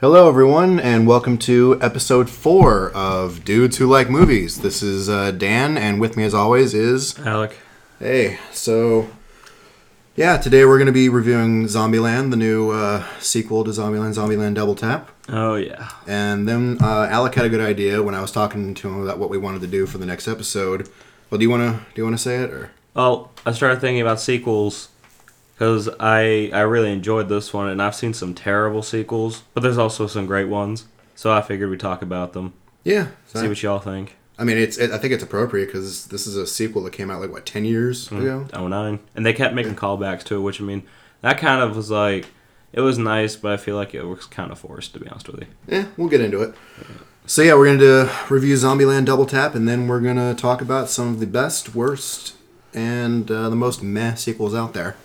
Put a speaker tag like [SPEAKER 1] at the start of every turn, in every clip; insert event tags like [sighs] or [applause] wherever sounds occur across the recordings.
[SPEAKER 1] Hello, everyone, and welcome to episode four of Dudes Who Like Movies. This is uh, Dan, and with me, as always, is
[SPEAKER 2] Alec.
[SPEAKER 1] Hey. So, yeah, today we're going to be reviewing Zombieland, the new uh, sequel to Zombieland, Zombieland Double Tap.
[SPEAKER 2] Oh yeah.
[SPEAKER 1] And then uh, Alec had a good idea when I was talking to him about what we wanted to do for the next episode. Well, do you want to do you want to say it or?
[SPEAKER 2] Well, I started thinking about sequels because I I really enjoyed this one, and I've seen some terrible sequels, but there's also some great ones. So I figured we talk about them,
[SPEAKER 1] Yeah.
[SPEAKER 2] see what y'all think.
[SPEAKER 1] I mean, it's it, I think it's appropriate because this is a sequel that came out like what ten years ago.
[SPEAKER 2] Oh nine, and they kept making callbacks to it, which I mean, that kind of was like, it was nice, but I feel like it was kind of forced, to be honest with you.
[SPEAKER 1] Yeah, Eh, we'll get into it. So yeah, we're going to review Zombieland Double Tap, and then we're going to talk about some of the best, worst, and uh, the most meh sequels out there.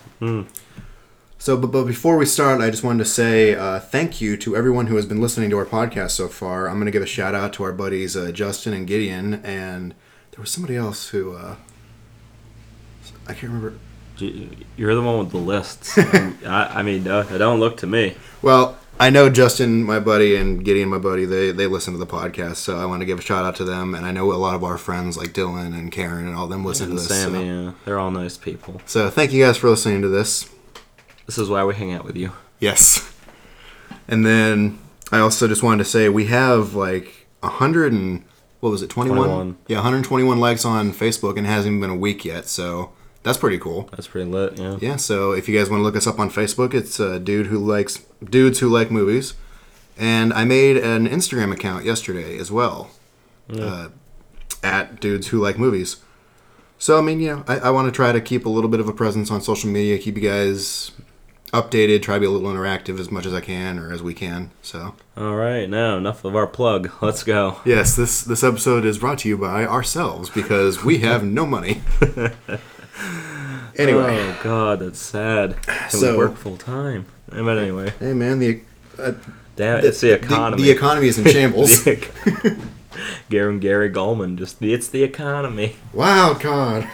[SPEAKER 1] So, but, but before we start, I just wanted to say uh, thank you to everyone who has been listening to our podcast so far. I'm going to give a shout out to our buddies uh, Justin and Gideon, and there was somebody else who uh, I can't remember.
[SPEAKER 2] Gee, You're the one with the lists. Um, I, I mean, no, it don't look to me.
[SPEAKER 1] Well, I know Justin, my buddy, and Gideon, my buddy. They they listen to the podcast, so I want to give a shout out to them. And I know a lot of our friends like Dylan and Karen and all them listen
[SPEAKER 2] And
[SPEAKER 1] to this.
[SPEAKER 2] Sammy,
[SPEAKER 1] So.
[SPEAKER 2] uh, they're all nice people.
[SPEAKER 1] so thank you guys for listening to this.
[SPEAKER 2] This is why we hang out with you.
[SPEAKER 1] Yes. And then I also just wanted to say we have like a hundred and what was it twenty one?
[SPEAKER 2] 21.
[SPEAKER 1] Yeah, one hundred twenty one likes on Facebook, and it hasn't even been a week yet. So that's pretty cool.
[SPEAKER 2] That's pretty lit. Yeah.
[SPEAKER 1] Yeah, so if you guys want to look us up on Facebook, it's uh, dude who likes dudes who like movies, and I made an Instagram account yesterday as well, uh, at dudes who like movies. So I mean, you know, I, I want to try to keep a little bit of a presence on social media, keep you guys updated, try to be a little interactive as much as I can or as we can. So
[SPEAKER 2] All right, now enough of our plug. [laughs] Let's go.
[SPEAKER 1] yes, this this episode is brought to you by ourselves because we have no money. [laughs] anyway.
[SPEAKER 2] Oh God, that's sad. Can
[SPEAKER 1] So-
[SPEAKER 2] we work full time? But anyway,
[SPEAKER 1] Hey man, the uh,
[SPEAKER 2] damn, it, it's the economy.
[SPEAKER 1] The, economy
[SPEAKER 2] [laughs]
[SPEAKER 1] is in shambles. [laughs]
[SPEAKER 2] Gary Gary Goldman just—it's the economy.
[SPEAKER 1] Wild card.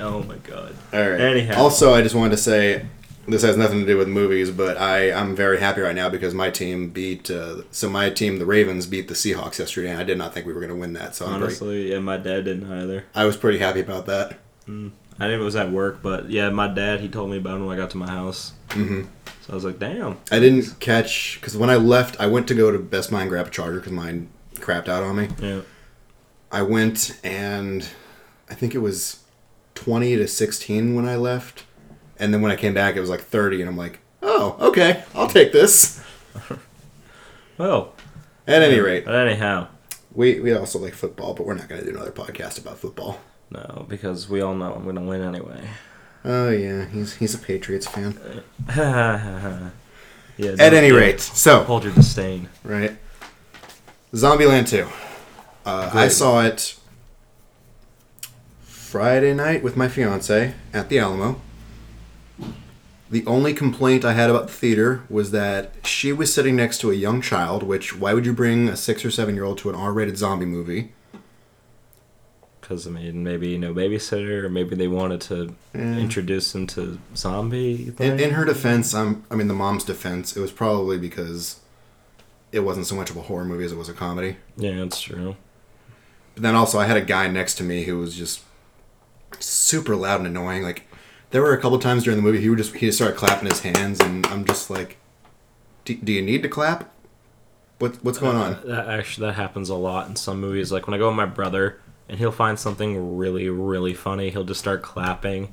[SPEAKER 2] Oh my God.
[SPEAKER 1] All right.
[SPEAKER 2] Anyhow.
[SPEAKER 1] Also, I just wanted to say this has nothing to do with movies, but I I'm very happy right now because my team beat. Uh, so my team, the Ravens, beat the Seahawks yesterday, and I did not think we were going to win that. So I'm pretty,
[SPEAKER 2] Honestly, yeah, my dad didn't either.
[SPEAKER 1] I was pretty happy about that.
[SPEAKER 2] I knew it was at work, but yeah, my dad he told me about it when I got to my house. Mm-hmm. So I was like, damn.
[SPEAKER 1] I didn't catch because when I left, I went to go to Best Buy and grab a charger because mine crapped out on me.
[SPEAKER 2] Yeah.
[SPEAKER 1] I went and I think it was 20 to 16 when I left. And then when I came back, it was like 30. And I'm like, oh, okay, I'll take this.
[SPEAKER 2] Well,
[SPEAKER 1] At any rate,
[SPEAKER 2] but anyhow,
[SPEAKER 1] we, we also like football, but we're not going to do another podcast about football.
[SPEAKER 2] no, because we all know I'm gonna win anyway. [laughs]
[SPEAKER 1] Oh, yeah, he's, he's a Patriots fan.
[SPEAKER 2] yeah.
[SPEAKER 1] At
[SPEAKER 2] no,
[SPEAKER 1] any
[SPEAKER 2] yeah.
[SPEAKER 1] rate, so,
[SPEAKER 2] hold your disdain.
[SPEAKER 1] right. Zombieland 2. Uh, I
[SPEAKER 2] Great.
[SPEAKER 1] saw it Friday night with my fiance at the Alamo. The only complaint I had about the theater was that she was sitting next to a young child, which, why would you bring a six or seven year old to an R rated zombie movie?
[SPEAKER 2] Because, I mean, maybe no babysitter, or maybe they wanted to
[SPEAKER 1] Mm.
[SPEAKER 2] introduce him to zombie thing.
[SPEAKER 1] In, in her defense, um, I mean, the mom's defense, it was probably because it wasn't so much of a horror movie as it was a comedy.
[SPEAKER 2] yeah, that's true.
[SPEAKER 1] But then also, I had a guy next to me who was just super loud and annoying. Like, there were a couple times during the movie he would just he just started clapping his hands, and I'm just like, "Do, do you need to clap? What what's going on?"
[SPEAKER 2] That actually that happens a lot in some movies. Like when I go with my brother, and he'll find something really, really funny, he'll just start clapping.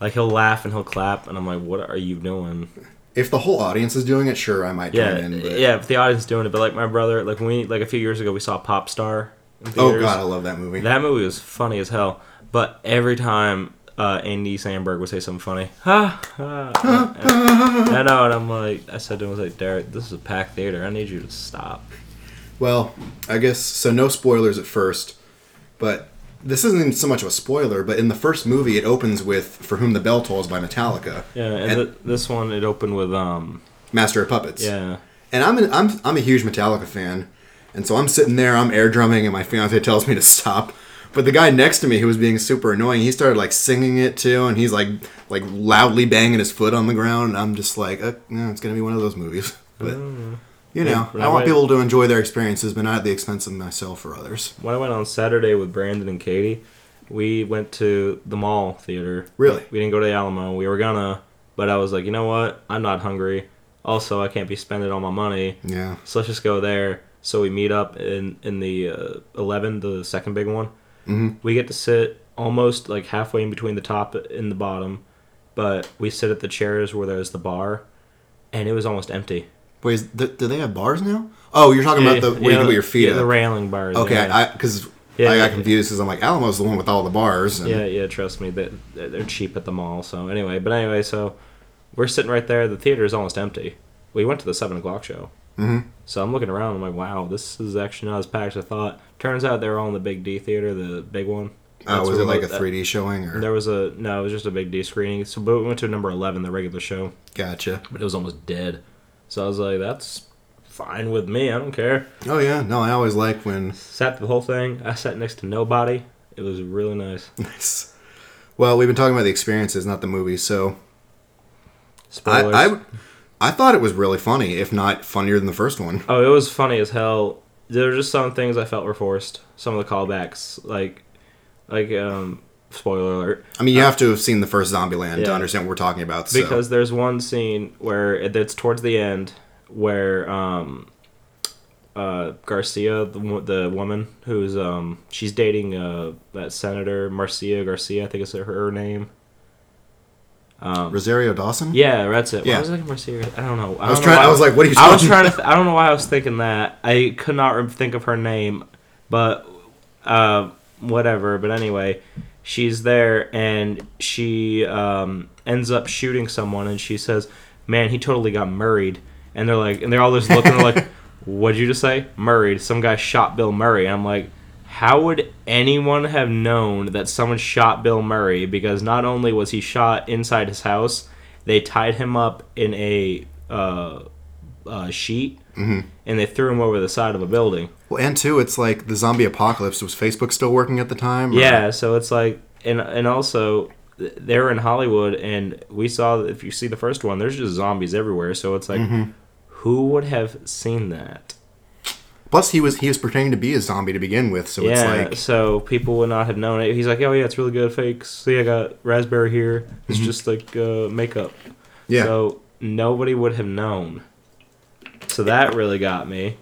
[SPEAKER 2] Like he'll laugh and he'll clap, and I'm like, "What are you doing?"
[SPEAKER 1] If the whole audience is doing it, sure, I might
[SPEAKER 2] Yeah,
[SPEAKER 1] join in. But,
[SPEAKER 2] yeah. If the audience is doing it, but like my brother, like when we like a few years ago, we saw Pop Star. in
[SPEAKER 1] Oh
[SPEAKER 2] theaters.
[SPEAKER 1] god, I love that movie.
[SPEAKER 2] That movie was funny as hell, but every time uh, Andy Sandberg would say something funny, ha, ha, and, I know, and I'm like, I said to him, I was like, Derek, this is a packed theater. I need you to stop.
[SPEAKER 1] Well, I guess so. No spoilers at first, but this isn't even so much of a spoiler. But in the first movie, it opens with "For Whom the Bell Tolls" by Metallica,
[SPEAKER 2] Yeah, and,
[SPEAKER 1] And-
[SPEAKER 2] th- this one it opened with um,
[SPEAKER 1] Master of Puppets.
[SPEAKER 2] yeah,
[SPEAKER 1] And I'm an, I'm I'm a huge Metallica fan, and so I'm sitting there, I'm air drumming, and my fiance tells me to stop. But the guy next to me who was being super annoying, he started like singing it too, and he's like like loudly banging his foot on the ground, and I'm just like, uh, no, it's gonna be one of those movies. [laughs] But You know,
[SPEAKER 2] Yeah,
[SPEAKER 1] I want
[SPEAKER 2] Oh. right.
[SPEAKER 1] people to enjoy their experiences, but not at the expense of myself or others.
[SPEAKER 2] When I went on Saturday with Brandon and Katie, we went to the mall theater.
[SPEAKER 1] Really?
[SPEAKER 2] We didn't go to the Alamo. We were gonna, but I was like, you know what? I'm not hungry. Also, I can't be spending all my money.
[SPEAKER 1] Yeah.
[SPEAKER 2] So let's just go there. So we meet up in in the uh, eleven, the second big one.
[SPEAKER 1] Mhm.
[SPEAKER 2] We get to sit almost like halfway in between the top and the bottom, but we sit at the chairs where there's the bar, and it was almost empty.
[SPEAKER 1] Wait, is, th- do they have bars now? Oh, you're talking about the where you can put your feet
[SPEAKER 2] yeah, the
[SPEAKER 1] up.
[SPEAKER 2] railing bars.
[SPEAKER 1] okay,
[SPEAKER 2] yeah.
[SPEAKER 1] I because
[SPEAKER 2] Yeah,
[SPEAKER 1] I
[SPEAKER 2] yeah,
[SPEAKER 1] got
[SPEAKER 2] yeah.
[SPEAKER 1] confused because I'm like Alamo's the one with all the bars. And,
[SPEAKER 2] Yeah, yeah, trust me. They, they're cheap at the mall. So anyway, but anyway, so we're sitting right there. The theater is almost empty. We went to the seven o'clock show.
[SPEAKER 1] Mhm.
[SPEAKER 2] So I'm looking around. I'm like, wow, this is actually not as packed as I thought. Turns out they were all in the big D theater, the big one.
[SPEAKER 1] Oh,
[SPEAKER 2] That's
[SPEAKER 1] was
[SPEAKER 2] where
[SPEAKER 1] it like
[SPEAKER 2] we-
[SPEAKER 1] a
[SPEAKER 2] that-
[SPEAKER 1] 3D showing or?
[SPEAKER 2] There was a no, it was just a big D screening. So, but we went to number eleven, the regular show,
[SPEAKER 1] Gotcha.
[SPEAKER 2] but it was almost dead. So I was like, that's fine with me. I don't care.
[SPEAKER 1] Oh yeah, no, I always like when [laughs]
[SPEAKER 2] Sat through the whole thing. I sat next to nobody. It was really
[SPEAKER 1] [laughs]
[SPEAKER 2] nice.
[SPEAKER 1] nice. Well, we've been talking about the experiences, not the movies. So I,
[SPEAKER 2] Spoilers.
[SPEAKER 1] I, I thought it was really funny, if not funnier than the first one.
[SPEAKER 2] Oh, it was funny as hell. There were just some things I felt were forced. Some of the callbacks, like, like um, spoiler alert,
[SPEAKER 1] I mean, you have to have seen the first Zombieland to
[SPEAKER 2] Uh, yeah.
[SPEAKER 1] understand what we're talking about. So.
[SPEAKER 2] because there's one scene where it- it's towards the end where um, uh, Garcia, the, wo- the woman who's um, she's dating uh, that senator Marcia Garcia, I think is her, her name.
[SPEAKER 1] Rosario Dawson.
[SPEAKER 2] um, Yeah, that's it. Yeah.
[SPEAKER 1] Yeah.
[SPEAKER 2] I was thinking Marcia. I don't know. I,
[SPEAKER 1] I was
[SPEAKER 2] don't know
[SPEAKER 1] trying.
[SPEAKER 2] why-
[SPEAKER 1] I was like, what are you?
[SPEAKER 2] I was
[SPEAKER 1] talking
[SPEAKER 2] trying to. Th- I don't know why I was thinking that. I could not rem- think of her name, but uh, whatever. But anyway, she's there and she um, ends up shooting someone, and she says, "Man, he totally got murried." And they're like, and they're all just looking. they're
[SPEAKER 1] [laughs]
[SPEAKER 2] like, "What'd you just say? Murried? Some guy shot Bill Murray." And I'm like. How would anyone have known that someone shot Bill Murray? Because not only was he shot inside his house, they tied him up in a uh, uh, sheet,
[SPEAKER 1] Mm-hmm.
[SPEAKER 2] and they threw him over the side of a building.
[SPEAKER 1] Well, and two, it's like the zombie apocalypse. Was Facebook still working at the time? or-
[SPEAKER 2] Yeah, so it's like, and and also th- they were in Hollywood, and we saw if you see the first one, there's just zombies everywhere. So it's like,
[SPEAKER 1] Mm-hmm.
[SPEAKER 2] who would have seen that?
[SPEAKER 1] Plus, he was he was pretending to be a zombie to begin with, so
[SPEAKER 2] yeah,
[SPEAKER 1] it's like
[SPEAKER 2] so people would not have known it. He's like, oh yeah, it's really good fakes. See, I got raspberry here. It's
[SPEAKER 1] Mm-hmm.
[SPEAKER 2] just like uh, makeup.
[SPEAKER 1] yeah.
[SPEAKER 2] So nobody would have known. So that really got me.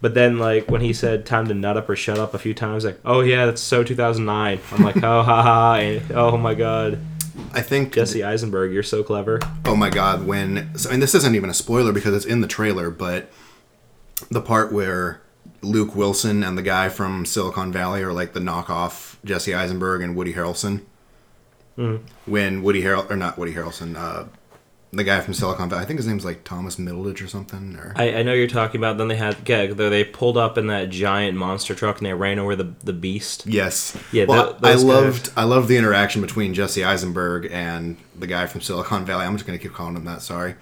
[SPEAKER 2] But then, like, when he said time to nut up or shut up a few times, like, oh yeah, that's so 2009. I'm like, [laughs] oh, ha ha, and, oh my god.
[SPEAKER 1] I think
[SPEAKER 2] Jesse Eisenberg, you're so clever.
[SPEAKER 1] oh my god when so, and this isn't even a spoiler because it's in the trailer but the part where luke wilson and the guy from silicon valley are like the knockoff jesse eisenberg and woody harrelson when woody harrelson or not woody harrelson uh, the guy from silicon valley i think his name's like thomas middleditch or something or
[SPEAKER 2] I, I know you're talking about, then they had, yeah, they they pulled up in that giant monster truck and they ran over the, the beast.
[SPEAKER 1] yes
[SPEAKER 2] Yeah,
[SPEAKER 1] well,
[SPEAKER 2] tho-
[SPEAKER 1] i
[SPEAKER 2] those
[SPEAKER 1] loved i loved the interaction between jesse eisenberg and the guy from silicon valley i'm just going to keep calling him that sorry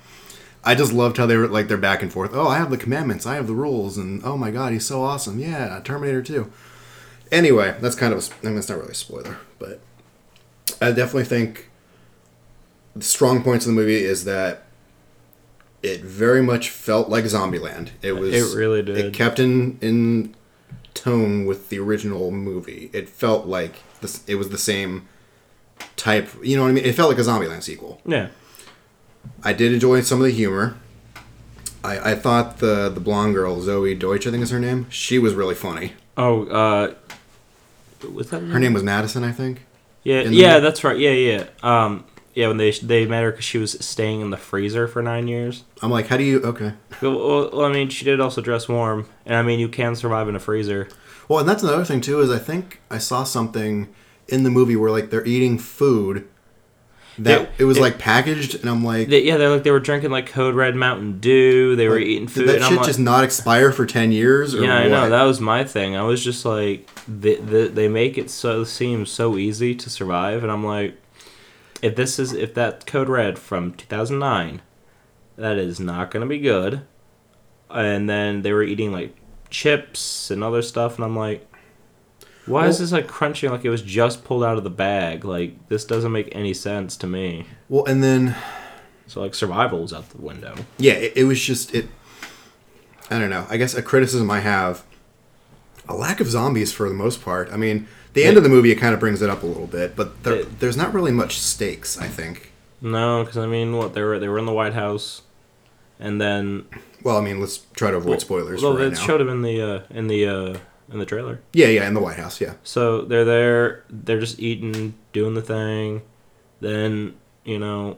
[SPEAKER 1] I just loved how they were like they're back and forth. Oh, I have the commandments, I have the rules, and oh my god, he's so awesome. Yeah, Terminator 2. Anyway, that's kind of a, I mean, that's not really a spoiler, but I definitely think the strong points of the movie is that it very much felt like Zombieland. It was
[SPEAKER 2] It really
[SPEAKER 1] It
[SPEAKER 2] did.
[SPEAKER 1] kept in in tone with the original movie. It felt like this. It was the same type. You know what I mean? It felt like a Zombieland sequel.
[SPEAKER 2] Yeah.
[SPEAKER 1] I did enjoy some of the humor. I, I thought the the blonde girl Zoe Deutsch, I think is her name. She was really funny.
[SPEAKER 2] Oh, uh, was that
[SPEAKER 1] Her name was Madison, I think.
[SPEAKER 2] Yeah,
[SPEAKER 1] in the
[SPEAKER 2] yeah,
[SPEAKER 1] mi-
[SPEAKER 2] that's right. Yeah, yeah. Um, yeah, when they they met her because she was staying in the freezer for nine years.
[SPEAKER 1] I'm like, how do you? Okay.
[SPEAKER 2] Well, well, I mean, she did also dress warm, and I mean, you can survive in a freezer.
[SPEAKER 1] Well, and that's another thing too is I think I saw something in the movie where like they're eating food that
[SPEAKER 2] Yeah,
[SPEAKER 1] it was
[SPEAKER 2] it-
[SPEAKER 1] like packaged, and I'm like,
[SPEAKER 2] They, yeah, they're like they were drinking like Code Red Mountain Dew. They were eating food.
[SPEAKER 1] did that
[SPEAKER 2] and
[SPEAKER 1] shit
[SPEAKER 2] I'm like,
[SPEAKER 1] just not expire for ten years? Or
[SPEAKER 2] yeah, I
[SPEAKER 1] what?
[SPEAKER 2] know that was my thing. I was just like, the, the, they make it so seem so easy to survive, and I'm like, if this is if that Code Red from 2009, that is not gonna be good. And then they were eating like chips and other stuff, and I'm like, why is
[SPEAKER 1] Well-
[SPEAKER 2] this like crunching like it was just pulled out of the bag? Like this doesn't make any sense to me.
[SPEAKER 1] Well, and then
[SPEAKER 2] So like survival's out the window.
[SPEAKER 1] yeah, it, it was just it. I don't know. I guess a criticism I have a lack of zombies for the most part. I mean, the end of the movie it kind of brings it up a little bit, but there,
[SPEAKER 2] It-
[SPEAKER 1] there's not really much stakes. I think.
[SPEAKER 2] No, because I mean, what they were they were in the White House, and then
[SPEAKER 1] Well, I mean, let's try to avoid spoilers
[SPEAKER 2] Well,
[SPEAKER 1] for right
[SPEAKER 2] it
[SPEAKER 1] now.
[SPEAKER 2] showed him in the uh, in the uh, in the trailer.
[SPEAKER 1] yeah, yeah, in the White House. Yeah,
[SPEAKER 2] So they're there, they're just eating, doing the thing. Then you know,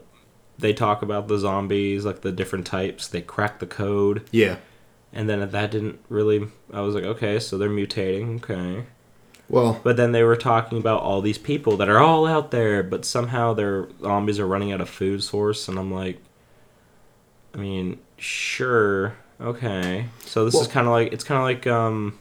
[SPEAKER 2] they talk about the zombies, like the different types. They crack the code,
[SPEAKER 1] yeah.
[SPEAKER 2] and then if that didn't really. I was like, okay, so they're mutating, okay.
[SPEAKER 1] Well,
[SPEAKER 2] But then they were talking about all these people that are all out there, but somehow their zombies are running out of food source, and I'm like, I mean, sure, okay. So this
[SPEAKER 1] Well-
[SPEAKER 2] is kind of like it's kind of like um,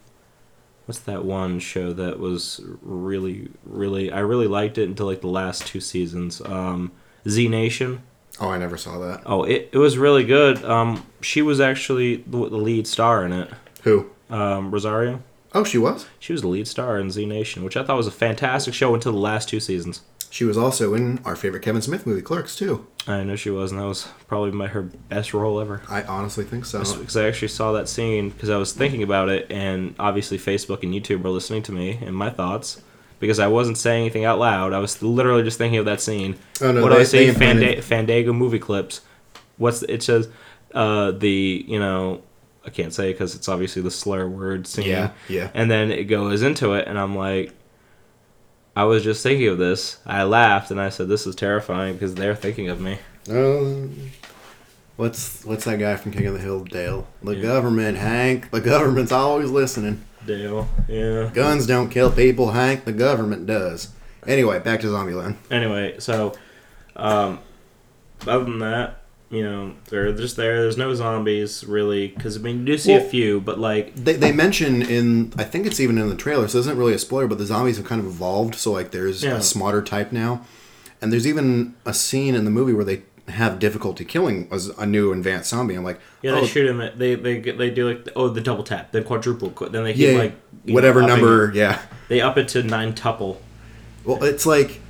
[SPEAKER 2] what's that one show that was really, really I really liked it until like the last two seasons. Um, Z Nation.
[SPEAKER 1] oh, I never saw that.
[SPEAKER 2] Oh, it it was really good. Um, she was actually the, the lead star in it.
[SPEAKER 1] Who?
[SPEAKER 2] Um, Rosario.
[SPEAKER 1] Oh, she was.
[SPEAKER 2] She was the lead star in Z Nation, which I thought was a fantastic show until the last two seasons.
[SPEAKER 1] She was also in our favorite Kevin Smith movie, Clerks, too.
[SPEAKER 2] I know she was, and that was probably my her best role ever.
[SPEAKER 1] I honestly think so.
[SPEAKER 2] Because I actually saw that scene because I was thinking about it, and obviously Facebook and YouTube were listening to me and my thoughts because I wasn't saying anything out loud. I was literally just thinking of that scene.
[SPEAKER 1] Oh, no,
[SPEAKER 2] what
[SPEAKER 1] they-
[SPEAKER 2] I was
[SPEAKER 1] they
[SPEAKER 2] seeing Fanda-
[SPEAKER 1] implemented-
[SPEAKER 2] Fandango movie clips. What's it says? Uh, the you know I can't say because it's obviously the slur word scene.
[SPEAKER 1] Yeah, yeah.
[SPEAKER 2] And then it goes into it, and I'm like, I was just thinking of this. I laughed and I said, "This is terrifying because they're thinking of me."
[SPEAKER 1] Um, what's what's that guy from King of the Hill, Dale? The
[SPEAKER 2] Yeah.
[SPEAKER 1] government, Hank. The government's always listening.
[SPEAKER 2] Dale. Yeah.
[SPEAKER 1] Guns don't kill people, Hank. The government does. Anyway, back to Zombieland.
[SPEAKER 2] anyway, so um, other than that, you know, they're just there. There's no zombies really, because I mean, you do see a
[SPEAKER 1] Well-
[SPEAKER 2] few, but like,
[SPEAKER 1] They, they mention in I think it's even in the trailer, so it isn't really a spoiler, but the zombies have kind of evolved. So like there's
[SPEAKER 2] Yeah.
[SPEAKER 1] a smarter type now, and there's even a scene in the movie where they have difficulty killing a, z- a new advanced zombie. I'm like,
[SPEAKER 2] yeah, they
[SPEAKER 1] oh,
[SPEAKER 2] shoot them. They they get- they do like oh the double tap, then quadruple, qu- then they keep
[SPEAKER 1] yeah,
[SPEAKER 2] like you know,
[SPEAKER 1] whatever
[SPEAKER 2] upping
[SPEAKER 1] number,
[SPEAKER 2] it.
[SPEAKER 1] yeah.
[SPEAKER 2] They up it to nine tuple.
[SPEAKER 1] Well, it's like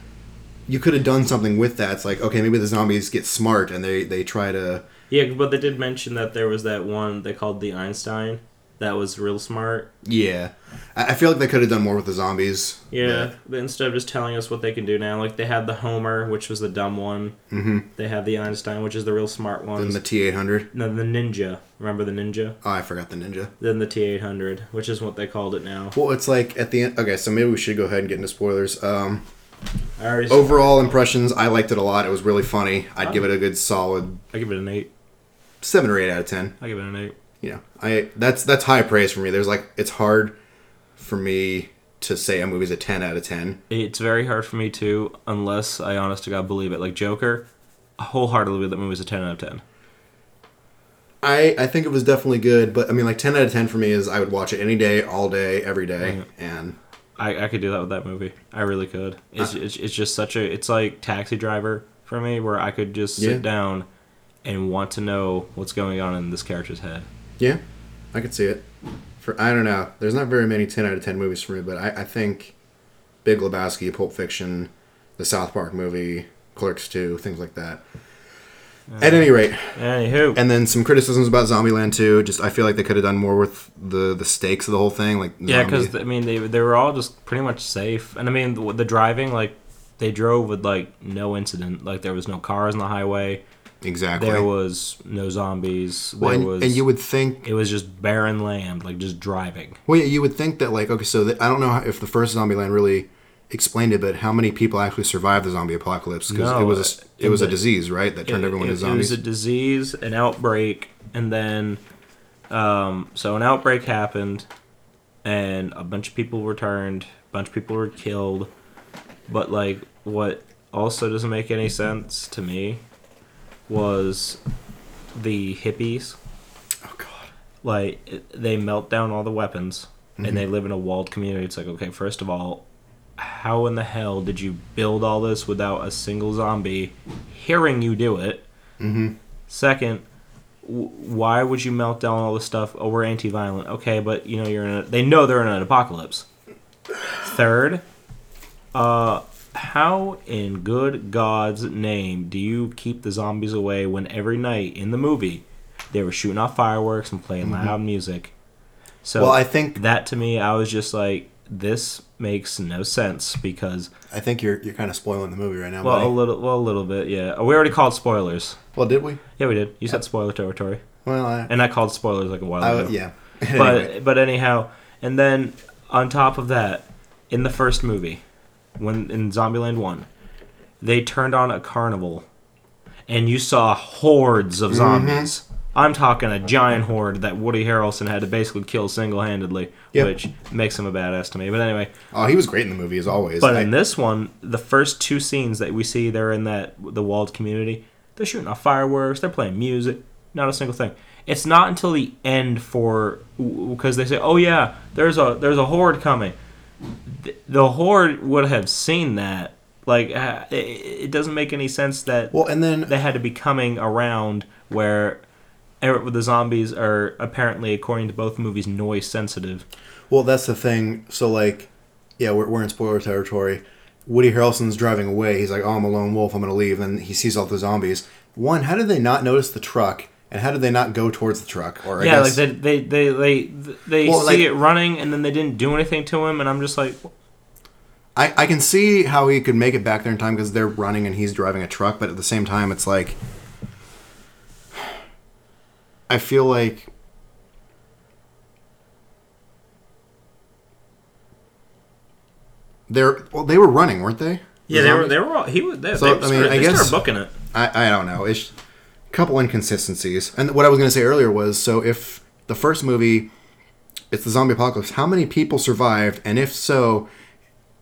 [SPEAKER 1] you could have done something with that. It's like okay, maybe the zombies get smart and they they try to
[SPEAKER 2] Yeah, but they did mention that there was that one they called the Einstein that was real smart.
[SPEAKER 1] yeah. I, I feel like they could have done more with the zombies.
[SPEAKER 2] Yeah, but instead of just telling us what they can do now, like they had the Homer, which was the dumb one. Mm-hmm. They have the Einstein, which is the real smart one.
[SPEAKER 1] Than the T eight hundred.
[SPEAKER 2] No, the ninja. Remember the ninja?
[SPEAKER 1] Oh, I forgot the ninja.
[SPEAKER 2] Then the T eight hundred, which is what they called it now.
[SPEAKER 1] Well, it's like at the end. Okay, so maybe we should go ahead and get into spoilers. Um,
[SPEAKER 2] I already. s-
[SPEAKER 1] overall impressions, I liked it a lot. It was really funny. I'd give it a good solid
[SPEAKER 2] I give it an eight.
[SPEAKER 1] seven or eight out of ten.
[SPEAKER 2] I give it an eight.
[SPEAKER 1] Yeah, I that's that's high praise for me. There's like it's hard for me to say a movie's a ten out of ten.
[SPEAKER 2] It's very hard for me to, unless I honest to god believe it. Like Joker, wholeheartedly believe that movie was a ten out of ten.
[SPEAKER 1] I, I think it was definitely good, but I mean, like 10 out of 10 for me is I would watch it any day, all day, every day, and
[SPEAKER 2] I, I could do that with that movie. I really could. It's, it's it's just such a. It's like Taxi Driver for me, where I could just sit
[SPEAKER 1] Yeah.
[SPEAKER 2] down and want to know what's going on in this character's head.
[SPEAKER 1] yeah, I could see it. For I don't know, there's not very many 10 out of 10 movies for me, but I, I think Big Lebowski, Pulp Fiction, the South Park movie, Clerks 2, things like that. At any rate,
[SPEAKER 2] Anywho,
[SPEAKER 1] and then some criticisms about Zombieland 2. Just I feel like they could have done more with the the stakes of the whole thing, like
[SPEAKER 2] Yeah,
[SPEAKER 1] zombie-
[SPEAKER 2] because I mean they they were all just pretty much safe, and I mean the, the driving like they drove with like no incident, like there was no cars on the highway,
[SPEAKER 1] exactly.
[SPEAKER 2] there was no zombies,
[SPEAKER 1] Well,
[SPEAKER 2] there
[SPEAKER 1] and,
[SPEAKER 2] was
[SPEAKER 1] and you would think
[SPEAKER 2] it was just barren land, like just driving.
[SPEAKER 1] Well, yeah, you would think that, like, okay, so that, I don't know how- if the first Zombieland really explained it, but how many people actually survived the zombie apocalypse? Because
[SPEAKER 2] No,
[SPEAKER 1] it was a, s-
[SPEAKER 2] it-
[SPEAKER 1] it was a
[SPEAKER 2] it-
[SPEAKER 1] disease, right, that turned everyone
[SPEAKER 2] it,
[SPEAKER 1] into zombies.
[SPEAKER 2] It was a disease, an outbreak, and then um, so an outbreak happened, and a bunch of people were turned, a bunch of people were killed, but like what also doesn't make any sense to me was the hippies
[SPEAKER 1] oh god,
[SPEAKER 2] like it- they melt down all the weapons and
[SPEAKER 1] Mm-hmm.
[SPEAKER 2] they live in a walled community it's like okay first of all how in the hell did you build all this without a single zombie hearing you do it mm-hmm. second w- why would you melt down all this stuff oh we're anti-violent okay but you know you're in a, they know they're in an apocalypse third uh how in good god's name do you keep the zombies away when every night in the movie They were shooting off fireworks and playing loud music. So
[SPEAKER 1] Mm-hmm. Well, I think
[SPEAKER 2] that to me, I was just like, this makes no sense because
[SPEAKER 1] I think you're you're kind of spoiling the movie right now.
[SPEAKER 2] well, a
[SPEAKER 1] buddy.
[SPEAKER 2] little, well, a little bit, yeah. We already called spoilers.
[SPEAKER 1] well, did we?
[SPEAKER 2] Yeah, we did. You said spoiler territory,
[SPEAKER 1] Well, I,
[SPEAKER 2] and I called spoilers like a while
[SPEAKER 1] I
[SPEAKER 2] ago.
[SPEAKER 1] would- yeah. [laughs]
[SPEAKER 2] but
[SPEAKER 1] Anyway.
[SPEAKER 2] but anyhow, and then on top of that, in the first movie, when in Zombieland One, they turned on a carnival, and you saw hordes
[SPEAKER 1] Mm-hmm.
[SPEAKER 2] of zombies. I'm talking a giant horde that Woody Harrelson had to basically kill single handedly,
[SPEAKER 1] Yep.
[SPEAKER 2] which makes him a badass to me. But anyway,
[SPEAKER 1] oh, he was great in the movie as always.
[SPEAKER 2] but
[SPEAKER 1] I-
[SPEAKER 2] in this one, the first two scenes that we see, they're in that the walled community. They're shooting off fireworks. They're playing music. Not a single thing. It's not until the end for because they say, "Oh yeah, there's a there's a horde coming." Th- The horde would have seen that. Like uh, it, it doesn't make any sense that
[SPEAKER 1] well, and then
[SPEAKER 2] they had to be coming around where er- the zombies are apparently, according to both movies, noise sensitive.
[SPEAKER 1] Well, that's the thing. So, like, yeah, we're, we're in spoiler territory. Woody Harrelson's driving away. He's like, oh, I'm a lone wolf. I'm going to leave. And he sees all the zombies. One, how did they not notice the truck? And how did they not go towards the truck? Or I
[SPEAKER 2] yeah,
[SPEAKER 1] guess,
[SPEAKER 2] like they they they they, they
[SPEAKER 1] Well,
[SPEAKER 2] see
[SPEAKER 1] like-
[SPEAKER 2] it running and then they didn't do anything to him, and I'm just like,
[SPEAKER 1] I, I can see how he could make it back there in time because they're running and he's driving a truck. But at the same time, it's like, I feel like they're well, they were running, weren't they? The
[SPEAKER 2] yeah, they
[SPEAKER 1] zombies?
[SPEAKER 2] were they were all he was there.
[SPEAKER 1] So,
[SPEAKER 2] they
[SPEAKER 1] I mean,
[SPEAKER 2] started,
[SPEAKER 1] I
[SPEAKER 2] they
[SPEAKER 1] guess-
[SPEAKER 2] started booking it.
[SPEAKER 1] I, I don't know. It's a couple inconsistencies. And what I was going to say earlier was so if the first movie, it's the zombie apocalypse, how many people survived? And if so,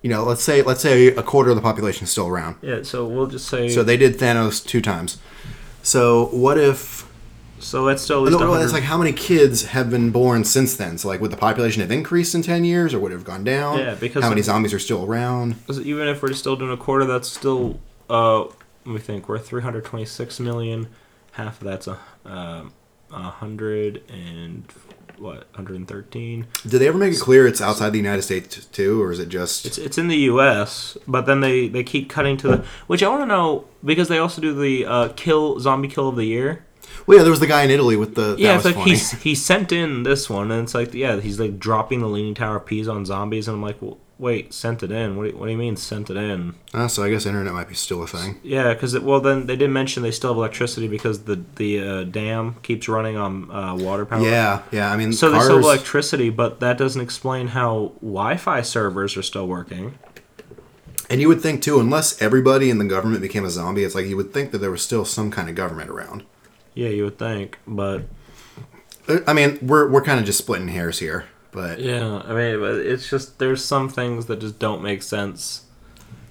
[SPEAKER 1] you know, let's say let's say a quarter of the population is still around.
[SPEAKER 2] Yeah, so we'll just say
[SPEAKER 1] So
[SPEAKER 2] so.
[SPEAKER 1] they did Thanos two times. So what if?
[SPEAKER 2] that's still at
[SPEAKER 1] No,
[SPEAKER 2] least
[SPEAKER 1] no, it's
[SPEAKER 2] 100
[SPEAKER 1] like how many kids have been born since then? So like, would the population have increased in ten years, or would it have gone down?
[SPEAKER 2] Yeah, because
[SPEAKER 1] how many
[SPEAKER 2] of-
[SPEAKER 1] zombies are still around?
[SPEAKER 2] even if we're still doing a quarter, that's still uh let me think we're 326 million. Half of that's a um a hundred and what 113.
[SPEAKER 1] Did they ever make it clear it's outside the United States t- too, or is it just?
[SPEAKER 2] It's, it's in the U.S., but then they, they keep cutting to the which I want to know because they also do the uh, kill zombie kill of the year.
[SPEAKER 1] well, yeah, there was the guy in Italy with the. That
[SPEAKER 2] yeah,
[SPEAKER 1] was
[SPEAKER 2] it's like
[SPEAKER 1] funny.
[SPEAKER 2] he's he sent in this one, and it's like yeah, he's like dropping the Leaning Tower of Pisa on zombies, and I'm like, well, wait, sent it in? What do you, what do you mean sent it in?
[SPEAKER 1] Uh, so I guess internet might be still a thing.
[SPEAKER 2] Yeah, because well, then they did mention they still have electricity because the the uh, dam keeps running on uh, water power.
[SPEAKER 1] Yeah, yeah. I mean,
[SPEAKER 2] So they
[SPEAKER 1] cars,
[SPEAKER 2] still have electricity, but that doesn't explain how Wi-Fi servers are still working.
[SPEAKER 1] and you would think too, unless everybody in the government became a zombie, it's like you would think that there was still some kind of government around.
[SPEAKER 2] Yeah, you would think, but
[SPEAKER 1] Uh, I mean, we're we're kind of just splitting hairs here, but
[SPEAKER 2] Yeah, I mean, but it's just there's some things that just don't make sense.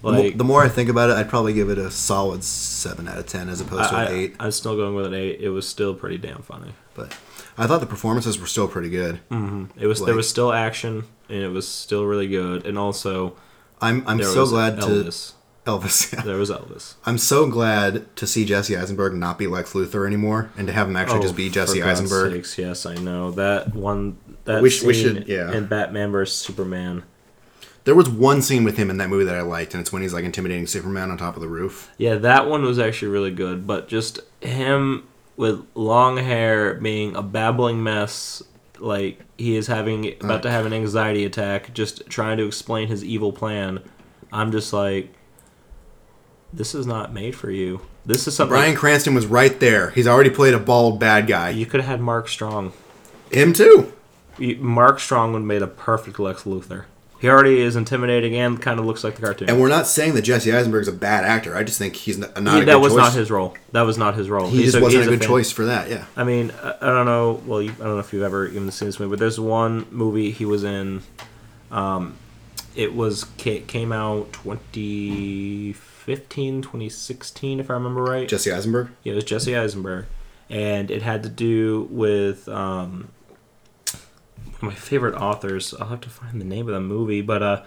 [SPEAKER 1] the mo-
[SPEAKER 2] Like
[SPEAKER 1] the more I think about it, I'd probably give it a solid seven out of ten as opposed to
[SPEAKER 2] I,
[SPEAKER 1] an eight.
[SPEAKER 2] I, am still going with an eight. It was still pretty damn funny.
[SPEAKER 1] But I thought the performances were still pretty good.
[SPEAKER 2] It was there
[SPEAKER 1] Like-
[SPEAKER 2] was still action and it was still really good. And also
[SPEAKER 1] I'm I'm
[SPEAKER 2] there
[SPEAKER 1] so
[SPEAKER 2] was
[SPEAKER 1] glad
[SPEAKER 2] Elvis.
[SPEAKER 1] to Elvis. yeah.
[SPEAKER 2] There was Elvis.
[SPEAKER 1] I'm so glad to see Jesse Eisenberg not be Lex Luthor anymore, and to have him actually just be
[SPEAKER 2] Oh, for
[SPEAKER 1] Jesse
[SPEAKER 2] God's
[SPEAKER 1] Eisenberg.
[SPEAKER 2] sakes, yes, I know that one. That
[SPEAKER 1] We sh-
[SPEAKER 2] scene
[SPEAKER 1] we should- yeah.
[SPEAKER 2] in Batman vs Superman.
[SPEAKER 1] There was one scene with him in that movie that I liked, and it's when he's like intimidating Superman on top of the roof.
[SPEAKER 2] Yeah, that one was actually really good, but just him with long hair being a babbling mess, like he is having about to have an anxiety attack, just trying to explain his evil plan. I'm just like, this is not made for you. This is something
[SPEAKER 1] Brian Cranston was right there. He's already played a bald bad guy.
[SPEAKER 2] you could have had Mark Strong.
[SPEAKER 1] Him too.
[SPEAKER 2] You- Mark Strong would have made a perfect Lex Luthor. He already is intimidating and kind of looks like the cartoon.
[SPEAKER 1] And we're not saying that Jesse Eisenberg's a bad actor. I just think he's n- not.
[SPEAKER 2] He-
[SPEAKER 1] a good
[SPEAKER 2] that was
[SPEAKER 1] choice.
[SPEAKER 2] not his role. That was not his role.
[SPEAKER 1] He
[SPEAKER 2] He's
[SPEAKER 1] just wasn't
[SPEAKER 2] he's
[SPEAKER 1] a good
[SPEAKER 2] fan-
[SPEAKER 1] choice for that. Yeah.
[SPEAKER 2] I mean, I, I don't know. Well, you, I don't know if you've ever even seen this movie, but there's one movie he was in. Um, it was ca- came out 2015, 2016, if I remember right.
[SPEAKER 1] Jesse Eisenberg.
[SPEAKER 2] Yeah, it was Jesse Eisenberg, and it had to do with um, one of my favorite authors. I'll have to find the name of the movie, but uh,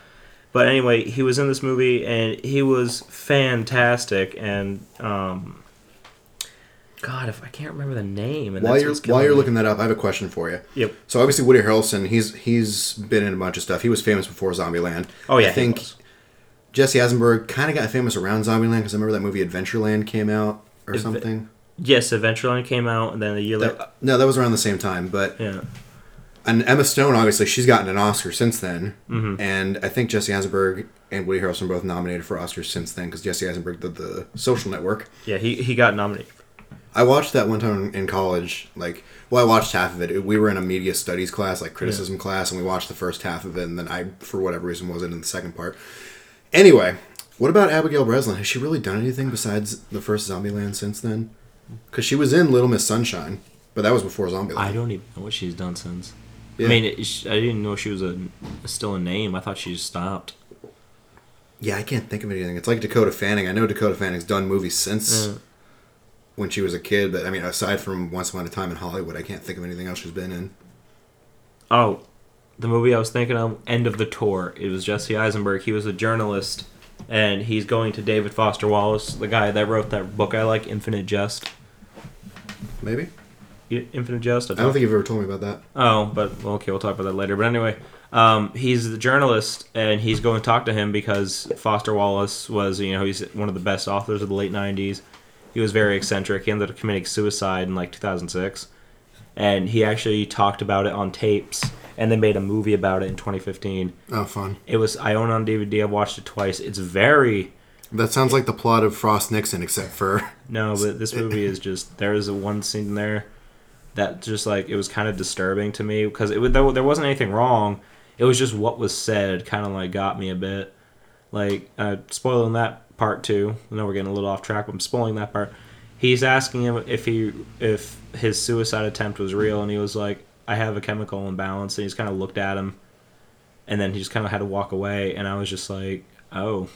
[SPEAKER 2] but anyway, he was in this movie and he was fantastic. And um, God, if I can't remember the name, and
[SPEAKER 1] While
[SPEAKER 2] that's
[SPEAKER 1] you're
[SPEAKER 2] what's
[SPEAKER 1] while
[SPEAKER 2] killing
[SPEAKER 1] you're
[SPEAKER 2] me.
[SPEAKER 1] looking that up, I have a question for you.
[SPEAKER 2] Yep.
[SPEAKER 1] So obviously Woody Harrelson, he's he's been in a bunch of stuff. He was famous before Zombieland.
[SPEAKER 2] Oh yeah,
[SPEAKER 1] I think
[SPEAKER 2] he was.
[SPEAKER 1] Jesse Eisenberg kind of got famous around Zombieland because I remember that movie Adventureland came out or something.
[SPEAKER 2] Yes, Adventureland came out, and then a year later.
[SPEAKER 1] That, no, that was around the same time, but
[SPEAKER 2] Yeah.
[SPEAKER 1] and Emma Stone obviously she's gotten an Oscar since then,
[SPEAKER 2] Mhm.
[SPEAKER 1] and I think Jesse Eisenberg and Woody Harrelson both nominated for Oscars since then because Jesse Eisenberg did the Social Network.
[SPEAKER 2] Yeah, he, he got nominated.
[SPEAKER 1] I watched that one time in college. Like, well, I watched half of it. We were in a media studies class, like criticism class, and we watched the first half of it, and then I, for whatever reason, wasn't in the second part. Anyway, what about Abigail Breslin? Has she really done anything besides the first Zombieland since then? Because she was in Little Miss Sunshine, but that was before Zombieland.
[SPEAKER 2] I don't even know what she's done since.
[SPEAKER 1] Yeah.
[SPEAKER 2] I mean, it, sh I didn't know she was a still a name. I thought she just stopped.
[SPEAKER 1] yeah, I can't think of anything. It's like Dakota Fanning. I know Dakota Fanning's done movies since
[SPEAKER 2] Yeah.
[SPEAKER 1] when she was a kid, but I mean, aside from Once Upon a Time in Hollywood, I can't think of anything else she's been in.
[SPEAKER 2] Oh, the movie I was thinking of, End of the Tour. It was Jesse Eisenberg. He was a journalist, and he's going to David Foster Wallace, the guy that wrote that book I like, Infinite Jest.
[SPEAKER 1] Maybe?
[SPEAKER 2] You- Infinite Jest.
[SPEAKER 1] I don't think you've ever told me about that.
[SPEAKER 2] Oh, but well, okay, we'll talk about that later. But anyway, um, he's the journalist, and he's going to talk to him because Foster Wallace was, you know, he's one of the best authors of the late '90s. He was very eccentric. He ended up committing suicide in like 2006, and he actually talked about it on tapes, and they made a movie about it in 2015.
[SPEAKER 1] Oh, fun.
[SPEAKER 2] It was I own it on DVD. I've watched it twice. It's very
[SPEAKER 1] That sounds like the plot of Frost Nixon, except for [laughs]
[SPEAKER 2] No, but this movie is just there is a one scene there that just like it was kind of disturbing to me because it was- though there wasn't anything wrong, it was just what was said kind of like got me a bit. Like uh, spoiling that part too. I know we're getting a little off track, but I'm spoiling that part. He's asking him if he if his suicide attempt was real, and he was like, "I have a chemical imbalance," and he's kind of looked at him, and then he just kind of had to walk away, and I was just like, "Oh,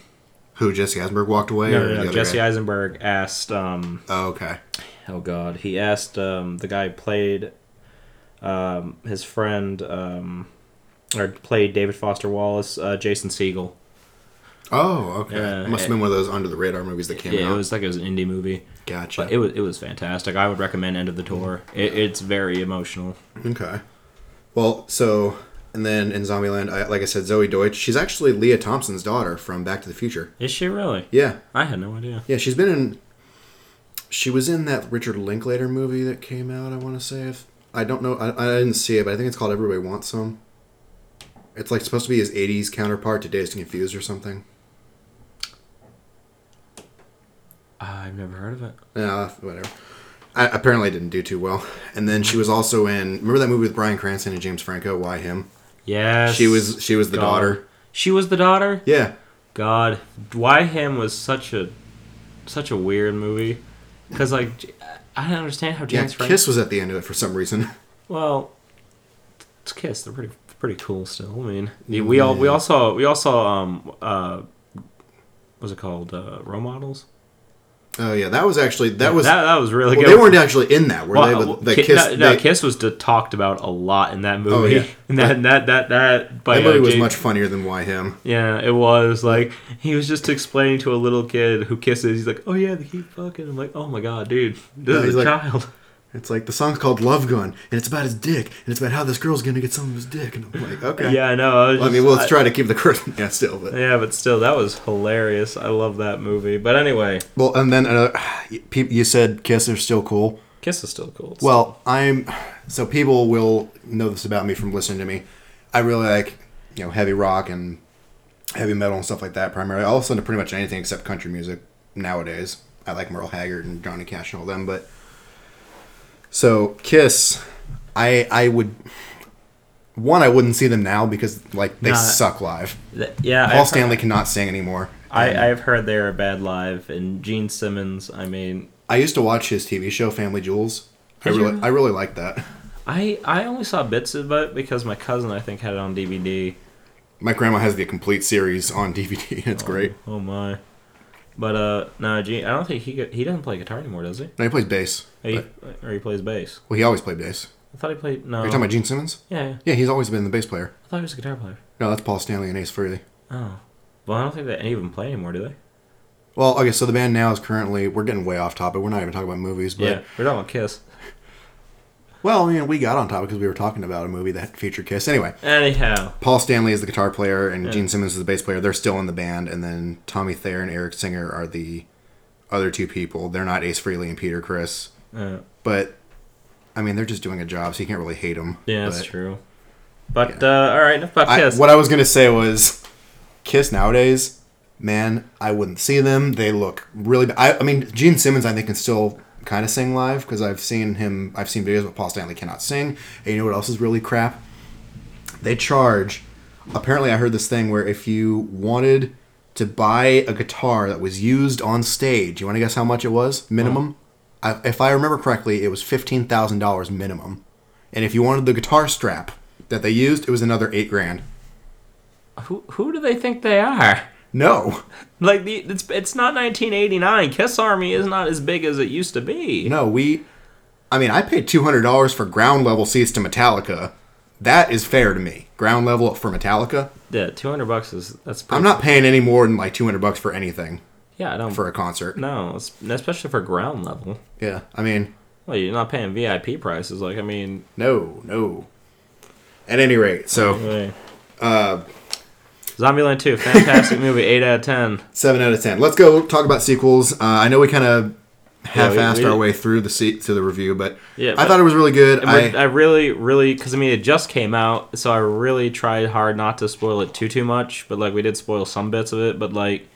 [SPEAKER 1] who Jesse Eisenberg walked away.
[SPEAKER 2] no,
[SPEAKER 1] or
[SPEAKER 2] no,
[SPEAKER 1] the
[SPEAKER 2] no."
[SPEAKER 1] other
[SPEAKER 2] Jesse
[SPEAKER 1] guy?
[SPEAKER 2] Eisenberg asked. um
[SPEAKER 1] Oh, okay.
[SPEAKER 2] oh god he asked um, the guy who played um, his friend um, or played david foster wallace uh, jason siegel
[SPEAKER 1] Oh, okay.
[SPEAKER 2] Yeah,
[SPEAKER 1] Must have been one of those under the radar movies that came
[SPEAKER 2] yeah,
[SPEAKER 1] out.
[SPEAKER 2] it was like it was an indie movie
[SPEAKER 1] gotcha.
[SPEAKER 2] but it was it was fantastic i would recommend end of the tour it, it's very emotional
[SPEAKER 1] okay. Well, so and then in Zombieland, I, like I said, Zoe Deutsch. She's actually Leah Thompson's daughter from Back to the Future.
[SPEAKER 2] is she really
[SPEAKER 1] Yeah,
[SPEAKER 2] i had no idea
[SPEAKER 1] yeah. She's been in. She was in that Richard Linklater movie that came out. I want to say if I don't know, I, I didn't see it, but I think it's called Everybody Wants Some. It's like supposed to be his '80s counterpart to Dazed and Confused or something.
[SPEAKER 2] i've never heard of it
[SPEAKER 1] Yeah, whatever. I, apparently didn't do too well. And then she was also in. Remember that movie with Brian Cranston and James Franco? Why him?
[SPEAKER 2] yes
[SPEAKER 1] She was she was the
[SPEAKER 2] God.
[SPEAKER 1] daughter.
[SPEAKER 2] she was the daughter
[SPEAKER 1] Yeah,
[SPEAKER 2] God, why him was such a such a weird movie because like J- I don't understand how
[SPEAKER 1] yeah.
[SPEAKER 2] James Franco-
[SPEAKER 1] Kiss was at the end of it for some reason. [laughs]
[SPEAKER 2] Well, it's Kiss. They're pretty pretty cool still. I mean, we all we all saw we all saw um uh, what's it called uh, role models.
[SPEAKER 1] Oh yeah, that was actually that was.
[SPEAKER 2] that, that was really
[SPEAKER 1] well,
[SPEAKER 2] good.
[SPEAKER 1] they weren't actually in that, were they?
[SPEAKER 2] Well,
[SPEAKER 1] But they
[SPEAKER 2] Ki-
[SPEAKER 1] Kiss.
[SPEAKER 2] no, no,
[SPEAKER 1] they- Oh,
[SPEAKER 2] Kiss was d talked about a lot in that movie. [laughs]
[SPEAKER 1] yeah.
[SPEAKER 2] and that, that that that by
[SPEAKER 1] That movie
[SPEAKER 2] uh,
[SPEAKER 1] was
[SPEAKER 2] James-
[SPEAKER 1] much funnier than Why Him.
[SPEAKER 2] Yeah, it was like he was just explaining to a little kid who kisses. He's like, "Oh yeah, they keep fucking." I'm like, "Oh my god, dude, this
[SPEAKER 1] No,
[SPEAKER 2] is
[SPEAKER 1] he's
[SPEAKER 2] a
[SPEAKER 1] like- [laughs]
[SPEAKER 2] child."
[SPEAKER 1] It's like the song's called Love Gun, and it's about his dick, and it's about how this girl's gonna get some of his dick. And I'm like, okay.
[SPEAKER 2] Yeah, I know. I, was
[SPEAKER 1] Well, I mean,
[SPEAKER 2] just-
[SPEAKER 1] we'll
[SPEAKER 2] I-
[SPEAKER 1] try to keep the [laughs] curtain yeah, still, but
[SPEAKER 2] Yeah, but still, that was hilarious. I love that movie. But anyway,
[SPEAKER 1] well, and then another. [sighs] You you said Kiss are still cool.
[SPEAKER 2] Kiss is still cool. It's-
[SPEAKER 1] Well, I'm so people will know this about me from listening to me. I really like you know heavy rock and heavy metal and stuff like that primarily. I'll listen to pretty much anything except country music nowadays. I like Merle Haggard and Johnny Cash and all them, but so Kiss, I I would one I wouldn't see them now because like they
[SPEAKER 2] Nah.
[SPEAKER 1] suck live.
[SPEAKER 2] th- yeah,
[SPEAKER 1] Paul
[SPEAKER 2] I've heard,
[SPEAKER 1] Stanley cannot sing anymore.
[SPEAKER 2] I, I've heard they're a bad live, and Gene Simmons. I mean,
[SPEAKER 1] I used to watch his TV show Family Jewels. I
[SPEAKER 2] Did you
[SPEAKER 1] really
[SPEAKER 2] really?
[SPEAKER 1] I really like that.
[SPEAKER 2] I I only saw bits of it because my cousin I think had it on DVD.
[SPEAKER 1] My grandma has the complete series on DVD, and [laughs] it's great.
[SPEAKER 2] Oh my. But uh, no, Gene. I don't think he got- he doesn't play guitar anymore, does he?
[SPEAKER 1] No, he plays bass.
[SPEAKER 2] He-
[SPEAKER 1] but-
[SPEAKER 2] or he plays bass.
[SPEAKER 1] well, he always played bass.
[SPEAKER 2] I thought he played no.
[SPEAKER 1] Are you talking about Gene Simmons?
[SPEAKER 2] yeah, yeah,
[SPEAKER 1] Yeah, he's always been the bass player.
[SPEAKER 2] I thought he was a guitar player.
[SPEAKER 1] No, that's Paul Stanley and Ace Frehley.
[SPEAKER 2] Oh, well, I don't think that any of them play anymore, do they?
[SPEAKER 1] Well, okay, so the band now is currently we're getting way off topic. We're not even talking about movies, but
[SPEAKER 2] yeah, we're talking about Kiss.
[SPEAKER 1] well, I mean, we got on topic because we were talking about a movie that featured Kiss. Anyway,
[SPEAKER 2] Anyhow,
[SPEAKER 1] Paul Stanley is the guitar player and Gene Simmons is the bass player. They're still in the band, and then Tommy Thayer and Eric Singer are the other two people. They're not Ace Frehley and Peter Chris.
[SPEAKER 2] Yeah,
[SPEAKER 1] But I mean, they're just doing a job, so you can't really hate them.
[SPEAKER 2] yeah that's true. But uh, all right, enough about
[SPEAKER 1] I,
[SPEAKER 2] Kiss.
[SPEAKER 1] What I was gonna say was, Kiss nowadays, man, I wouldn't see them. They look really. ba- I, I mean, Gene Simmons, I think, can still kind of sing live because I've seen him. I've seen videos where Paul Stanley cannot sing. And you know what else is really crap? They charge. Apparently, I heard this thing where if you wanted to buy a guitar that was used on stage, you want to guess how much it was minimum? I, if I remember correctly, it was fifteen thousand dollars minimum. And if you wanted the guitar strap that they used, it was another eight grand.
[SPEAKER 2] who who do they think they are?
[SPEAKER 1] No,
[SPEAKER 2] Like the, it's it's not 1989. Kiss Army is not as big as it used to be.
[SPEAKER 1] no, we. I mean, I paid two hundred dollars for ground level seats to Metallica. That is fair to me. Ground level for Metallica.
[SPEAKER 2] Yeah, 200 bucks is that's. Pretty,
[SPEAKER 1] I'm not paying any more than like two hundred bucks for anything
[SPEAKER 2] Yeah, I don't.
[SPEAKER 1] for a concert.
[SPEAKER 2] no, it's, especially for ground level.
[SPEAKER 1] Yeah, I mean,
[SPEAKER 2] Well, you're not paying VIP prices. Like I mean,
[SPEAKER 1] no, no. At any rate, so
[SPEAKER 2] anyway.
[SPEAKER 1] Uh,
[SPEAKER 2] Zombieland
[SPEAKER 1] [laughs]
[SPEAKER 2] 2, fantastic movie, 8 out of 10.
[SPEAKER 1] seven out of ten. Let's go talk about sequels. Uh, I know we kind of half-assed
[SPEAKER 2] we-
[SPEAKER 1] our way through the se- to the review, but
[SPEAKER 2] Yeah,
[SPEAKER 1] I
[SPEAKER 2] but-
[SPEAKER 1] thought it was really good. I,
[SPEAKER 2] I, I really, really, because I mean, it just came out, so I really tried hard not to spoil it too, too much. But like, we did spoil some bits of it. But like,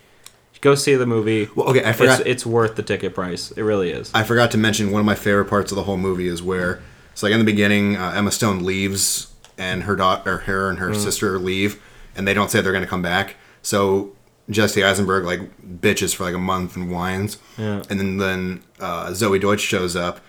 [SPEAKER 2] go see the movie.
[SPEAKER 1] well, okay, I
[SPEAKER 2] it's
[SPEAKER 1] forgot.
[SPEAKER 2] it's worth the ticket price. It really is.
[SPEAKER 1] I forgot to mention one of my favorite parts of the whole movie is where it's like in the beginning, uh, Emma Stone leaves and her daughter, her
[SPEAKER 2] Mm.
[SPEAKER 1] and her sister leave, and they don't say they're going to come back. So Jesse Eisenberg like bitches for like a month and whines,
[SPEAKER 2] Yeah.
[SPEAKER 1] and then then uh, Zoe Deutsch shows up,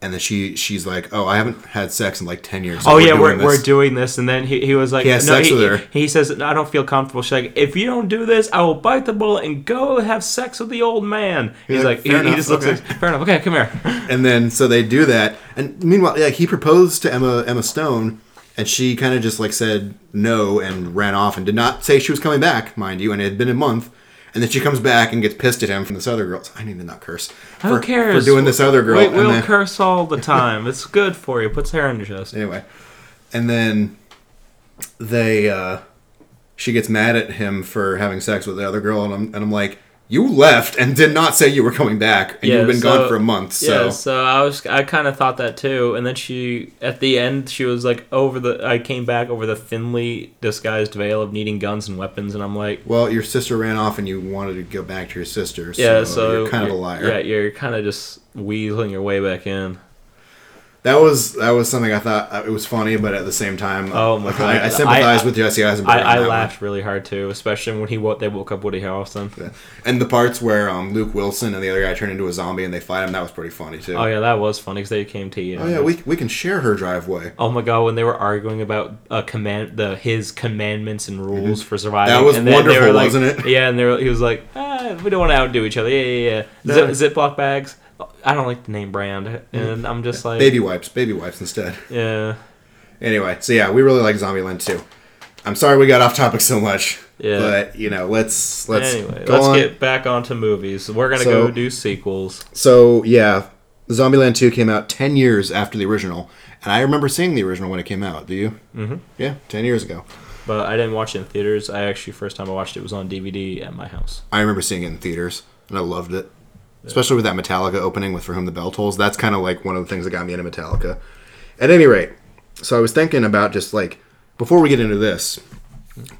[SPEAKER 1] and then she she's like, oh, I haven't had sex in like ten years. so
[SPEAKER 2] oh yeah, we're,
[SPEAKER 1] doing
[SPEAKER 2] we're
[SPEAKER 1] this."
[SPEAKER 2] doing this, and then he, he was like,
[SPEAKER 1] He has
[SPEAKER 2] no,
[SPEAKER 1] sex
[SPEAKER 2] he,
[SPEAKER 1] with her.
[SPEAKER 2] he says, I don't feel comfortable. She's like, if you don't do this, I will bite the bullet and go have sex with the old man. He's,
[SPEAKER 1] like,
[SPEAKER 2] like,
[SPEAKER 1] "Fair
[SPEAKER 2] he, he
[SPEAKER 1] enough,
[SPEAKER 2] just looks
[SPEAKER 1] okay."
[SPEAKER 2] like, fair enough. Okay, come here.
[SPEAKER 1] and then so they do that, and meanwhile, yeah, he proposed to Emma Emma Stone, and she kind of just like said no and ran off and did not say she was coming back, mind you, and it had been a month. And then she comes back and gets pissed at him from this other girl. I need to not curse.
[SPEAKER 2] Who
[SPEAKER 1] for,
[SPEAKER 2] cares?
[SPEAKER 1] for doing this other girl?
[SPEAKER 2] We,
[SPEAKER 1] and
[SPEAKER 2] we'll
[SPEAKER 1] then-
[SPEAKER 2] curse all the time. It's good for you. Puts hair on your chest.
[SPEAKER 1] anyway, and then they uh, she gets mad at him for having sex with the other girl, and I'm and I'm like, you left and did not say you were coming back, and you've been
[SPEAKER 2] so-
[SPEAKER 1] gone for a month. So
[SPEAKER 2] Yeah, so I was I kind of thought that too, and then she at the end she was like over the I came back over the thinly disguised veil of needing guns and weapons, and I'm like,
[SPEAKER 1] Well, your sister ran off, and you wanted to go back to your sister. So
[SPEAKER 2] yeah, so
[SPEAKER 1] you're kind of a
[SPEAKER 2] you're-
[SPEAKER 1] liar.
[SPEAKER 2] Yeah, you're kind of just weaseling your way back in.
[SPEAKER 1] That was that was something I thought uh, it was funny, but at the same time,
[SPEAKER 2] Oh my God.
[SPEAKER 1] I, I sympathize
[SPEAKER 2] I-
[SPEAKER 1] with Jesse Eisenberg.
[SPEAKER 2] I,
[SPEAKER 1] on
[SPEAKER 2] I
[SPEAKER 1] that one.
[SPEAKER 2] laughed really hard too, especially when he wo- they woke up Woody Harrelson.
[SPEAKER 1] Yeah. And the parts where um, Luke Wilson and the other guy turn into a zombie and they fight him, that was pretty funny too.
[SPEAKER 2] Oh yeah, that was funny because they came to you.
[SPEAKER 1] Oh, yeah, we we can share her driveway.
[SPEAKER 2] Oh my god, when they were arguing about uh, command the his commandments and rules for surviving.
[SPEAKER 1] Mm-hmm. That was
[SPEAKER 2] and then they
[SPEAKER 1] wonderful,
[SPEAKER 2] were like-
[SPEAKER 1] wasn't it?
[SPEAKER 2] Yeah, and they were, he was like, ah, we don't want to outdo each other. Yeah, yeah, yeah.
[SPEAKER 1] No.
[SPEAKER 2] Zip, Ziploc bags. I don't like the name brand, and I'm just like,
[SPEAKER 1] Baby wipes, baby wipes instead.
[SPEAKER 2] yeah,
[SPEAKER 1] Anyway, so yeah, we really like Zombieland too. I'm sorry we got off topic so much.
[SPEAKER 2] Yeah.
[SPEAKER 1] But you know, let's let's
[SPEAKER 2] anyway,
[SPEAKER 1] go
[SPEAKER 2] let's
[SPEAKER 1] on.
[SPEAKER 2] get back onto movies. We're gonna
[SPEAKER 1] So-
[SPEAKER 2] go do sequels.
[SPEAKER 1] So yeah, Zombieland Two came out ten years after the original, and I remember seeing the original when it came out. Do you? Mm-hmm. Yeah, ten years ago.
[SPEAKER 2] But I didn't watch it in theaters. I actually first time I watched it was on DVD at my house.
[SPEAKER 1] I remember seeing it in theaters, and I loved it, especially with that Metallica opening with "For Whom the Bell Tolls." That's kind of like one of the things that got me into Metallica. At any rate, so I was thinking about just like before we get into this,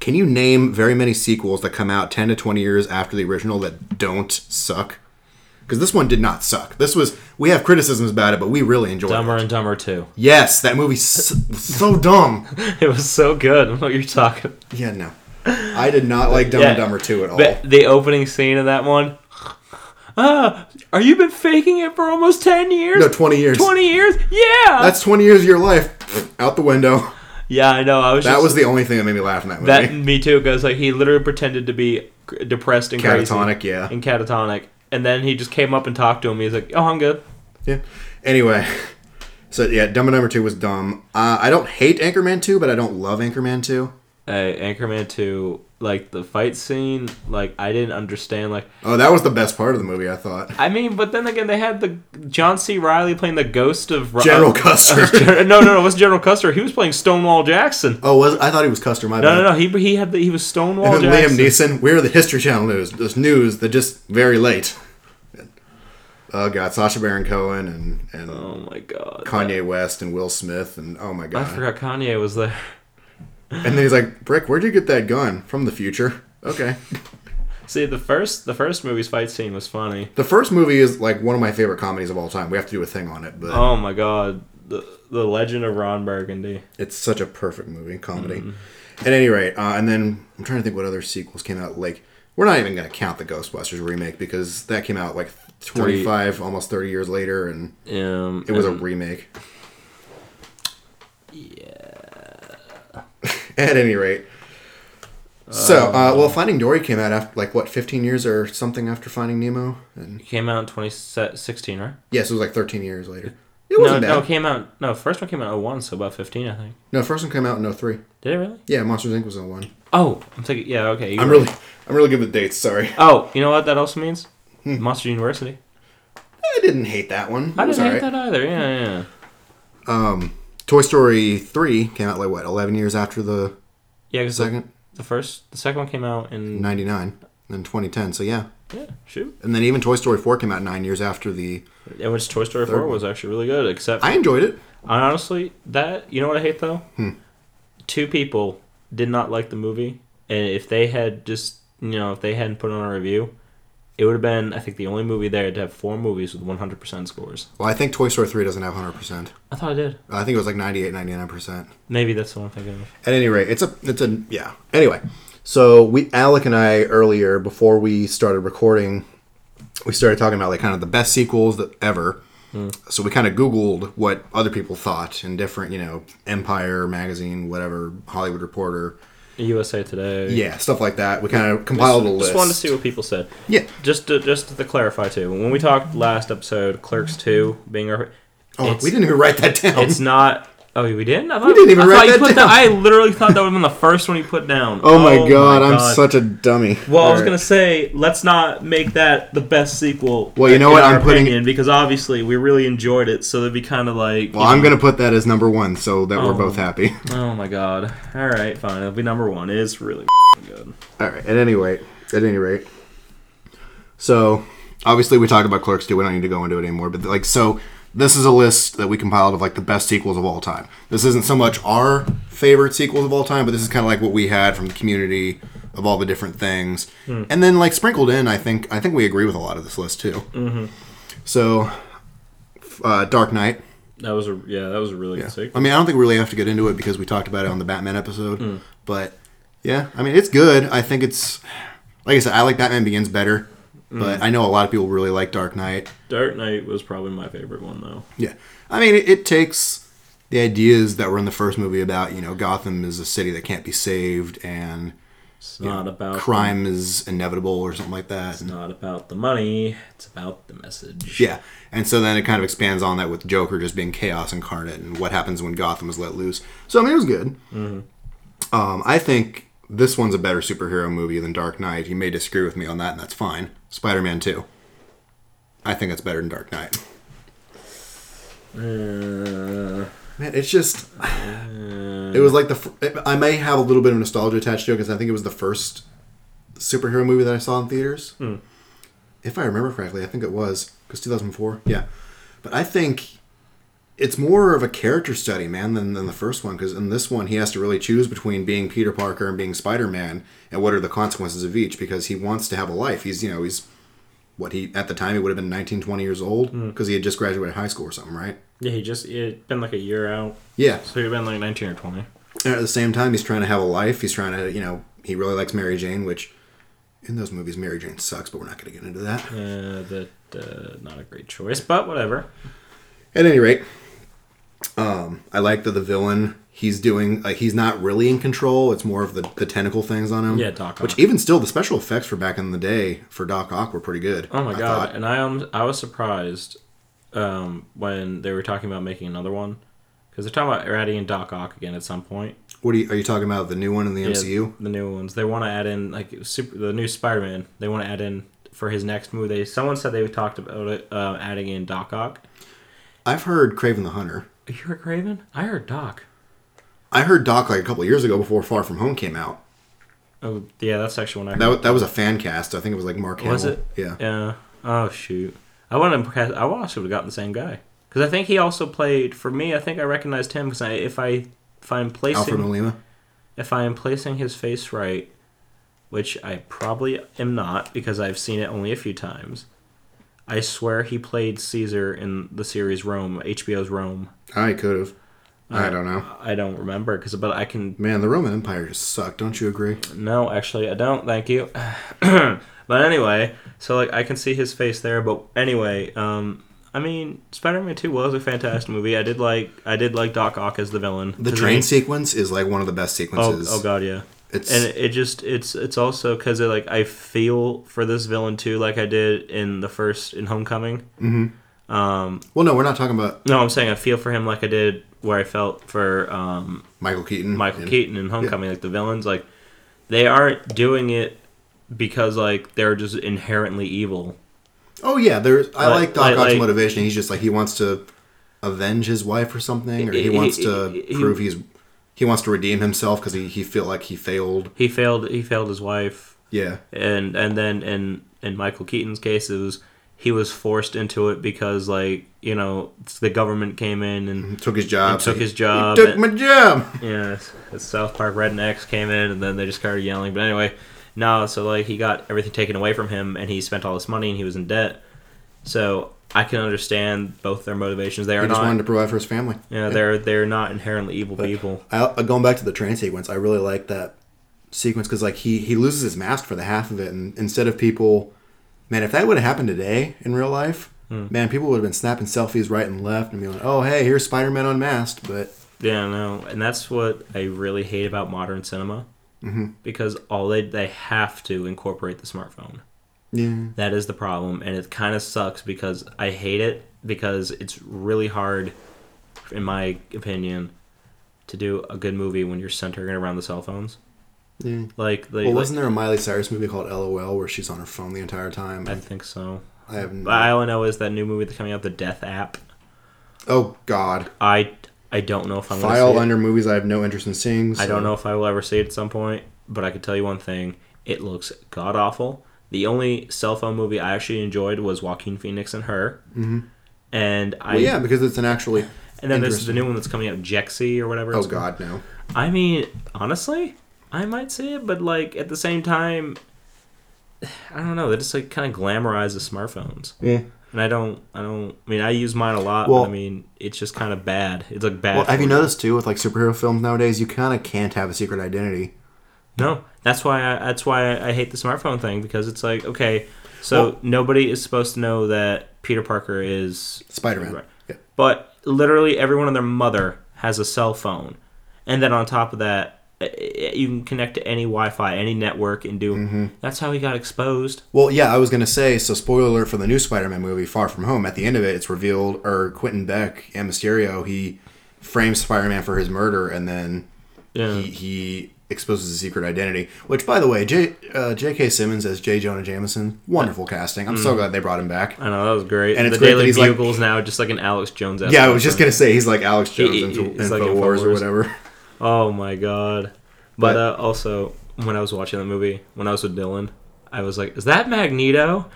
[SPEAKER 1] can you name very many sequels that come out ten to twenty years after the original that don't suck? Because this one did not suck. This was we have criticisms about it, but we really enjoyed it.
[SPEAKER 2] Dumber and Dumber Two. [laughs]
[SPEAKER 1] Yes, that movie's so, so dumb.
[SPEAKER 2] It was so good. I don't know what you're talking.
[SPEAKER 1] Yeah, no. I did not like Dumb
[SPEAKER 2] Yeah.
[SPEAKER 1] and Dumber 2 at all.
[SPEAKER 2] But the opening scene of that one. [sighs] Ah, are you been faking it for almost ten years?
[SPEAKER 1] no, 20 years.
[SPEAKER 2] 20 years? Yeah.
[SPEAKER 1] That's 20 years of your life out the window.
[SPEAKER 2] yeah, I know. I was
[SPEAKER 1] That
[SPEAKER 2] just
[SPEAKER 1] was the only thing that made me laugh in that movie. [laughs]
[SPEAKER 2] that me too because like he literally pretended to be c- depressed and
[SPEAKER 1] Catatonic,
[SPEAKER 2] crazy
[SPEAKER 1] yeah.
[SPEAKER 2] and catatonic, and then he just came up and talked to him. He's like, "Oh, I'm good."
[SPEAKER 1] Yeah. Anyway, [laughs] so yeah, Dumb and Dumber 2 was dumb. Uh, I don't hate Anchorman 2, but I don't love Anchorman 2.
[SPEAKER 2] Hey, Uh, Anchorman two, like the fight scene, like I didn't understand. Like
[SPEAKER 1] Oh, that was the best part of the movie, I thought.
[SPEAKER 2] I mean, but then again, they had the John C. Riley playing the ghost of Ro-
[SPEAKER 1] General
[SPEAKER 2] of- [laughs]
[SPEAKER 1] Custer.
[SPEAKER 2] Gen- no, no, no, it was General Custer. He was playing Stonewall Jackson.
[SPEAKER 1] oh, was I thought he was Custer, my
[SPEAKER 2] No,
[SPEAKER 1] bad.
[SPEAKER 2] no, no. He he had the,
[SPEAKER 1] [laughs]
[SPEAKER 2] he was Stonewall
[SPEAKER 1] And then
[SPEAKER 2] Jackson.
[SPEAKER 1] Liam Neeson, we're the History Channel news. This news that just very late. Oh god, Sasha Baron Cohen and and
[SPEAKER 2] Oh my god.
[SPEAKER 1] Kanye West and Will Smith and oh my
[SPEAKER 2] I
[SPEAKER 1] god.
[SPEAKER 2] forgot Kanye was there. [laughs]
[SPEAKER 1] And then he's like, "Brick, where'd you get that gun from the future?" Okay.
[SPEAKER 2] See, the first the first movie's fight scene was funny.
[SPEAKER 1] The first movie is like one of my favorite comedies of all time. We have to do a thing on it, but
[SPEAKER 2] Oh my god. The, the legend of Ron Burgundy.
[SPEAKER 1] it's such a perfect movie comedy.
[SPEAKER 2] Mm-hmm.
[SPEAKER 1] At any rate, uh, and then I'm trying to think what other sequels came out. Like we're not even going to count the Ghostbusters remake because that came out like 25, almost 30 years later, and
[SPEAKER 2] Um,
[SPEAKER 1] it was
[SPEAKER 2] and-
[SPEAKER 1] a remake. Yeah. [laughs] At any rate.
[SPEAKER 2] Um,
[SPEAKER 1] So, uh, well, Finding Dory came out after like what 15 years or something after Finding Nemo, and
[SPEAKER 2] it came out in 2016, right?
[SPEAKER 1] yes, it was like 13 years later. It wasn't
[SPEAKER 2] no,
[SPEAKER 1] bad.
[SPEAKER 2] no, it came out. No, first one came out in 01, so about 15, I think.
[SPEAKER 1] No, first one came out in 03.
[SPEAKER 2] Did it really?
[SPEAKER 1] Yeah, Monsters Inc. was 01.
[SPEAKER 2] Oh, I'm thinking. Yeah, okay. you're
[SPEAKER 1] I'm
[SPEAKER 2] right.
[SPEAKER 1] really, I'm really good with dates. Sorry,
[SPEAKER 2] Oh, you know what that also means? Monster University.
[SPEAKER 1] I didn't hate that one. It
[SPEAKER 2] I
[SPEAKER 1] Hmm. was
[SPEAKER 2] didn't hate
[SPEAKER 1] alright.
[SPEAKER 2] that either. Yeah, yeah.
[SPEAKER 1] Toy Story 3 came out like what 11 years after the
[SPEAKER 2] Yeah, because the,
[SPEAKER 1] second
[SPEAKER 2] the first, the second one came out in
[SPEAKER 1] 99 and 2010. So yeah,
[SPEAKER 2] yeah, shoot.
[SPEAKER 1] and then even Toy Story 4 came out nine years after the.
[SPEAKER 2] And which Toy Story Four was actually really good. Except
[SPEAKER 1] I enjoyed it.
[SPEAKER 2] honestly, that you know what I hate though.
[SPEAKER 1] Hmm.
[SPEAKER 2] Two people did not like the movie, and if they had just you know if they hadn't put on a review, it would have been I think the only movie there to have four movies with 100 percent scores.
[SPEAKER 1] Well, I think Toy Story 3 doesn't have 100%.
[SPEAKER 2] I thought I did.
[SPEAKER 1] I think it was like 98, 99%.
[SPEAKER 2] Maybe that's the one I'm thinking of.
[SPEAKER 1] At any rate, it's a, it's a, yeah. Anyway, so we, Alec and I earlier, before we started recording, we started talking about like kind of the best sequels that ever. So we kind of Googled what other people thought in different, you know, Empire magazine, whatever, Hollywood Reporter,
[SPEAKER 2] USA Today.
[SPEAKER 1] yeah, stuff like that. We kind of compiled a list.
[SPEAKER 2] Just wanted to see what people said.
[SPEAKER 1] Yeah.
[SPEAKER 2] Just to just to clarify too, when we talked last episode, Clerks Two being our,
[SPEAKER 1] Oh,
[SPEAKER 2] it's,
[SPEAKER 1] we didn't even write that down.
[SPEAKER 2] [laughs] It's not. Oh, we didn't. I thought,
[SPEAKER 1] didn't even
[SPEAKER 2] I
[SPEAKER 1] write
[SPEAKER 2] thought you
[SPEAKER 1] that
[SPEAKER 2] put
[SPEAKER 1] down.
[SPEAKER 2] I literally thought that would have been the first one you put down.
[SPEAKER 1] Oh my god, I'm such a dummy.
[SPEAKER 2] Well, I was
[SPEAKER 1] Alright.
[SPEAKER 2] gonna say, let's not make that the best sequel.
[SPEAKER 1] Well, you know
[SPEAKER 2] in
[SPEAKER 1] what?
[SPEAKER 2] our
[SPEAKER 1] I'm putting-
[SPEAKER 2] opinion, because obviously we really enjoyed it, so it'd be kind of like.
[SPEAKER 1] Well, I'm gonna put that as number one, so that we're both happy. [laughs]
[SPEAKER 2] Oh my god! All right, fine. It'll be number one. It's really good.
[SPEAKER 1] All right. At any rate, at any rate. So, obviously, we talk about Clerks too. We don't need to go into it anymore. But like, so this is a list that we compiled of like the best sequels of all time. This isn't so much our favorite sequels of all time, but this is kind of like what we had from the community of all the different things, and then like sprinkled in. I think I think we agree with a lot of this list too. Mm-hmm. So, f- uh, Dark Knight.
[SPEAKER 2] That was a yeah. That was a really good sequel.
[SPEAKER 1] I mean, I don't think we really have to get into it because we talked about it on the Batman episode.
[SPEAKER 2] Hmm.
[SPEAKER 1] But yeah, I mean, it's good. I think it's like I said, I like Batman Begins better,
[SPEAKER 2] Hmm.
[SPEAKER 1] but I know a lot of people really like Dark Knight.
[SPEAKER 2] Dark Knight was probably my favorite one though.
[SPEAKER 1] Yeah, I mean, it, it takes the ideas that were in the first movie about you know Gotham is a city that can't be saved and
[SPEAKER 2] It's not about
[SPEAKER 1] crime is inevitable or something like that.
[SPEAKER 2] It's not about the money. It's about the message.
[SPEAKER 1] Yeah. And so then it kind of expands on that with Joker just being chaos incarnate and what happens when Gotham is let loose. So, I mean, it was good. Um, I think this one's a better superhero movie than Dark Knight. You may disagree with me on that, and that's fine. Spider Man 2. I think it's better than Dark Knight.
[SPEAKER 2] Uh,
[SPEAKER 1] Man, it's just. It was like the. fir- I may have a little bit of nostalgia attached to it because I think it was the first superhero movie that I saw in theaters. If I remember correctly, I think it was because 2004. Yeah, but I think it's more of a character study, man, than, than the first one. Because in this one, he has to really choose between being Peter Parker and being Spider Man, and what are the consequences of each. Because he wants to have a life. He's you know he's what he at the time he would have been 19, 20 years old because he had just graduated high school or something, right?
[SPEAKER 2] yeah, he just it'd been like a year out,
[SPEAKER 1] Yeah,
[SPEAKER 2] so he'd been like nineteen or twenty.
[SPEAKER 1] And at the same time, he's trying to have a life. He's trying to, you know, he really likes Mary Jane, which in those movies, Mary Jane sucks, but we're not going to get into that.
[SPEAKER 2] Uh, that uh, not a great choice, but whatever.
[SPEAKER 1] At any rate, um, I like that the villain he's doing, like, he's not really in control. It's more of the, the tentacle things on him.
[SPEAKER 2] Yeah, Doc
[SPEAKER 1] Which
[SPEAKER 2] Ock.
[SPEAKER 1] even still, the special effects for back in the day for Doc Ock were pretty good.
[SPEAKER 2] Oh my
[SPEAKER 1] I
[SPEAKER 2] god!
[SPEAKER 1] thought.
[SPEAKER 2] And I um, I was surprised um, when they were talking about making another one because they're talking about adding in Doc Ock again at some point.
[SPEAKER 1] What are you, are you talking about? The new one in the
[SPEAKER 2] Yeah,
[SPEAKER 1] MCU?
[SPEAKER 2] the new ones. They want to add in like super the new Spider Man. They want to add in for his next movie. They someone said they talked about it, uh, adding in Doc Ock.
[SPEAKER 1] I've heard Craven the Hunter.
[SPEAKER 2] You heard Craven? I heard Doc.
[SPEAKER 1] I heard Doc like a couple years ago before Far From Home came out.
[SPEAKER 2] Oh yeah, that's actually when I heard.
[SPEAKER 1] That, wa- that was a fan cast. I think it was like Mark Hamill.
[SPEAKER 2] was it?
[SPEAKER 1] Yeah.
[SPEAKER 2] Yeah. Oh shoot. I want to. cast- I also would have gotten the same guy because I think he also played for me. I think I recognized him because I, if I if I'm
[SPEAKER 1] Alfred
[SPEAKER 2] placing
[SPEAKER 1] Molina.
[SPEAKER 2] if I am placing his face right, which I probably am not because I've seen it only a few times. I swear he played Caesar in the series Rome, HBO's Rome.
[SPEAKER 1] I could have. I don't know.
[SPEAKER 2] I don't remember because, but I can
[SPEAKER 1] Man, the Roman Empire just sucked. Don't you agree?
[SPEAKER 2] No, actually, I don't. Thank you. [clears throat] but anyway, so like I can see his face there. But anyway, um, I mean, Spider-Man Two was a fantastic movie. I did like I did like Doc Ock as the villain.
[SPEAKER 1] The
[SPEAKER 2] 'Cause
[SPEAKER 1] train
[SPEAKER 2] he-
[SPEAKER 1] sequence is like one of the best
[SPEAKER 2] Oh,
[SPEAKER 1] sequences.
[SPEAKER 2] oh god, yeah.
[SPEAKER 1] It's
[SPEAKER 2] And it, it just it's it's also because like I feel for this villain too, like I did in the first in Homecoming. Mm-hmm. Um,
[SPEAKER 1] well, no, we're not talking about
[SPEAKER 2] no, I'm saying I feel for him like I did where I felt for um,
[SPEAKER 1] Michael Keaton.
[SPEAKER 2] Michael
[SPEAKER 1] and-
[SPEAKER 2] Keaton and Homecoming, like the villains, like they aren't doing it because like they're just inherently evil.
[SPEAKER 1] Oh yeah, there's. I
[SPEAKER 2] Like-
[SPEAKER 1] like Doc
[SPEAKER 2] like-
[SPEAKER 1] Ock's
[SPEAKER 2] like-
[SPEAKER 1] motivation. He's just like he wants to avenge his wife or something, or he
[SPEAKER 2] He-
[SPEAKER 1] wants to
[SPEAKER 2] he- he-
[SPEAKER 1] prove he's he wants to redeem himself because he he felt like he failed.
[SPEAKER 2] He failed. He failed his wife,
[SPEAKER 1] Yeah,
[SPEAKER 2] and and then in in Michael Keaton's case, it was he was forced into it because like you know the government came in and
[SPEAKER 1] took his job.
[SPEAKER 2] took his
[SPEAKER 1] He
[SPEAKER 2] job.
[SPEAKER 1] took
[SPEAKER 2] and-
[SPEAKER 1] my job.
[SPEAKER 2] Yeah, it's, it's South Park rednecks came in and then they just started yelling. But anyway, no, so like he got everything taken away from him and he spent all this money and he was in debt. So I can understand both their motivations. They are
[SPEAKER 1] He just
[SPEAKER 2] not,
[SPEAKER 1] wanted to provide for his family.
[SPEAKER 2] yeah, they're they're not inherently evil people.
[SPEAKER 1] I, uh, going back to the train sequence, I really like that sequence because like he he loses his mask for the half of it, and instead of people, man, if that would have happened today in real life,
[SPEAKER 2] Hmm.
[SPEAKER 1] man, people would have been snapping selfies right and left and being like, oh hey, here's Spider Man unmasked, but
[SPEAKER 2] Yeah, no, and that's what I really hate about modern cinema mm-hmm. because all they they have to incorporate the smartphone.
[SPEAKER 1] yeah,
[SPEAKER 2] That is the problem, and it kind of sucks because I hate it because it's really hard, in my opinion, to do a good movie when you're centering it around the cell phones.
[SPEAKER 1] yeah.
[SPEAKER 2] Like, the,
[SPEAKER 1] Well,
[SPEAKER 2] like-
[SPEAKER 1] wasn't there a Miley Cyrus movie called LOL where she's on her phone the entire time?
[SPEAKER 2] I
[SPEAKER 1] I,
[SPEAKER 2] think so.
[SPEAKER 1] I have
[SPEAKER 2] But I
[SPEAKER 1] no.
[SPEAKER 2] only know is that new movie that's coming out, the Death App.
[SPEAKER 1] Oh God!
[SPEAKER 2] I I don't know if I'm gonna
[SPEAKER 1] File
[SPEAKER 2] see it.
[SPEAKER 1] under movies I have no interest in seeing.
[SPEAKER 2] I
[SPEAKER 1] so-
[SPEAKER 2] don't know if I will ever see it at some point, but I can tell you one thing: it looks god awful. The only cell phone movie I actually enjoyed was Joaquin Phoenix and Her, mm-hmm. and I
[SPEAKER 1] Well, yeah, because it's an actually.
[SPEAKER 2] and then there's the new one that's coming out, Jexy or whatever.
[SPEAKER 1] Oh
[SPEAKER 2] it's called.
[SPEAKER 1] God, no!
[SPEAKER 2] I mean, honestly, I might say it, but like at the same time, [sighs] I don't know. They just like kind of glamorizes smartphones,
[SPEAKER 1] Yeah.
[SPEAKER 2] and I don't. I don't. I mean, I use mine a lot.
[SPEAKER 1] Well-
[SPEAKER 2] but I mean, it's just kind of bad. It's like bad.
[SPEAKER 1] Well, have
[SPEAKER 2] for
[SPEAKER 1] you
[SPEAKER 2] me.
[SPEAKER 1] noticed too with like superhero films nowadays, you kind of can't have a secret identity.
[SPEAKER 2] No, that's why. I, that's why I, I hate the smartphone thing because it's like okay, so nobody is supposed to know that Peter Parker is
[SPEAKER 1] Spider Man.
[SPEAKER 2] Right.
[SPEAKER 1] Yeah.
[SPEAKER 2] But literally everyone and their mother has a cell phone, and then on top of that, eh, eh, you can connect to any Wi-Fi, any network, and do.
[SPEAKER 1] Mm-hmm.
[SPEAKER 2] That's how he got exposed.
[SPEAKER 1] Well, yeah, I was gonna say. So, spoiler alert for the new Spider Man movie, Far From Home. At the end of it, it's revealed, or Quentin Beck and Mysterio, he frames Spider Man for his murder, and then
[SPEAKER 2] Yeah.
[SPEAKER 1] he, he exposes his secret identity. Which, by the way, J, uh, J.K. Simmons as J. Jonah Jameson, wonderful casting. I'm so glad they brought him back.
[SPEAKER 2] Mm. I know that was great.
[SPEAKER 1] And
[SPEAKER 2] And
[SPEAKER 1] it's
[SPEAKER 2] the
[SPEAKER 1] great that
[SPEAKER 2] Daily
[SPEAKER 1] he's like-
[SPEAKER 2] Bugle's now just like an Alex Jones.
[SPEAKER 1] Yeah, I was just gonna say he's like Alex Jones
[SPEAKER 2] he-
[SPEAKER 1] in,
[SPEAKER 2] he's
[SPEAKER 1] in
[SPEAKER 2] like
[SPEAKER 1] Infowars
[SPEAKER 2] in
[SPEAKER 1] Wars or
[SPEAKER 2] Infowars. [laughs]
[SPEAKER 1] whatever.
[SPEAKER 2] Oh my god! But,
[SPEAKER 1] But-
[SPEAKER 2] uh, also, when I was watching that movie, when I was with Dylan, I was like, "Is that Magneto?"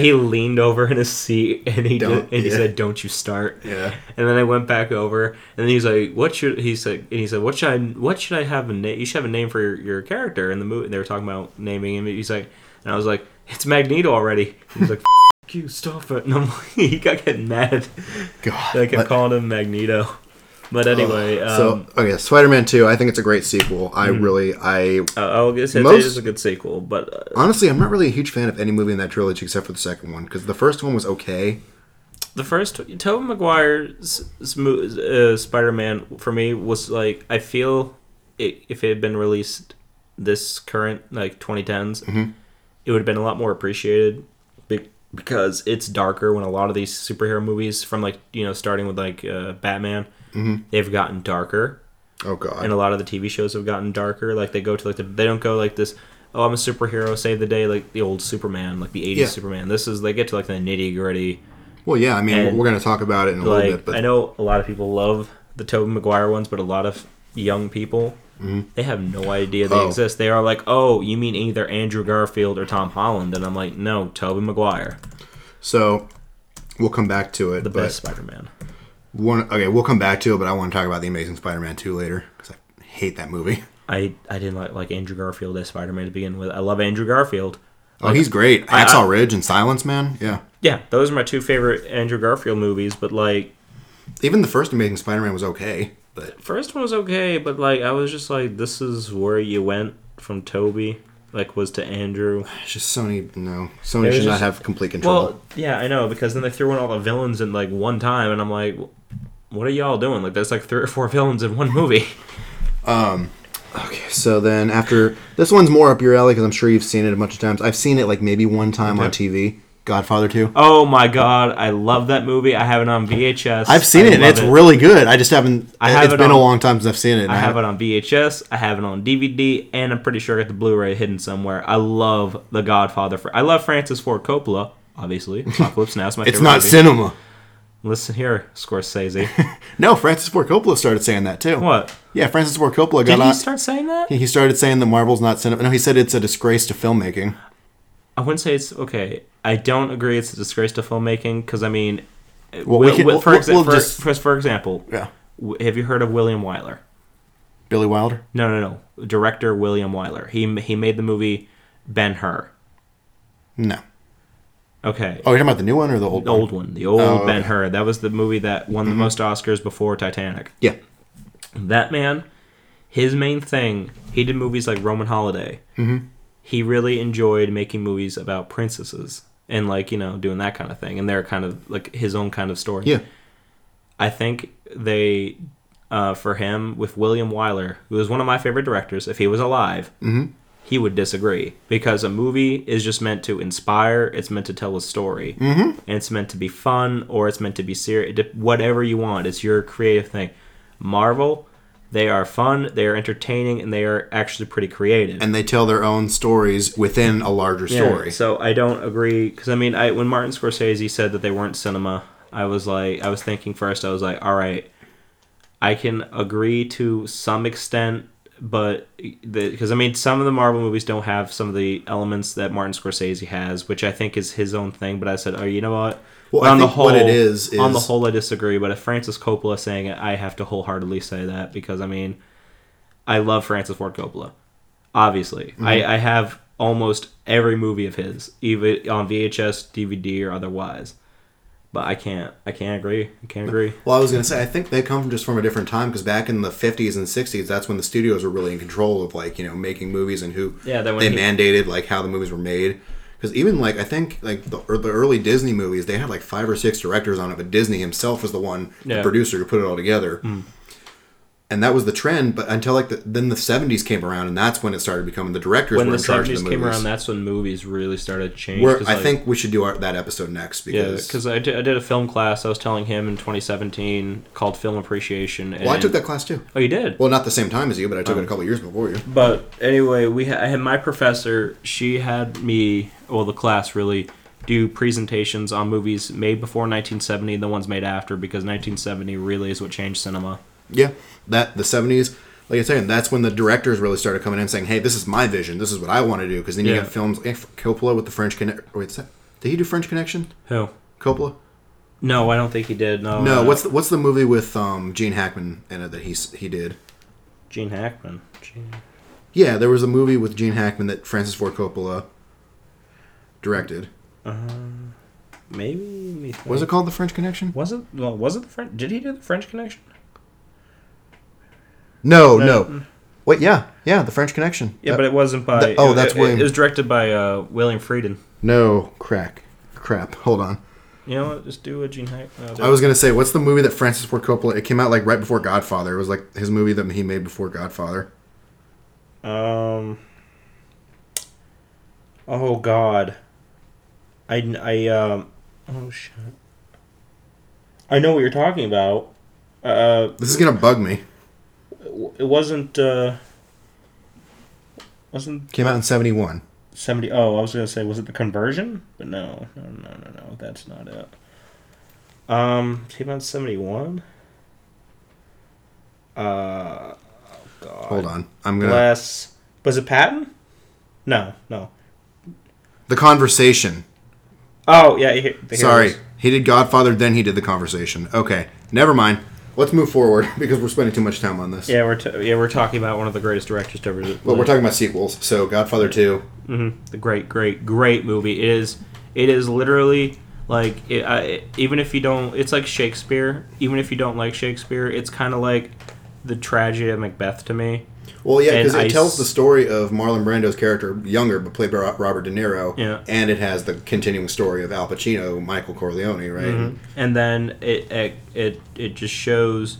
[SPEAKER 1] [laughs]
[SPEAKER 2] he leaned over in his seat and he did,
[SPEAKER 1] Don't-
[SPEAKER 2] and he
[SPEAKER 1] yeah.
[SPEAKER 2] said, "Don't you start."
[SPEAKER 1] Yeah.
[SPEAKER 2] And then I went back over, and then he's like, "What should?" He said, "And he said, what should I? What should I have a name? You should have a name for your, your character in the movie." And they were talking about naming him. He's like, and I was like, "It's Magneto already." He's like, [laughs] F- "You stop it!" And I'm [laughs] like, he got getting mad.
[SPEAKER 1] God.
[SPEAKER 2] They kept
[SPEAKER 1] But- Oh,
[SPEAKER 2] calling him Magneto. But anyway, um, Mm.
[SPEAKER 1] so okay, Spider Man Two. I think it's a great sequel. I really, I
[SPEAKER 2] Uh, I would say
[SPEAKER 1] Most-
[SPEAKER 2] it is a good sequel, but uh,
[SPEAKER 1] honestly, I'm not really a huge fan of any movie in that trilogy except for the second one because the first one was okay.
[SPEAKER 2] the first Tobey Maguire's s- mo- uh, Spider-Man for me was like I feel it, if it had been released this current like 2010s, it would have been a lot more appreciated be- because it's darker. When a lot of these superhero movies from like you know starting with like uh, Batman, they've gotten darker.
[SPEAKER 1] Oh God.
[SPEAKER 2] and a lot of the TV shows have gotten darker. Like they go to like the, they don't go like this. Oh, I'm a superhero, save the day, like the old Superman, like the '80s
[SPEAKER 1] Yeah.
[SPEAKER 2] Superman. This is they get to like the nitty gritty.
[SPEAKER 1] Well, yeah, I mean,
[SPEAKER 2] And-
[SPEAKER 1] we're going to talk about it in a little bit,
[SPEAKER 2] Like
[SPEAKER 1] but
[SPEAKER 2] I know a lot of people love the Tobey Maguire ones, but a lot of young people they have no idea they
[SPEAKER 1] Mm-hmm. Oh.
[SPEAKER 2] exist. They are like, oh, you mean either Andrew Garfield or Tom Holland, and I'm like, no, Tobey Maguire.
[SPEAKER 1] so We'll come back to it.
[SPEAKER 2] The
[SPEAKER 1] but
[SPEAKER 2] best Spider-Man.
[SPEAKER 1] One, okay, we'll come back to it, but I want to talk about the Amazing Spider-Man two later because I hate that movie.
[SPEAKER 2] I, I didn't like, like Andrew Garfield as Spider-Man to begin with. I love Andrew Garfield.
[SPEAKER 1] Oh, he's great.
[SPEAKER 2] I-
[SPEAKER 1] Hacksaw Ridge and Silence Man. Yeah,
[SPEAKER 2] Yeah, those are my two favorite Andrew Garfield movies, but like
[SPEAKER 1] even the first Amazing Spider-Man was okay, but
[SPEAKER 2] first one was okay, but like I was just like, this is where you went from Toby, like was to Andrew.
[SPEAKER 1] it's just Sony. No, Sony
[SPEAKER 2] There's
[SPEAKER 1] should not
[SPEAKER 2] just-
[SPEAKER 1] have complete control.
[SPEAKER 2] Well, yeah, I know because then they threw in all the villains in like one time, and I'm like, what are y'all doing? Like there's like three or four villains in one movie.
[SPEAKER 1] okay, so then after this one's more up your alley because I'm sure you've seen it a bunch of times. I've seen it like maybe one time on TV. Godfather two.
[SPEAKER 2] [laughs] Oh my god, I love that movie. I have it on VHS.
[SPEAKER 1] I've seen
[SPEAKER 2] I
[SPEAKER 1] it. and
[SPEAKER 2] love
[SPEAKER 1] It's really good. I just haven't.
[SPEAKER 2] I have
[SPEAKER 1] it's
[SPEAKER 2] it
[SPEAKER 1] been a
[SPEAKER 2] on-
[SPEAKER 1] long time since I've seen it. and
[SPEAKER 2] I have it on VHS. I have it on DVD, and I'm pretty sure I got the Blu-ray hidden somewhere. I love The Godfather. For I love Francis Ford Coppola.
[SPEAKER 1] [laughs]
[SPEAKER 2] Obviously, Apocalypse Now is my
[SPEAKER 1] It's
[SPEAKER 2] favorite
[SPEAKER 1] not
[SPEAKER 2] movie.
[SPEAKER 1] cinema.
[SPEAKER 2] Listen here, Scorsese.
[SPEAKER 1] [laughs] No, Francis Ford Coppola started saying that too.
[SPEAKER 2] what?
[SPEAKER 1] Yeah, Francis Ford Coppola got
[SPEAKER 2] Did
[SPEAKER 1] on.
[SPEAKER 2] he start saying that?
[SPEAKER 1] He started saying that Marvel's not cinema. No, he said it's a disgrace to filmmaking.
[SPEAKER 2] I wouldn't say it's okay. I don't agree. It's a disgrace to filmmaking because I mean,
[SPEAKER 1] Well,
[SPEAKER 2] wi-
[SPEAKER 1] we can-
[SPEAKER 2] wi- for,
[SPEAKER 1] we'll-
[SPEAKER 2] exa-
[SPEAKER 1] we'll
[SPEAKER 2] for,
[SPEAKER 1] just-
[SPEAKER 2] for, for example,
[SPEAKER 1] Yeah.
[SPEAKER 2] w- have you heard of William Wyler?
[SPEAKER 1] Billy Wilder.
[SPEAKER 2] No, no, no. Director William Wyler. He m- he made the movie Ben Hur.
[SPEAKER 1] No.
[SPEAKER 2] Okay.
[SPEAKER 1] Oh, you're talking about the new one or the old?
[SPEAKER 2] The old one, the old
[SPEAKER 1] okay. Mm-hmm.
[SPEAKER 2] Ben Hur. That was the movie that won the most Oscars before Titanic.
[SPEAKER 1] Yeah.
[SPEAKER 2] That man, his main thing, he did movies like Roman Holiday. Mm-hmm. He really enjoyed making movies about princesses and like you know doing that kind of thing, and they're kind of like his own kind of story.
[SPEAKER 1] Yeah.
[SPEAKER 2] I think they, uh, for him, with William Wyler, who is one of my favorite directors, if he was alive,
[SPEAKER 1] Mm-hmm.
[SPEAKER 2] he would disagree because a movie is just meant to inspire. It's meant to tell a story, mm-hmm. and it's meant to be fun or it's meant to be serious. Whatever you want, it's your creative thing. Marvel, they are fun, they are entertaining, and they are actually pretty creative.
[SPEAKER 1] And they tell their own stories within a larger
[SPEAKER 2] Yeah,
[SPEAKER 1] story.
[SPEAKER 2] So I don't agree because I mean, I when Martin Scorsese said that they weren't cinema, I was like, I was thinking first, I was like, all right, I can agree to some extent, but because I mean, some of the Marvel movies don't have some of the elements that Martin Scorsese has, which I think is his own thing. But I said, oh, you know what?
[SPEAKER 1] Well,
[SPEAKER 2] But
[SPEAKER 1] I think what it is,
[SPEAKER 2] on the
[SPEAKER 1] is-
[SPEAKER 2] whole, I disagree. But if Francis Coppola is saying it, I have to wholeheartedly say that because I mean, I love Francis Ford Coppola. Obviously,
[SPEAKER 1] Mm-hmm.
[SPEAKER 2] I, I have almost every movie of his, even on VHS, DVD, or otherwise. But I can't, I can't agree. I can't agree.
[SPEAKER 1] Well, I was gonna say, I think they come from just from a different time because back in the '50s and '60s, that's when the studios were really in control of like you know making movies and who
[SPEAKER 2] Yeah, that
[SPEAKER 1] they
[SPEAKER 2] when he-
[SPEAKER 1] mandated like how the movies were made. Because even like I think like the, ear- the early Disney movies, they had like five or six directors on it, but Disney himself was the one the
[SPEAKER 2] Yeah. Hmm.
[SPEAKER 1] producer who put it all together. And that was the trend, but until like the, then the '70s came around, and that's when it started becoming the directors
[SPEAKER 2] When
[SPEAKER 1] were
[SPEAKER 2] the
[SPEAKER 1] in charge of
[SPEAKER 2] seventies
[SPEAKER 1] the movies.
[SPEAKER 2] came around, that's when movies really started to change.
[SPEAKER 1] Where
[SPEAKER 2] 'cause,
[SPEAKER 1] I
[SPEAKER 2] like-
[SPEAKER 1] think we should do our, that episode next
[SPEAKER 2] Yeah,
[SPEAKER 1] because
[SPEAKER 2] because I did, I did a film class. I was telling him in 2017 called Film Appreciation. And,
[SPEAKER 1] well, I took that class too.
[SPEAKER 2] Oh, you did.
[SPEAKER 1] Well, not the same time as you, but I took
[SPEAKER 2] Oh.
[SPEAKER 1] it a couple years before you.
[SPEAKER 2] But anyway, we ha- I had my professor. She had me, well, the class really do presentations on movies made before 1970 and the ones made after because 1970 really is what changed cinema.
[SPEAKER 1] Yeah, that the seventies, like I'm saying, that's when the directors really started coming in saying, "Hey, this is my vision. This is what I want to do." Because then you
[SPEAKER 2] Yeah.
[SPEAKER 1] have films like Coppola with the French Connection. Wait, is that, did he do French Connection?
[SPEAKER 2] Who?
[SPEAKER 1] Coppola?
[SPEAKER 2] No, I don't think he did. No.
[SPEAKER 1] No.
[SPEAKER 2] uh,
[SPEAKER 1] What's the, what's the movie with um, Gene Hackman in it that he s- he did?
[SPEAKER 2] Gene Hackman? Gene.
[SPEAKER 1] Yeah, there was a movie with Gene Hackman that Francis Ford Coppola directed.
[SPEAKER 2] Maybe. let me think.
[SPEAKER 1] Was it called The French Connection?
[SPEAKER 2] Was it? Well, was it the French? Did he do the French Connection?
[SPEAKER 1] No, no. Wait, yeah, yeah, The French Connection.
[SPEAKER 2] Yeah,
[SPEAKER 1] That-
[SPEAKER 2] but it wasn't by.
[SPEAKER 1] that- oh,
[SPEAKER 2] it-
[SPEAKER 1] that's
[SPEAKER 2] it,
[SPEAKER 1] William-
[SPEAKER 2] It was directed by uh, William Frieden.
[SPEAKER 1] no crack, crap. Hold on.
[SPEAKER 2] You know what? Just do a Gene Hack.
[SPEAKER 1] I was gonna say, what's the movie that Francis Ford Coppola? It came out like right before Godfather. It was like his movie that he made before Godfather.
[SPEAKER 2] Um. Oh God. I I um. Oh shit. I know what you're talking about. Uh,
[SPEAKER 1] This is gonna bug me.
[SPEAKER 2] it wasn't. uh Wasn't
[SPEAKER 1] Came out in '71.
[SPEAKER 2] seventy? Oh, I was gonna say, was it the conversion? But no, no, no, no, no. That's not it. Um, came out seventy one. Uh, oh, God.
[SPEAKER 1] Hold on, I'm gonna.
[SPEAKER 2] Bless. Was it Patton? No, no.
[SPEAKER 1] The Conversation.
[SPEAKER 2] Oh yeah. He, the
[SPEAKER 1] Sorry,
[SPEAKER 2] Heroes.
[SPEAKER 1] He did Godfather, then he did The Conversation. Okay, never mind. Let's move forward [laughs] because we're spending too much time on this.
[SPEAKER 2] Yeah, we're t- yeah we're talking about one of the greatest directors to ever. live.
[SPEAKER 1] Well, we're talking about sequels, so Godfather 2.
[SPEAKER 2] the great, great, great movie. It is, it is literally like it, I, it- even if you don't, it's like Shakespeare. Even if you don't like Shakespeare, it's kind of like the tragedy of Macbeth to me.
[SPEAKER 1] Well, yeah,
[SPEAKER 2] And
[SPEAKER 1] because it
[SPEAKER 2] I
[SPEAKER 1] tells
[SPEAKER 2] s-
[SPEAKER 1] the story of Marlon Brando's character, younger but played by Ro- Robert De Niro,
[SPEAKER 2] Yeah.
[SPEAKER 1] and it has the continuing story of Al Pacino, Michael Corleone, right?
[SPEAKER 2] Mm-hmm. And then it it it, it just shows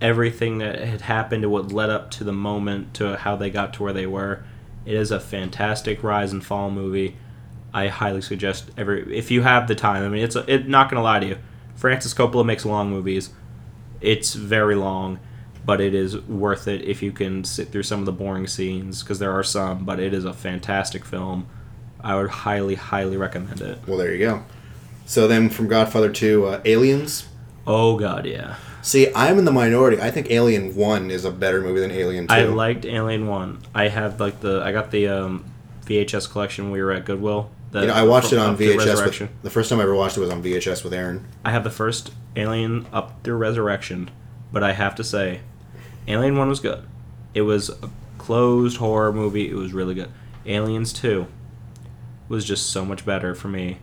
[SPEAKER 2] everything that had happened to what led up to the moment to how they got to where they were. It is a fantastic rise and fall movie. I highly suggest every if you have the time. I mean, it's a, it, not gonna lie to you. Francis Coppola makes long movies. It's very long, but it is worth it if you can sit through some of the boring scenes because there are some. But it is a fantastic film. I would highly, highly recommend it.
[SPEAKER 1] Well, there you go. So then from Godfather 2, uh, Aliens.
[SPEAKER 2] Oh God, yeah.
[SPEAKER 1] See, I'm in the minority. I think Alien 1 is a better movie than Alien 2.
[SPEAKER 2] I liked Alien One. I have like the I got the um, VHS collection. We were at Goodwill. The,
[SPEAKER 1] You know, I watched
[SPEAKER 2] from
[SPEAKER 1] it on
[SPEAKER 2] Up through
[SPEAKER 1] VHS.
[SPEAKER 2] Resurrection.
[SPEAKER 1] With, the first time I ever watched it was on VHS with Aaron.
[SPEAKER 2] I have the first Alien up through Resurrection, but I have to say, Alien One was good. It was a closed horror movie. It was really good. Aliens Two was just so much better for me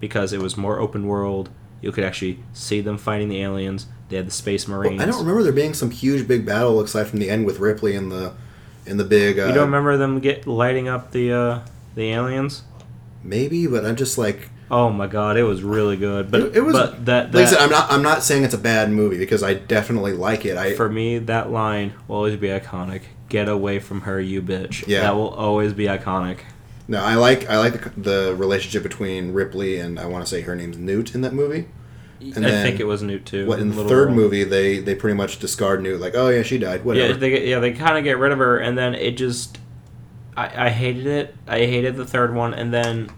[SPEAKER 2] because it was more open world. You could actually see them fighting the aliens. They had the space marines.
[SPEAKER 1] I don't remember there being some huge big battle aside from the end with Ripley and the and the big. Uh,
[SPEAKER 2] You don't remember them get lighting up the uh, the aliens?
[SPEAKER 1] Maybe, but I'm just like
[SPEAKER 2] Oh my god, it was really good. But
[SPEAKER 1] It- it was-
[SPEAKER 2] but that,
[SPEAKER 1] like I said.
[SPEAKER 2] that-
[SPEAKER 1] I'm not. I'm not saying it's a bad movie because I definitely like it. I
[SPEAKER 2] for me that line will always be iconic. Get away from her, you bitch.
[SPEAKER 1] Yeah.
[SPEAKER 2] That will always be iconic.
[SPEAKER 1] no. I like. I like the, the relationship between Ripley and I want to say her name's Newt in that movie. And
[SPEAKER 2] I
[SPEAKER 1] then-
[SPEAKER 2] think it was Newt too.
[SPEAKER 1] What in the
[SPEAKER 2] Little
[SPEAKER 1] third
[SPEAKER 2] Girl.
[SPEAKER 1] movie they they pretty much discard Newt like oh yeah she died whatever.
[SPEAKER 2] Yeah, they get- yeah they kind of get rid of her, and then it just I, I hated it. I hated the third one, and then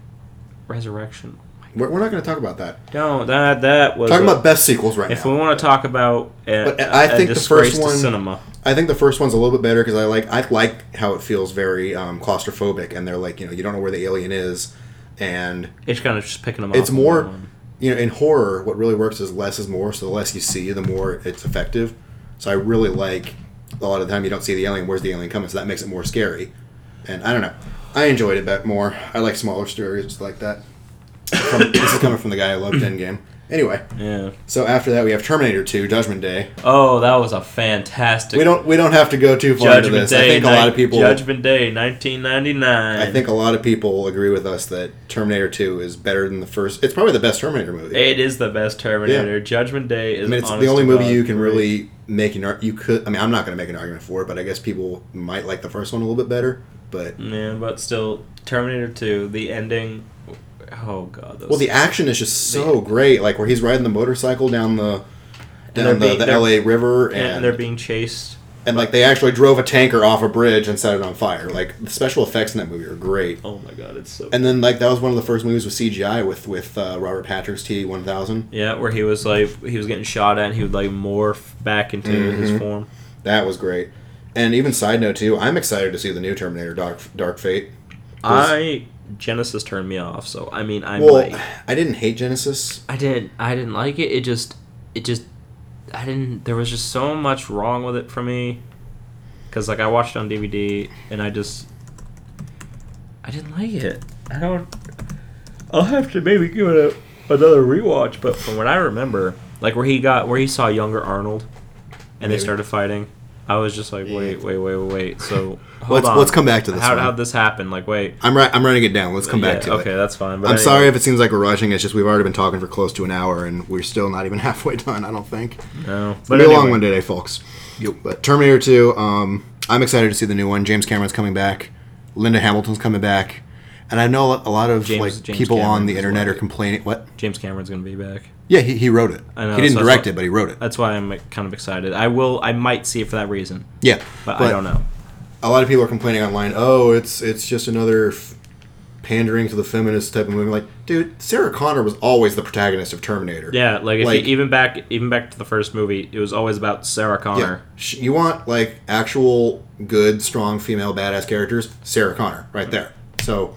[SPEAKER 2] Resurrection.
[SPEAKER 1] we're, we're not going to talk about that.
[SPEAKER 2] No, that that was
[SPEAKER 1] Talking
[SPEAKER 2] a-
[SPEAKER 1] about best sequels right
[SPEAKER 2] if
[SPEAKER 1] now.
[SPEAKER 2] we want to talk about a,
[SPEAKER 1] But I
[SPEAKER 2] a- a
[SPEAKER 1] think the
[SPEAKER 2] disgrace
[SPEAKER 1] first
[SPEAKER 2] to
[SPEAKER 1] one-
[SPEAKER 2] cinema.
[SPEAKER 1] I think the first one's a little bit better because I like I like how it feels very um, claustrophobic, and they're like you know you don't know where the alien is, and
[SPEAKER 2] It's kind of just picking them
[SPEAKER 1] it's
[SPEAKER 2] off one by
[SPEAKER 1] more
[SPEAKER 2] one.
[SPEAKER 1] you know in horror what really works is less is more. So the less you see, the more it's effective. So I really like a lot of the time you don't see the alien. Where's the alien coming? So that makes it more scary. And I don't know, I enjoyed it bet more. I like smaller stories like that. From, [coughs] this is coming from the guy who
[SPEAKER 2] [coughs]
[SPEAKER 1] loved Endgame. Anyway,
[SPEAKER 2] Yeah.
[SPEAKER 1] so after that we have Terminator Two, Judgment Day.
[SPEAKER 2] Oh, that was a fantastic.
[SPEAKER 1] We don't we don't have to go too far into
[SPEAKER 2] Judgment
[SPEAKER 1] this.
[SPEAKER 2] Day.
[SPEAKER 1] I think a lot of
[SPEAKER 2] ni-
[SPEAKER 1] people
[SPEAKER 2] Judgment Day, 1999.
[SPEAKER 1] I think a lot of people agree with us that Terminator 2 is better than the first. It's probably the best Terminator movie.
[SPEAKER 2] it is the best Terminator. Judgment Day
[SPEAKER 1] I
[SPEAKER 2] is.
[SPEAKER 1] mean, it's the
[SPEAKER 2] honest
[SPEAKER 1] only
[SPEAKER 2] to
[SPEAKER 1] movie
[SPEAKER 2] God
[SPEAKER 1] you can
[SPEAKER 2] great.
[SPEAKER 1] really make an ar- you could. I mean, I'm not going to make an argument for it, but I guess people might like the first one a little bit better. But
[SPEAKER 2] Yeah, but still, Terminator 2, the ending. Oh God. Those,
[SPEAKER 1] well, the action is just so great. Like where he's riding the motorcycle down the
[SPEAKER 2] they're
[SPEAKER 1] down the,
[SPEAKER 2] being-
[SPEAKER 1] the
[SPEAKER 2] they're-
[SPEAKER 1] LA River,
[SPEAKER 2] and,
[SPEAKER 1] and
[SPEAKER 2] they're
[SPEAKER 1] and,
[SPEAKER 2] being chased.
[SPEAKER 1] like they actually drove a tanker off a bridge and set it on fire. Like the special effects in that movie are great.
[SPEAKER 2] Oh my God, it's so.
[SPEAKER 1] And then like that was one of the first movies with CGI with with uh, Robert Patrick's T1000.
[SPEAKER 2] yeah, where he was like he was getting shot at, and he would like morph back into
[SPEAKER 1] Mm-hmm.
[SPEAKER 2] his form.
[SPEAKER 1] That was great. And even side note too, I'm excited to see the new Terminator Dark Dark Fate.
[SPEAKER 2] I Genesis turned me off, so I mean I
[SPEAKER 1] Well,
[SPEAKER 2] might.
[SPEAKER 1] I didn't hate Genesis.
[SPEAKER 2] I didn't I didn't like it. It just it just I didn't there was just so much wrong with it for me cuz like I watched it on DVD and I just I didn't like it. I don't I'll have to maybe give it a, another rewatch, but from what I remember, like where he got where he saw younger Arnold and
[SPEAKER 1] Maybe.
[SPEAKER 2] they started fighting, I was just like wait, wait, wait, wait, wait. So hold
[SPEAKER 1] Let's
[SPEAKER 2] on.
[SPEAKER 1] let's come back to this.
[SPEAKER 2] how
[SPEAKER 1] one.
[SPEAKER 2] how'd this happen? Like wait.
[SPEAKER 1] I'm ri- I'm writing it down. Let's come back
[SPEAKER 2] Yeah,
[SPEAKER 1] to
[SPEAKER 2] okay,
[SPEAKER 1] it.
[SPEAKER 2] that's fine. But
[SPEAKER 1] I'm
[SPEAKER 2] anyway.
[SPEAKER 1] sorry if it seems like we're rushing. It's just we've already been talking for close to an hour, and we're still not even [laughs] halfway done. I don't think.
[SPEAKER 2] No.
[SPEAKER 1] But
[SPEAKER 2] But
[SPEAKER 1] be a long
[SPEAKER 2] anyway.
[SPEAKER 1] one today, folks. But Terminator 2. Um, I'm excited to see the new one. James Cameron's coming back. Linda Hamilton's coming back. And I know a lot of
[SPEAKER 2] James-
[SPEAKER 1] like
[SPEAKER 2] James
[SPEAKER 1] people on
[SPEAKER 2] Cameron
[SPEAKER 1] the
[SPEAKER 2] as
[SPEAKER 1] internet
[SPEAKER 2] well.
[SPEAKER 1] are complaining. What?
[SPEAKER 2] James Cameron's going to be back.
[SPEAKER 1] Yeah, he, he wrote it.
[SPEAKER 2] I know,
[SPEAKER 1] he didn't
[SPEAKER 2] so that's
[SPEAKER 1] direct
[SPEAKER 2] what-
[SPEAKER 1] it, but he wrote it.
[SPEAKER 2] That's why I'm like, kind of excited. I will. I might see it for that reason,
[SPEAKER 1] Yeah,
[SPEAKER 2] but, I don't know.
[SPEAKER 1] A lot of people are complaining online. Oh, it's it's just another f- pandering to the feminist type of movie. Like, dude, Sarah Connor was always the protagonist of Terminator.
[SPEAKER 2] Yeah, like, if
[SPEAKER 1] Like-
[SPEAKER 2] you, even back, even back to the first movie, it was always about Sarah
[SPEAKER 1] yeah.
[SPEAKER 2] Connor.
[SPEAKER 1] Sh- You want like actual good, strong female badass characters? Sarah Connor, right there. So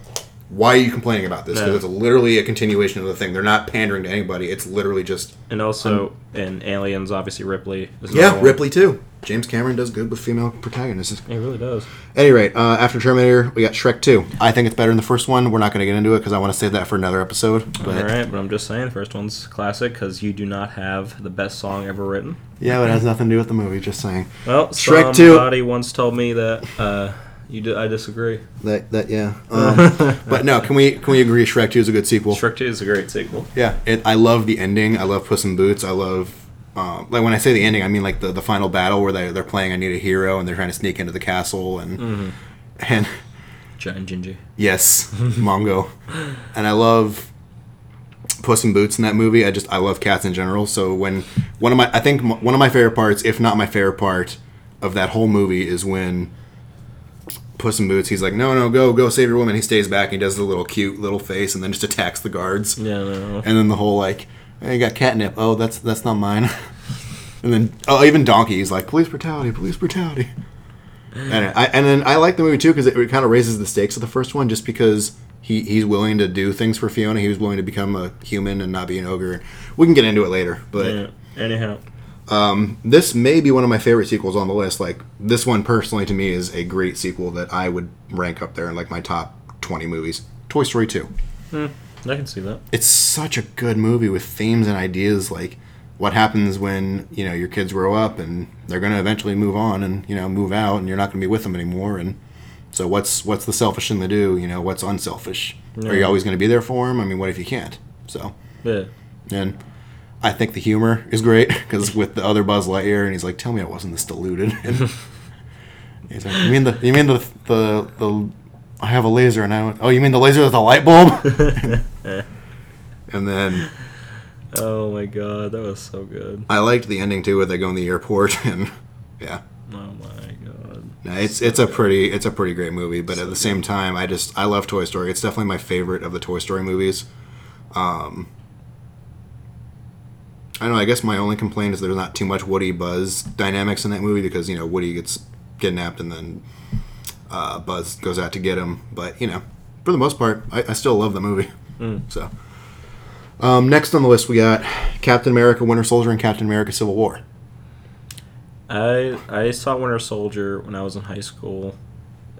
[SPEAKER 1] why are you complaining about this? Because
[SPEAKER 2] No.
[SPEAKER 1] it's literally a continuation of the thing. They're not pandering to anybody. It's literally just
[SPEAKER 2] And also in Aliens, obviously Ripley. Is another
[SPEAKER 1] Um, yeah,
[SPEAKER 2] one.
[SPEAKER 1] Ripley too. James Cameron does good with female protagonists.
[SPEAKER 2] He really does.
[SPEAKER 1] At any rate, uh, after Terminator, we got Shrek 2. I think it's better than the first one. We're not going to get into it because I want to save that for another episode. But
[SPEAKER 2] All right, but I'm just saying, first one's classic because you do not have the best song ever written.
[SPEAKER 1] yeah, but it has [laughs] nothing to do with the movie. Just saying
[SPEAKER 2] Well,
[SPEAKER 1] Shrek two.
[SPEAKER 2] somebody once told me that uh, you. Di- I disagree.
[SPEAKER 1] that that yeah. [laughs] Um, but no, can we can we agree Shrek 2 is a good sequel?
[SPEAKER 2] Shrek Two is a great sequel.
[SPEAKER 1] Yeah, it, I love the ending. I love Puss in Boots. I love um, like when I say the ending, I mean like the, the final battle where they they're playing I Need a Hero and they're trying to sneak into the castle and [laughs] and
[SPEAKER 2] Giant Gingy.
[SPEAKER 1] yes, Mongo. And I love Puss in Boots in that movie. I just I love cats in general. So when one of my I think m- one of my favorite parts, if not my favorite part of that whole movie, is when Puss in Boots. He's like, no, no, go, go, save your woman. He stays back. and He does the little cute little face and then just attacks the guards
[SPEAKER 2] Yeah, no.
[SPEAKER 1] and then the whole like hey, you got catnip oh that's that's not mine [laughs] and then oh even donkey's like police brutality police brutality and I and then I like the movie too because it, kind of raises the stakes of the first one just because he he's willing to do things for Fiona he was willing to become a human and not be an ogre we can get into it later but
[SPEAKER 2] Yeah. Anyhow,
[SPEAKER 1] this may be one of my favorite sequels on the list like this one personally to me is a great sequel that I would rank up there in like my top 20 movies Toy Story 2
[SPEAKER 2] I can see that.
[SPEAKER 1] it's such a good movie with themes and ideas like what happens when you know your kids grow up and they're going to eventually move on and you know move out and you're not going to be with them anymore and so what's what's the selfish thing to do you know what's unselfish are you
[SPEAKER 2] Yeah.
[SPEAKER 1] always going to be there for them i mean what if you can't so
[SPEAKER 2] Yeah.
[SPEAKER 1] and i think the humor is great [laughs] because with the other buzz lightyear and he's like tell me i wasn't this deluded [laughs] and he's like you mean the you mean the the, the i have a laser and i don't oh you mean the laser with a light bulb [laughs]
[SPEAKER 2] [laughs]
[SPEAKER 1] and then
[SPEAKER 2] Oh my god, that was so good.
[SPEAKER 1] I liked the ending too, where they go in the airport, [laughs] and yeah,
[SPEAKER 2] Oh my god.
[SPEAKER 1] No, it's it's a pretty it's a pretty great movie. But at the same time, I just I love Toy Story. It's definitely my favorite of the Toy Story movies. Um, I don't know. I guess my only complaint is there's not too much Woody Buzz dynamics in that movie because you know Woody gets kidnapped and then uh, Buzz goes out to get him. But you know, for the most part, I, I still love the movie. So. Um, next on the list, we got Captain America: Winter Soldier and Captain America: Civil War.
[SPEAKER 2] I I saw Winter Soldier when I was in high school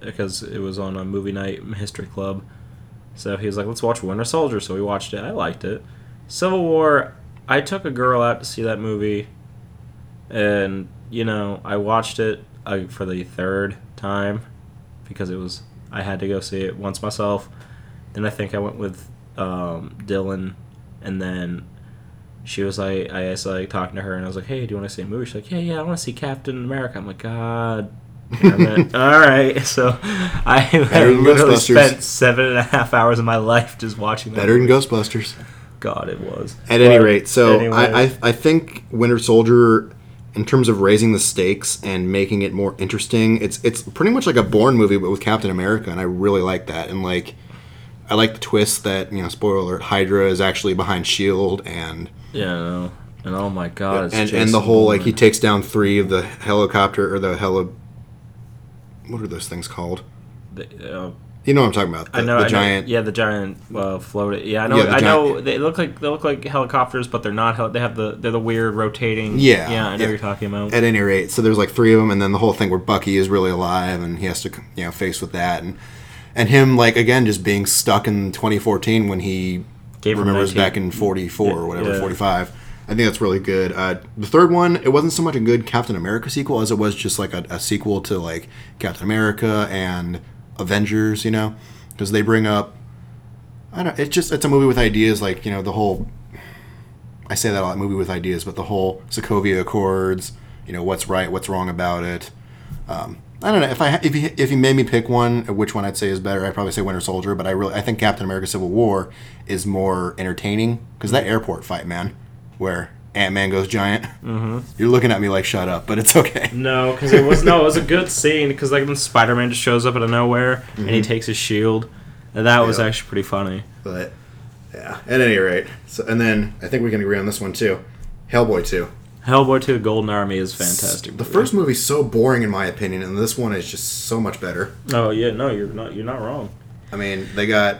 [SPEAKER 2] because it was on a movie night in history club. So he was like, "Let's watch Winter Soldier." So we watched it. I liked it. Civil War. I took a girl out to see that movie, and you know I watched it uh, for the third time because it was I had to go see it once myself. Then I think I went with um, Dylan, and then she was like, I was like talking to her, and I was like, "Hey, do you want to see a movie?" She's like, "Yeah, yeah, I want to see Captain America." I'm like, "God." damn it." All right, so I
[SPEAKER 1] Better than
[SPEAKER 2] literally
[SPEAKER 1] Ghostbusters.
[SPEAKER 2] spent seven and a half hours of my life just watching
[SPEAKER 1] [laughs]
[SPEAKER 2] that.
[SPEAKER 1] Better than Ghostbusters.
[SPEAKER 2] God, it was.
[SPEAKER 1] At any
[SPEAKER 2] But
[SPEAKER 1] rate, so I,
[SPEAKER 2] anyway,
[SPEAKER 1] I I think Winter Soldier, in terms of raising the stakes and making it more interesting, it's it's pretty much like a Bourne movie but with Captain America, and I really like that. And like, I like the twist that you know, spoiler alert, Hydra is actually behind Shield, E and
[SPEAKER 2] yeah, no. and oh my God, it's
[SPEAKER 1] and,
[SPEAKER 2] Jason
[SPEAKER 1] and the whole like he
[SPEAKER 2] Bourne.
[SPEAKER 1] takes down three of the helicopter or the heli. What are those things called?
[SPEAKER 2] The, uh,
[SPEAKER 1] You know what I'm talking about? The,
[SPEAKER 2] I know
[SPEAKER 1] the
[SPEAKER 2] I know-
[SPEAKER 1] giant.
[SPEAKER 2] yeah, the giant uh, floated. Yeah, I know.
[SPEAKER 1] Yeah, the
[SPEAKER 2] I know.
[SPEAKER 1] giant-
[SPEAKER 2] They look like they look like helicopters, but they're not. Hel- they have the they're the weird rotating.
[SPEAKER 1] Yeah,
[SPEAKER 2] yeah. I know
[SPEAKER 1] yeah.
[SPEAKER 2] you're talking about.
[SPEAKER 1] at any rate, so there's like three of them, and then the whole thing where Bucky is really alive, and he has to you know face with that, and and him like again just being stuck in 2014 when he
[SPEAKER 2] Gave him
[SPEAKER 1] remembers
[SPEAKER 2] 19.
[SPEAKER 1] back in 44 or whatever
[SPEAKER 2] Yeah.
[SPEAKER 1] 45. I think that's really good. Uh, the third one, it wasn't so much a good Captain America sequel as it was just like a, a sequel to like Captain America and Avengers, you know, because they bring up. I don't. It's just it's a movie with ideas like you know the whole I say that a lot, movie with ideas, but the whole Sokovia Accords, you know, what's right, what's wrong about it. Um, I don't know if I if you if you made me pick one, which one I'd say is better. I'd probably say Winter Soldier, but I really I think Captain America: Civil War is more entertaining because that airport fight, man, where Ant Man goes giant. Mm-hmm. You're looking at me like shut up, but it's okay.
[SPEAKER 2] No, because it was no, it was a good scene because like when Spider Man just shows up out of nowhere and he takes his shield, and that was
[SPEAKER 1] Mm-hmm. Yeah.
[SPEAKER 2] actually pretty funny.
[SPEAKER 1] [laughs] But yeah, at any rate, so and then I think we can agree on this one too, Hellboy two.
[SPEAKER 2] Hellboy Two: Golden Army is fantastic.
[SPEAKER 1] The
[SPEAKER 2] movie.
[SPEAKER 1] first movie's so boring in my opinion, and this one is just so much better.
[SPEAKER 2] Oh yeah, no, you're not. You're not wrong.
[SPEAKER 1] I mean, they got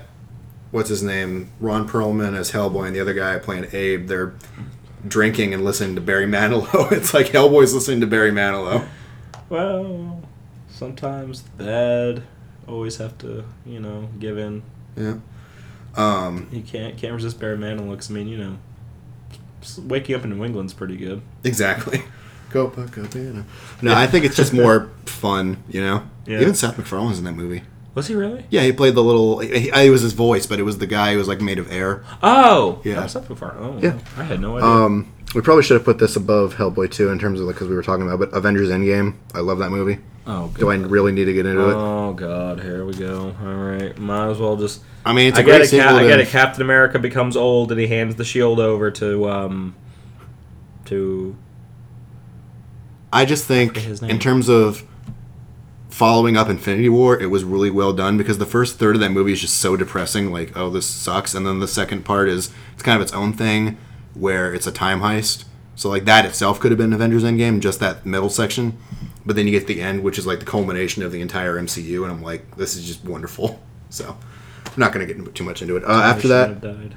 [SPEAKER 1] what's his name, Ron Perlman as Hellboy, and the other guy playing Abe. They're drinking and listening to Barry [laughs] Manilow. It's like Hellboy's listening to Barry Manilow.
[SPEAKER 2] Well, sometimes the bad always have to, you know, give in.
[SPEAKER 1] Yeah. Um,
[SPEAKER 2] You can't can't resist Barry Manilow. 'cause, I mean, you know, s- waking up in New England's pretty good.
[SPEAKER 1] exactly. Copacabana. No, I think it's just more fun, you know.
[SPEAKER 2] Yeah.
[SPEAKER 1] Even Seth MacFarlane's in that movie.
[SPEAKER 2] Was he really?
[SPEAKER 1] Yeah, he played the little. He, he- it was his voice, but it was the guy who was like made of air.
[SPEAKER 2] Oh,
[SPEAKER 1] Yeah.
[SPEAKER 2] That's up far. Oh,
[SPEAKER 1] Yeah.
[SPEAKER 2] I had no idea.
[SPEAKER 1] Um, we probably should have put this above Hellboy 2 in terms of like because we were talking about, but Avengers Endgame. I love that movie.
[SPEAKER 2] oh, good.
[SPEAKER 1] Do I really need to get into it?
[SPEAKER 2] Oh God, here we go. All right, might as well just.
[SPEAKER 1] I mean, it's a
[SPEAKER 2] I
[SPEAKER 1] great
[SPEAKER 2] got a,
[SPEAKER 1] sequel.
[SPEAKER 2] ca- I
[SPEAKER 1] to-
[SPEAKER 2] got a Captain America becomes old and he hands the shield over to um to
[SPEAKER 1] I just think
[SPEAKER 2] forget his name.
[SPEAKER 1] in terms of following up Infinity War, it was really well done because the first third of that movie is just so depressing. Like, oh, this sucks. And then the second part is it's kind of its own thing where it's a time heist. So like that itself could have been Avengers Endgame, just that middle section. But then you get the end, which is like the culmination of the entire MCU, and I'm like, this is just wonderful. [laughs] So I'm not gonna get too much into it. Uh, after that,
[SPEAKER 2] died.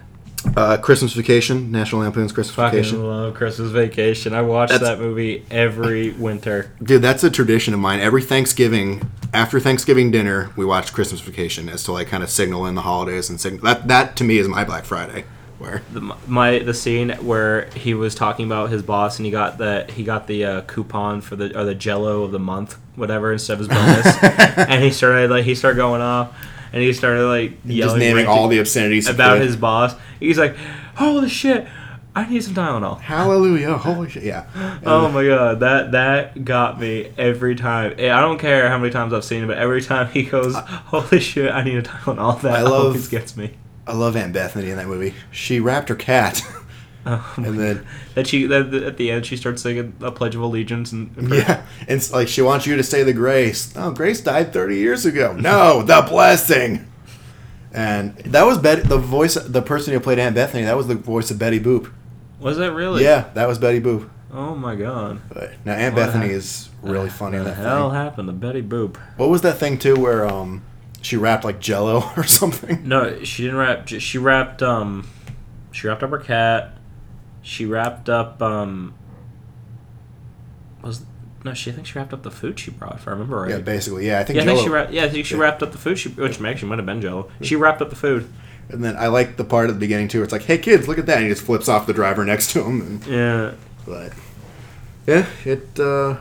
[SPEAKER 1] uh, Christmas Vacation, National Lampoon's Christmas Vacation.
[SPEAKER 2] Fucking love Christmas Vacation. I watch
[SPEAKER 1] That's-
[SPEAKER 2] that movie every winter.
[SPEAKER 1] Dude, that's a tradition of mine. Every Thanksgiving, after Thanksgiving dinner, we watch Christmas Vacation as to like kind of signal in the holidays and signal that that to me is my Black Friday. Where
[SPEAKER 2] The, my the scene where he was talking about his boss and he got the he got the uh, coupon for the or the Jello of the month whatever instead of
[SPEAKER 1] [laughs]
[SPEAKER 2] his bonus, and he started like he started going off, and he started like
[SPEAKER 1] just
[SPEAKER 2] yelling
[SPEAKER 1] naming
[SPEAKER 2] rant-
[SPEAKER 1] all the obscenities he
[SPEAKER 2] about
[SPEAKER 1] could.
[SPEAKER 2] his boss. He's like, holy shit, I need some Tylenol.
[SPEAKER 1] Hallelujah, holy shit, yeah.
[SPEAKER 2] Oh my god, that that got me every time. Eh, I don't care how many times I've seen it, but every time he goes, "Holy shit, I need a Tylenol." That
[SPEAKER 1] I love-
[SPEAKER 2] [laughs] always gets me.
[SPEAKER 1] I love Aunt Bethany in that movie. She wrapped her cat, [laughs]
[SPEAKER 2] Oh my-
[SPEAKER 1] and then
[SPEAKER 2] that she that, that at the end she starts singing a pledge of allegiance and and-
[SPEAKER 1] yeah, and it's like she wants you to say the grace. Oh, grace died thirty years
[SPEAKER 2] [laughs]
[SPEAKER 1] ago. No, the blessing. And that was Betty, the voice, the person who played Aunt Bethany. That was the voice of Betty Boop.
[SPEAKER 2] [laughs] was that really?
[SPEAKER 1] Yeah, that was Betty Boop.
[SPEAKER 2] Oh my god.
[SPEAKER 1] But now Aunt
[SPEAKER 2] What
[SPEAKER 1] Bethany
[SPEAKER 2] hap-
[SPEAKER 1] is really funny in
[SPEAKER 2] What the
[SPEAKER 1] that
[SPEAKER 2] hell
[SPEAKER 1] thing.
[SPEAKER 2] happened to Betty Boop?
[SPEAKER 1] What was that thing too where um she wrapped like jello [laughs] or something?
[SPEAKER 2] No, she didn't wrap. j- She wrapped um, she wrapped up her cat. She wrapped up um. Was no, she I think she wrapped up the food she brought. If I remember right.
[SPEAKER 1] Yeah, basically. Yeah, I think
[SPEAKER 2] Yeah, I
[SPEAKER 1] jello.
[SPEAKER 2] think she wrapped. Yeah, I think she
[SPEAKER 1] Yeah.
[SPEAKER 2] wrapped up the food. She, which actually might have been Jello. She wrapped up the food.
[SPEAKER 1] and then I like the part at the beginning too. Where it's like, "Hey kids, look at that." And he just flips off the driver next to him and
[SPEAKER 2] Yeah,
[SPEAKER 1] but yeah, it uh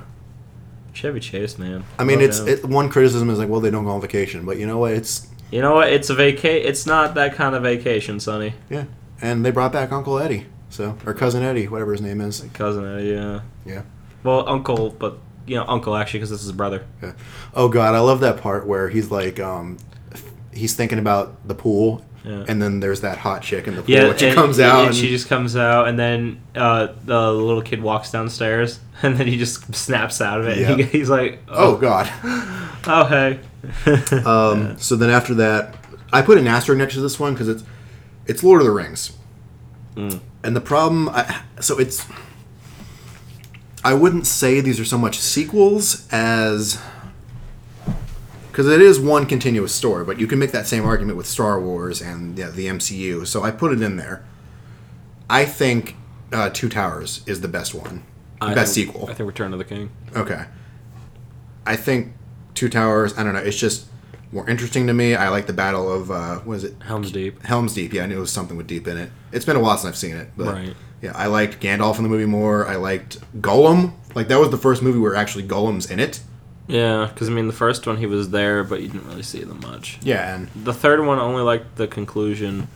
[SPEAKER 2] Chevy Chase, man.
[SPEAKER 1] I mean,
[SPEAKER 2] Love
[SPEAKER 1] it's
[SPEAKER 2] him.
[SPEAKER 1] it, one criticism is like, "Well, they don't go on vacation." But you know what? It's
[SPEAKER 2] you know what? It's a vaca. It's not that kind of vacation, Sonny.
[SPEAKER 1] yeah. And they brought back Uncle Eddie. So, or cousin Eddie, whatever his name is.
[SPEAKER 2] Cousin Eddie. Yeah.
[SPEAKER 1] Yeah.
[SPEAKER 2] Well, uncle, but you know, uncle actually, because this is his brother.
[SPEAKER 1] Yeah. Oh god, I love that part where he's like, um, he's thinking about the pool,
[SPEAKER 2] Yeah.
[SPEAKER 1] and then there's that hot chick in the pool,
[SPEAKER 2] Yeah,
[SPEAKER 1] and she
[SPEAKER 2] and-
[SPEAKER 1] comes out.
[SPEAKER 2] And she just comes out, and then uh, the little kid walks downstairs, [laughs] and then he just snaps out of it. And he,
[SPEAKER 1] Yeah.
[SPEAKER 2] [laughs] he's like,
[SPEAKER 1] oh
[SPEAKER 2] "Oh,
[SPEAKER 1] god.
[SPEAKER 2] oh hey."
[SPEAKER 1] [laughs] Um, So then after that, I put an asterisk next to this one because it's it's Lord of the Rings,
[SPEAKER 2] Mm.
[SPEAKER 1] and the problem. I, so it's I wouldn't say these are so much sequels as because it is one continuous story, but you can make that same argument with Star Wars and yeah, the MCU. So I put it in there. I think uh, Two Towers is the best one, the best sequel.
[SPEAKER 2] I think Return of the King.
[SPEAKER 1] Okay. I think Two Towers. I don't know. It's just more interesting to me. I like the Battle of uh, what is it?
[SPEAKER 2] Helm's Deep.
[SPEAKER 1] Helm's Deep. Yeah, I knew it was something with deep in it. It's been a while since I've seen it, but
[SPEAKER 2] Right.
[SPEAKER 1] yeah, I liked Gandalf in the movie more. I liked Gollum. Like that was the first movie where actually Gollum's in it.
[SPEAKER 2] Yeah, because I mean, the first one he was there, but you didn't really see them much.
[SPEAKER 1] Yeah, and
[SPEAKER 2] The third one I only liked the conclusion.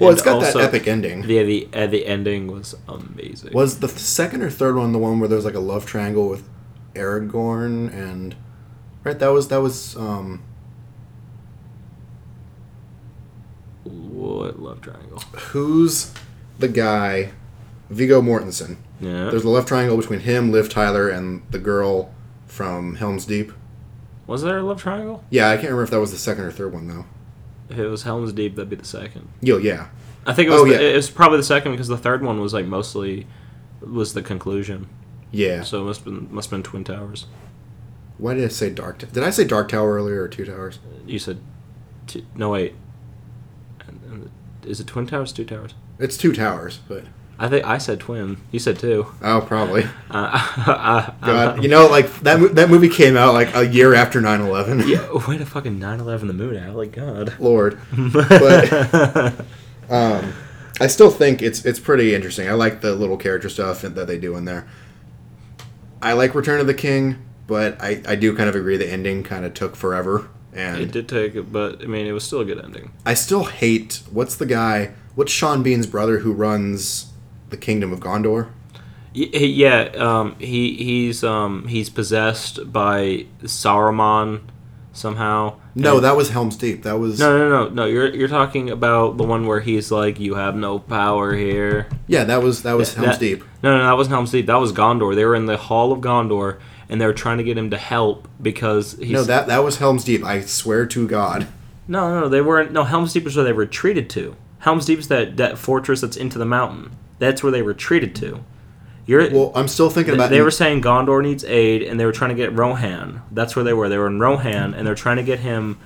[SPEAKER 1] well,
[SPEAKER 2] And
[SPEAKER 1] it's got
[SPEAKER 2] also-
[SPEAKER 1] that epic ending.
[SPEAKER 2] Yeah, the uh, the ending was amazing.
[SPEAKER 1] was the second or third one the one where there's like a love triangle with Aragorn and right? That was that was um
[SPEAKER 2] What love triangle?
[SPEAKER 1] who's the guy? Vigo Mortensen.
[SPEAKER 2] Yeah,
[SPEAKER 1] There's a left triangle between him, Liv Tyler, and the girl from Helm's Deep.
[SPEAKER 2] was there a love triangle?
[SPEAKER 1] Yeah, I can't remember if that was the second or third one though.
[SPEAKER 2] If it was Helm's Deep, that'd be the second.
[SPEAKER 1] Yo, yeah,
[SPEAKER 2] I think it was.
[SPEAKER 1] Oh,
[SPEAKER 2] the,
[SPEAKER 1] yeah.
[SPEAKER 2] It was probably the second because the third one was like mostly was the conclusion.
[SPEAKER 1] yeah.
[SPEAKER 2] So it must been must been Twin Towers.
[SPEAKER 1] Why did I say Dark? T- did I say Dark Tower earlier or Two Towers?
[SPEAKER 2] You said, t- no wait. And, and is it Twin Towers? Two Towers?
[SPEAKER 1] It's two towers, but
[SPEAKER 2] I think I said twin. You said two.
[SPEAKER 1] oh, probably.
[SPEAKER 2] Uh, [laughs] I, I,
[SPEAKER 1] God, you know, like that mo- that movie came out like a year after 9/11.
[SPEAKER 2] yeah, way to fucking 9/11 the moon out. Like God.
[SPEAKER 1] [laughs] Lord.
[SPEAKER 2] [laughs]
[SPEAKER 1] But- Um, I still think it's it's pretty interesting. I like the little character stuff that they do in there. I like Return of the King, but I, I do kind of agree the ending kind of took forever.
[SPEAKER 2] it
[SPEAKER 1] And
[SPEAKER 2] did take, it, but I mean, it was still a good ending.
[SPEAKER 1] I still hate what's the guy? What's Sean Bean's brother who runs the Kingdom of Gondor?
[SPEAKER 2] Y- he- Yeah, um, he he's um, he's possessed by Saruman somehow.
[SPEAKER 1] No, that was Helm's Deep. That was
[SPEAKER 2] No, no, no, no. You're you're talking about the one where he's like, "You have no power here."
[SPEAKER 1] yeah, that was that was Helm's
[SPEAKER 2] That-
[SPEAKER 1] Deep.
[SPEAKER 2] No, no, that wasn't Helm's Deep. That was Gondor. They were in the Hall of Gondor, and they were trying to get him to help because he's
[SPEAKER 1] No, that that was Helm's Deep. I swear to God.
[SPEAKER 2] no, no, no, they weren't. No, Helm's Deep is where they retreated to. Helm's Deep is that that fortress that's into the mountain. That's where they retreated to. You're
[SPEAKER 1] Well, I'm still thinking about
[SPEAKER 2] they were saying Gondor needs aid, and they were trying to get Rohan. That's where they were. They were in Rohan, and they're trying to get him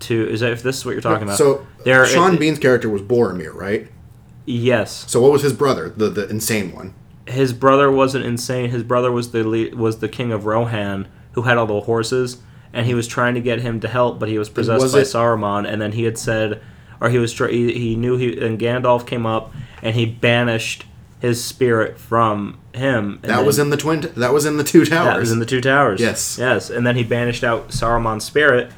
[SPEAKER 2] to. Is that if this is what you're talking about?
[SPEAKER 1] so
[SPEAKER 2] they're
[SPEAKER 1] Sean Bean's character was Boromir, right?
[SPEAKER 2] Yes,
[SPEAKER 1] So what was his brother? The the insane one.
[SPEAKER 2] his brother wasn't insane. His brother was the le- was the king of Rohan, who had all the horses, and he was trying to get him to help, but he was possessed
[SPEAKER 1] was
[SPEAKER 2] by
[SPEAKER 1] it-
[SPEAKER 2] Saruman, and then he had said, or he was tr- he, he knew he and Gandalf came up, and he banished his spirit from him. and
[SPEAKER 1] That
[SPEAKER 2] then-
[SPEAKER 1] was in the twin. That was in the two towers.
[SPEAKER 2] That was in the Two Towers.
[SPEAKER 1] Yes.
[SPEAKER 2] Yes, and then he banished out Saruman's spirit,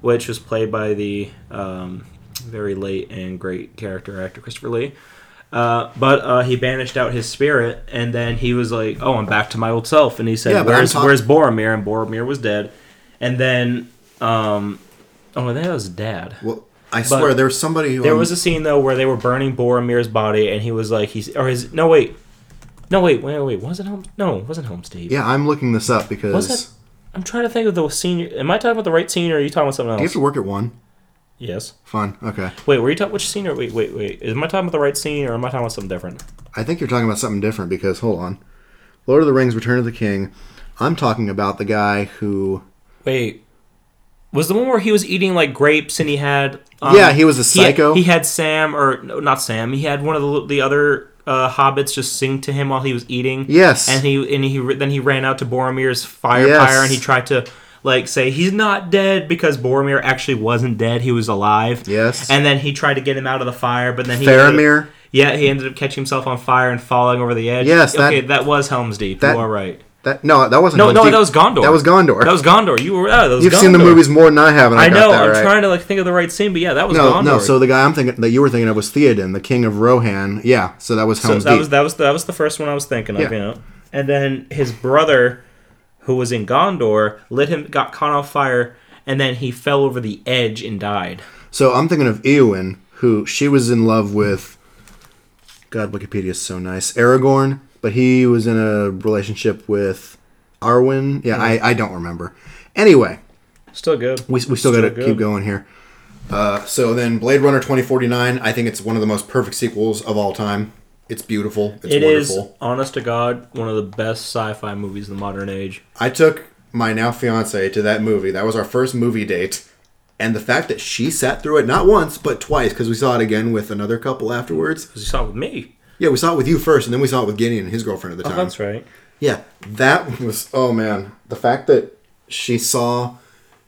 [SPEAKER 2] which was played by the um, very late and great character actor Christopher Lee. Uh, but uh, he banished out his spirit, and then he was like, "Oh, I'm back to my old self." And he said,
[SPEAKER 1] Yeah, but I'm
[SPEAKER 2] "Where's
[SPEAKER 1] talk-
[SPEAKER 2] Where's Boromir?" And Boromir was dead. And then, um, oh, that was dad.
[SPEAKER 1] well, I swear there was somebody who
[SPEAKER 2] There was a scene though where they were burning Boromir's body, and he was like, "He's or his no wait, no wait, wait, wait, was it home? No, it wasn't Helm's Deep.
[SPEAKER 1] yeah, I'm looking this up because
[SPEAKER 2] Was that? I'm trying to think of the senior. Am I talking about the right senior? Or are you talking about something
[SPEAKER 1] you have
[SPEAKER 2] else?
[SPEAKER 1] to work at one.
[SPEAKER 2] yes.
[SPEAKER 1] Fun. Okay.
[SPEAKER 2] Wait, were you talking which senior? Wait, wait, wait. Am I talking about the right senior, or am I talking about something different?
[SPEAKER 1] I think you're talking about something different because hold on, Lord of the Rings: Return of the King. I'm talking about the guy who.
[SPEAKER 2] Wait, was the one where he was eating like grapes and he had? Um,
[SPEAKER 1] Yeah, he was a psycho.
[SPEAKER 2] He, had Sam, or no, not Sam. He had one of the the other uh, hobbits just sing to him while he was eating.
[SPEAKER 1] Yes.
[SPEAKER 2] and he and he then he ran out to Boromir's fire
[SPEAKER 1] Yes.
[SPEAKER 2] pyre and he tried to. Like say he's not dead because Boromir actually wasn't dead; he was alive.
[SPEAKER 1] Yes.
[SPEAKER 2] and then he tried to get him out of the fire, but then he
[SPEAKER 1] Faramir.
[SPEAKER 2] Yeah, he ended up catching himself on fire and falling over the edge.
[SPEAKER 1] Yes, that-
[SPEAKER 2] okay, that was Helm's Deep.
[SPEAKER 1] that-
[SPEAKER 2] you are right.
[SPEAKER 1] That no, that wasn't.
[SPEAKER 2] No,
[SPEAKER 1] Helm's
[SPEAKER 2] no,
[SPEAKER 1] Deep.
[SPEAKER 2] that was Gondor.
[SPEAKER 1] That was Gondor.
[SPEAKER 2] That was Gondor. You were. Oh, that was
[SPEAKER 1] You've seen the
[SPEAKER 2] Gondor.
[SPEAKER 1] movies more than I have, and I,
[SPEAKER 2] I
[SPEAKER 1] got
[SPEAKER 2] know.
[SPEAKER 1] that
[SPEAKER 2] I'm
[SPEAKER 1] right.
[SPEAKER 2] trying to like think of the right scene, but yeah, that was
[SPEAKER 1] no,
[SPEAKER 2] Gondor.
[SPEAKER 1] no. So the guy I'm thinking that you were thinking of was Theoden, the king of Rohan. Yeah. So that was
[SPEAKER 2] So
[SPEAKER 1] Helm's
[SPEAKER 2] that
[SPEAKER 1] Deep.
[SPEAKER 2] was that was that was the first one I was thinking of.
[SPEAKER 1] Yeah.
[SPEAKER 2] You know, and then his brother, who was in Gondor, lit him got caught on fire, and then he fell over the edge and died.
[SPEAKER 1] So I'm thinking of Eowyn, who she was in love with. God, Wikipedia is so nice. Aragorn, but he was in a relationship with Arwen. Yeah,
[SPEAKER 2] Mm-hmm.
[SPEAKER 1] I, I don't remember. Anyway,
[SPEAKER 2] Still good.
[SPEAKER 1] we, we still,
[SPEAKER 2] Still
[SPEAKER 1] got to
[SPEAKER 2] good.
[SPEAKER 1] keep going here. Uh, so then, Blade Runner 2049. I think it's one of the most perfect sequels of all time. It's beautiful. It's
[SPEAKER 2] It is,
[SPEAKER 1] wonderful.
[SPEAKER 2] honest to God, one of the best sci-fi movies of the modern age.
[SPEAKER 1] I took my now fiance to that movie. That was our first movie date. And the fact that she sat through it not once, but twice, because we saw it again with another couple afterwards.
[SPEAKER 2] Because you saw it with me.
[SPEAKER 1] Yeah, we saw it with you first, and then we saw it with Gideon and his girlfriend at the time.
[SPEAKER 2] Oh, That's right.
[SPEAKER 1] Yeah, that was oh man, the fact that she saw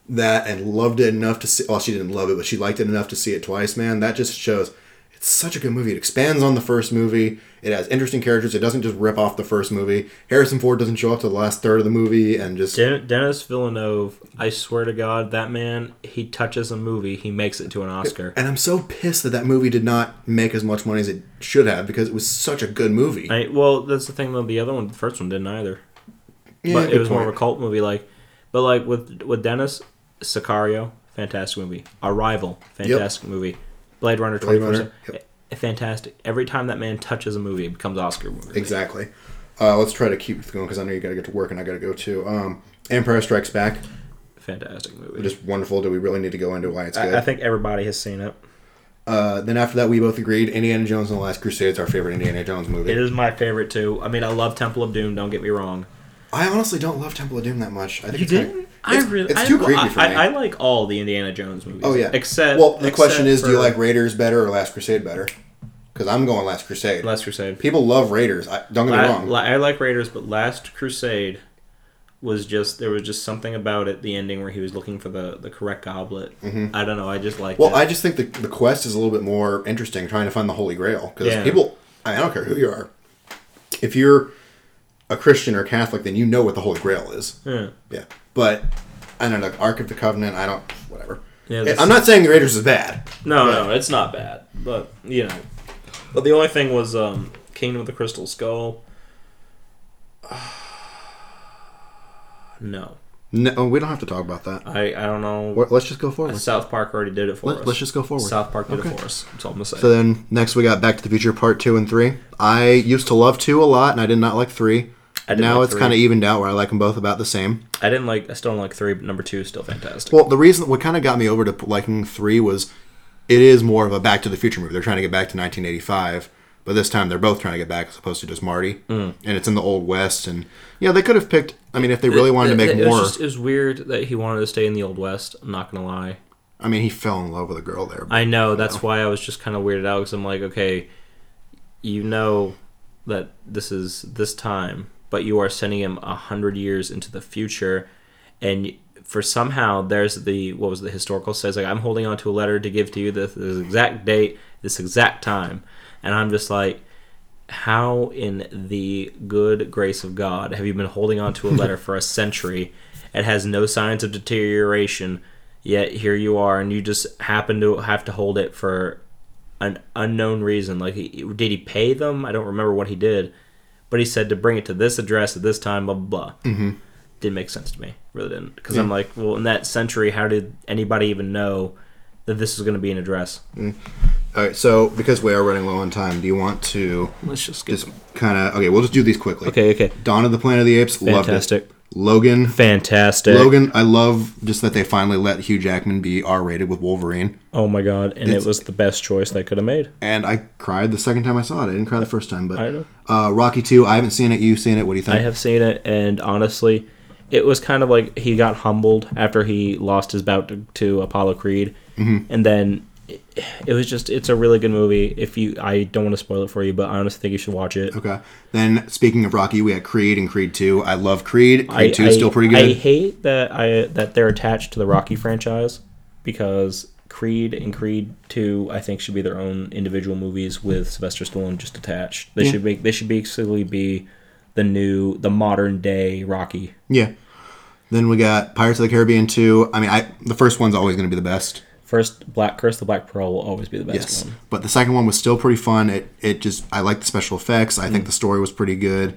[SPEAKER 1] that and loved it enough to see. Well, she didn't love it, but she liked it enough to see it twice. Man, that just shows it's such a good movie. It expands on the first movie. It has interesting characters. It doesn't just rip off the first movie. Harrison Ford doesn't show up to the last third of the movie, and just
[SPEAKER 2] Den- Dennis Villeneuve, I swear to God, that man, he touches a movie, he makes it to an Oscar.
[SPEAKER 1] and I'm so pissed that that movie did not make as much money as it should have because it was such a good movie.
[SPEAKER 2] I, well, that's the thing though. The other one, the first one, didn't either.
[SPEAKER 1] Yeah,
[SPEAKER 2] but
[SPEAKER 1] good
[SPEAKER 2] it was more of
[SPEAKER 1] point.
[SPEAKER 2] a cult movie, like. But like with with Dennis, Sicario, fantastic movie. Arrival, fantastic movie. Blade Runner,
[SPEAKER 1] Blade
[SPEAKER 2] twenty
[SPEAKER 1] Runner,
[SPEAKER 2] four, fantastic. Every time that man touches a movie, it becomes Oscar movie.
[SPEAKER 1] Exactly. Uh, let's try to keep going because I know you got to get to work and I got to go too. Um, Empire Strikes Back,
[SPEAKER 2] Fantastic movie.
[SPEAKER 1] just wonderful. Do we really need to go into why it's good?
[SPEAKER 2] I, I think everybody has seen it.
[SPEAKER 1] uh, then after that, we both agreed Indiana Jones and the Last Crusade is our favorite Indiana Jones
[SPEAKER 2] It
[SPEAKER 1] movie.
[SPEAKER 2] is my favorite too. I mean, I love Temple of Doom. Don't get me wrong.
[SPEAKER 1] I honestly don't love Temple of Doom that much. I think
[SPEAKER 2] You
[SPEAKER 1] it's kinda-
[SPEAKER 2] didn't? I really,
[SPEAKER 1] it's
[SPEAKER 2] I,
[SPEAKER 1] too creepy for
[SPEAKER 2] I,
[SPEAKER 1] me.
[SPEAKER 2] I, like all the Indiana Jones movies.
[SPEAKER 1] Oh yeah.
[SPEAKER 2] except
[SPEAKER 1] well, the question
[SPEAKER 2] except
[SPEAKER 1] is, do you
[SPEAKER 2] for
[SPEAKER 1] like Raiders better or Last Crusade better? Because I'm going Last Crusade.
[SPEAKER 2] Last Crusade?
[SPEAKER 1] People love Raiders. I, don't get me
[SPEAKER 2] La-
[SPEAKER 1] wrong.
[SPEAKER 2] la- I like Raiders, but Last Crusade was just there was just something about it. The ending where he was looking for the the correct goblet. I don't know. I just like.
[SPEAKER 1] Mm-hmm. well,
[SPEAKER 2] it.
[SPEAKER 1] I just think the, the quest is a little bit more interesting, trying to find the Holy Grail. Because
[SPEAKER 2] Yeah.
[SPEAKER 1] people, I, mean, I don't care who you are, if you're a Christian or Catholic, then you know what the Holy Grail is.
[SPEAKER 2] Yeah.
[SPEAKER 1] Yeah, but I don't know. Ark of the Covenant. I don't. Whatever.
[SPEAKER 2] Yeah,
[SPEAKER 1] And
[SPEAKER 2] this-
[SPEAKER 1] I'm not saying the Raiders is bad.
[SPEAKER 2] no, no, it's not bad, but you know. But the only thing was um, Kingdom of the Crystal Skull. [sighs] no,
[SPEAKER 1] No, we don't have to talk about that.
[SPEAKER 2] I I don't know.
[SPEAKER 1] We're- Let's just go forward.
[SPEAKER 2] South Park already did it for
[SPEAKER 1] Let-
[SPEAKER 2] us.
[SPEAKER 1] let's just go forward.
[SPEAKER 2] South Park did
[SPEAKER 1] Okay.
[SPEAKER 2] it for us. That's all I'm gonna say.
[SPEAKER 1] So then next we got Back to the Future Part Two and Three. I used to love two a lot, and I did not like three.
[SPEAKER 2] I did
[SPEAKER 1] now
[SPEAKER 2] like
[SPEAKER 1] it's
[SPEAKER 2] three.
[SPEAKER 1] kind of evened out where I like them both about the same.
[SPEAKER 2] I didn't like. I still don't like three, but number two is still fantastic.
[SPEAKER 1] Well, the reason what kind of got me over to liking three was it is more of a Back to the Future movie. They're trying to get back to 1985, but this time they're both trying to get back as opposed to just Marty. Mm. And it's in the Old West, and yeah, they could have picked. I mean, if they really wanted to make
[SPEAKER 2] it, it
[SPEAKER 1] more,
[SPEAKER 2] Was just, it was weird that he wanted to stay in the Old West. I'm not gonna lie.
[SPEAKER 1] I mean, he fell in love with a girl there. But
[SPEAKER 2] I know that's why I was just kind of weirded out because I'm like, okay, you know that this is this time, but you are sending him a hundred years into the future, and y- for somehow there's the what was the historical says like I'm holding on to a letter to give to you this, this exact date, this exact time, and I'm just like. How in the good grace of God have you been holding on to
[SPEAKER 1] [laughs]
[SPEAKER 2] a letter for a century? It has no signs of deterioration, yet here you are, and you just happen to have to hold it for an unknown reason. Like, he- did he pay them? I don't remember what he did, but he said to bring it to this address at this time, blah, blah, blah. Mm-hmm. Didn't make sense to me. Really didn't. Because I'm like, well, in that century, how did anybody even know that this was going to be an address?
[SPEAKER 1] Mm. all right, so because we are running low on time, do you want to
[SPEAKER 2] Let's just get.
[SPEAKER 1] just kind of okay? We'll just do these quickly.
[SPEAKER 2] Okay, okay.
[SPEAKER 1] Dawn of the Planet of the Apes.
[SPEAKER 2] Fantastic.
[SPEAKER 1] Loved it. Logan.
[SPEAKER 2] Fantastic.
[SPEAKER 1] Logan, I love just that they finally let Hugh Jackman be R rated with Wolverine.
[SPEAKER 2] Oh my god, and it was the best choice they could have made.
[SPEAKER 1] And I cried the second time I saw it. I didn't cry the first time, but
[SPEAKER 2] I know.
[SPEAKER 1] Uh, Rocky Two. I haven't seen it. You've seen it. What do you
[SPEAKER 2] I
[SPEAKER 1] think?
[SPEAKER 2] have seen it, and honestly, it was kind of like he got humbled after he lost his bout to, to Apollo Creed, and then it, it was just it's a really good movie. If you, I don't want to spoil it for you, but I honestly think you should watch it.
[SPEAKER 1] okay. Then speaking of Rocky, we had Creed and Creed Two. I love Creed.
[SPEAKER 2] I,
[SPEAKER 1] Creed Two is
[SPEAKER 2] I-
[SPEAKER 1] still pretty
[SPEAKER 2] I
[SPEAKER 1] good.
[SPEAKER 2] hate that I that they're attached to the Rocky franchise because Creed and Creed Two, I think, should be their own individual movies with Sylvester Stallone just attached. They should make they should basically be the new the modern day Rocky.
[SPEAKER 1] yeah. Then we got Pirates of the Caribbean Two. I mean, I the first one's always going to be the best.
[SPEAKER 2] First, Black Curse the Black Pearl will always be the best
[SPEAKER 1] Yes.
[SPEAKER 2] one.
[SPEAKER 1] But the second one was still pretty fun. It it just I liked the special effects. I think the story was pretty good.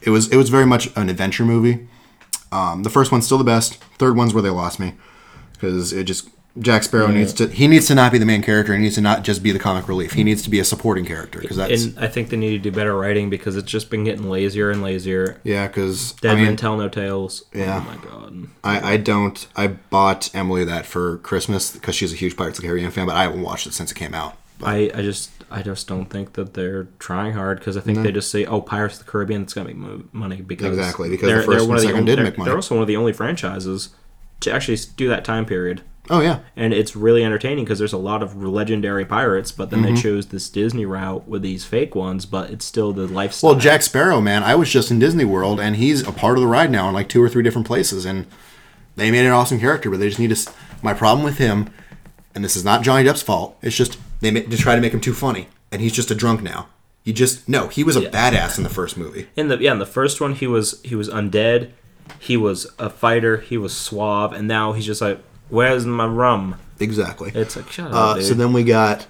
[SPEAKER 1] It was it was very much an adventure movie. Um, the first one's still the best. Third one's where they lost me because it just Jack Sparrow needs to he needs to not be the main character. He needs to not just be the comic relief. He needs to be a supporting character because that's
[SPEAKER 2] And I think they need to do better writing because it's just been getting lazier and lazier.
[SPEAKER 1] yeah. Because
[SPEAKER 2] Dead
[SPEAKER 1] I mean
[SPEAKER 2] men tell no tales.
[SPEAKER 1] Yeah.
[SPEAKER 2] Oh my god.
[SPEAKER 1] I, I don't I bought Emily that for Christmas because she's a huge Pirates of the Caribbean fan, but I haven't watched it since it came out.
[SPEAKER 2] I, I just I just don't think that they're trying hard because I think they just say oh Pirates of the Caribbean it's gonna make mo- money because
[SPEAKER 1] Exactly, because the first and second
[SPEAKER 2] only,
[SPEAKER 1] did
[SPEAKER 2] they're-
[SPEAKER 1] make money.
[SPEAKER 2] They're also one of the only franchises to actually s- do that time period,
[SPEAKER 1] Oh yeah,
[SPEAKER 2] and it's really entertaining because there's a lot of legendary pirates, but then
[SPEAKER 1] Mm-hmm.
[SPEAKER 2] they chose this Disney route with these fake ones, but it's still the lifestyle.
[SPEAKER 1] Well, Jack Sparrow, man, I was just in Disney World, and he's a part of the ride now in like two or three different places, and they made an awesome character, but they just need to. s- My problem with him, and this is not Johnny Depp's fault, it's just they ma- to try to make him too funny, and he's just a drunk now. You just no, he was a badass in the first movie.
[SPEAKER 2] in the yeah in the first one he was he was undead he was a fighter he was suave and now he's just like where's my rum
[SPEAKER 1] Exactly.
[SPEAKER 2] it's like shut
[SPEAKER 1] Uh,
[SPEAKER 2] up dude.
[SPEAKER 1] so then we got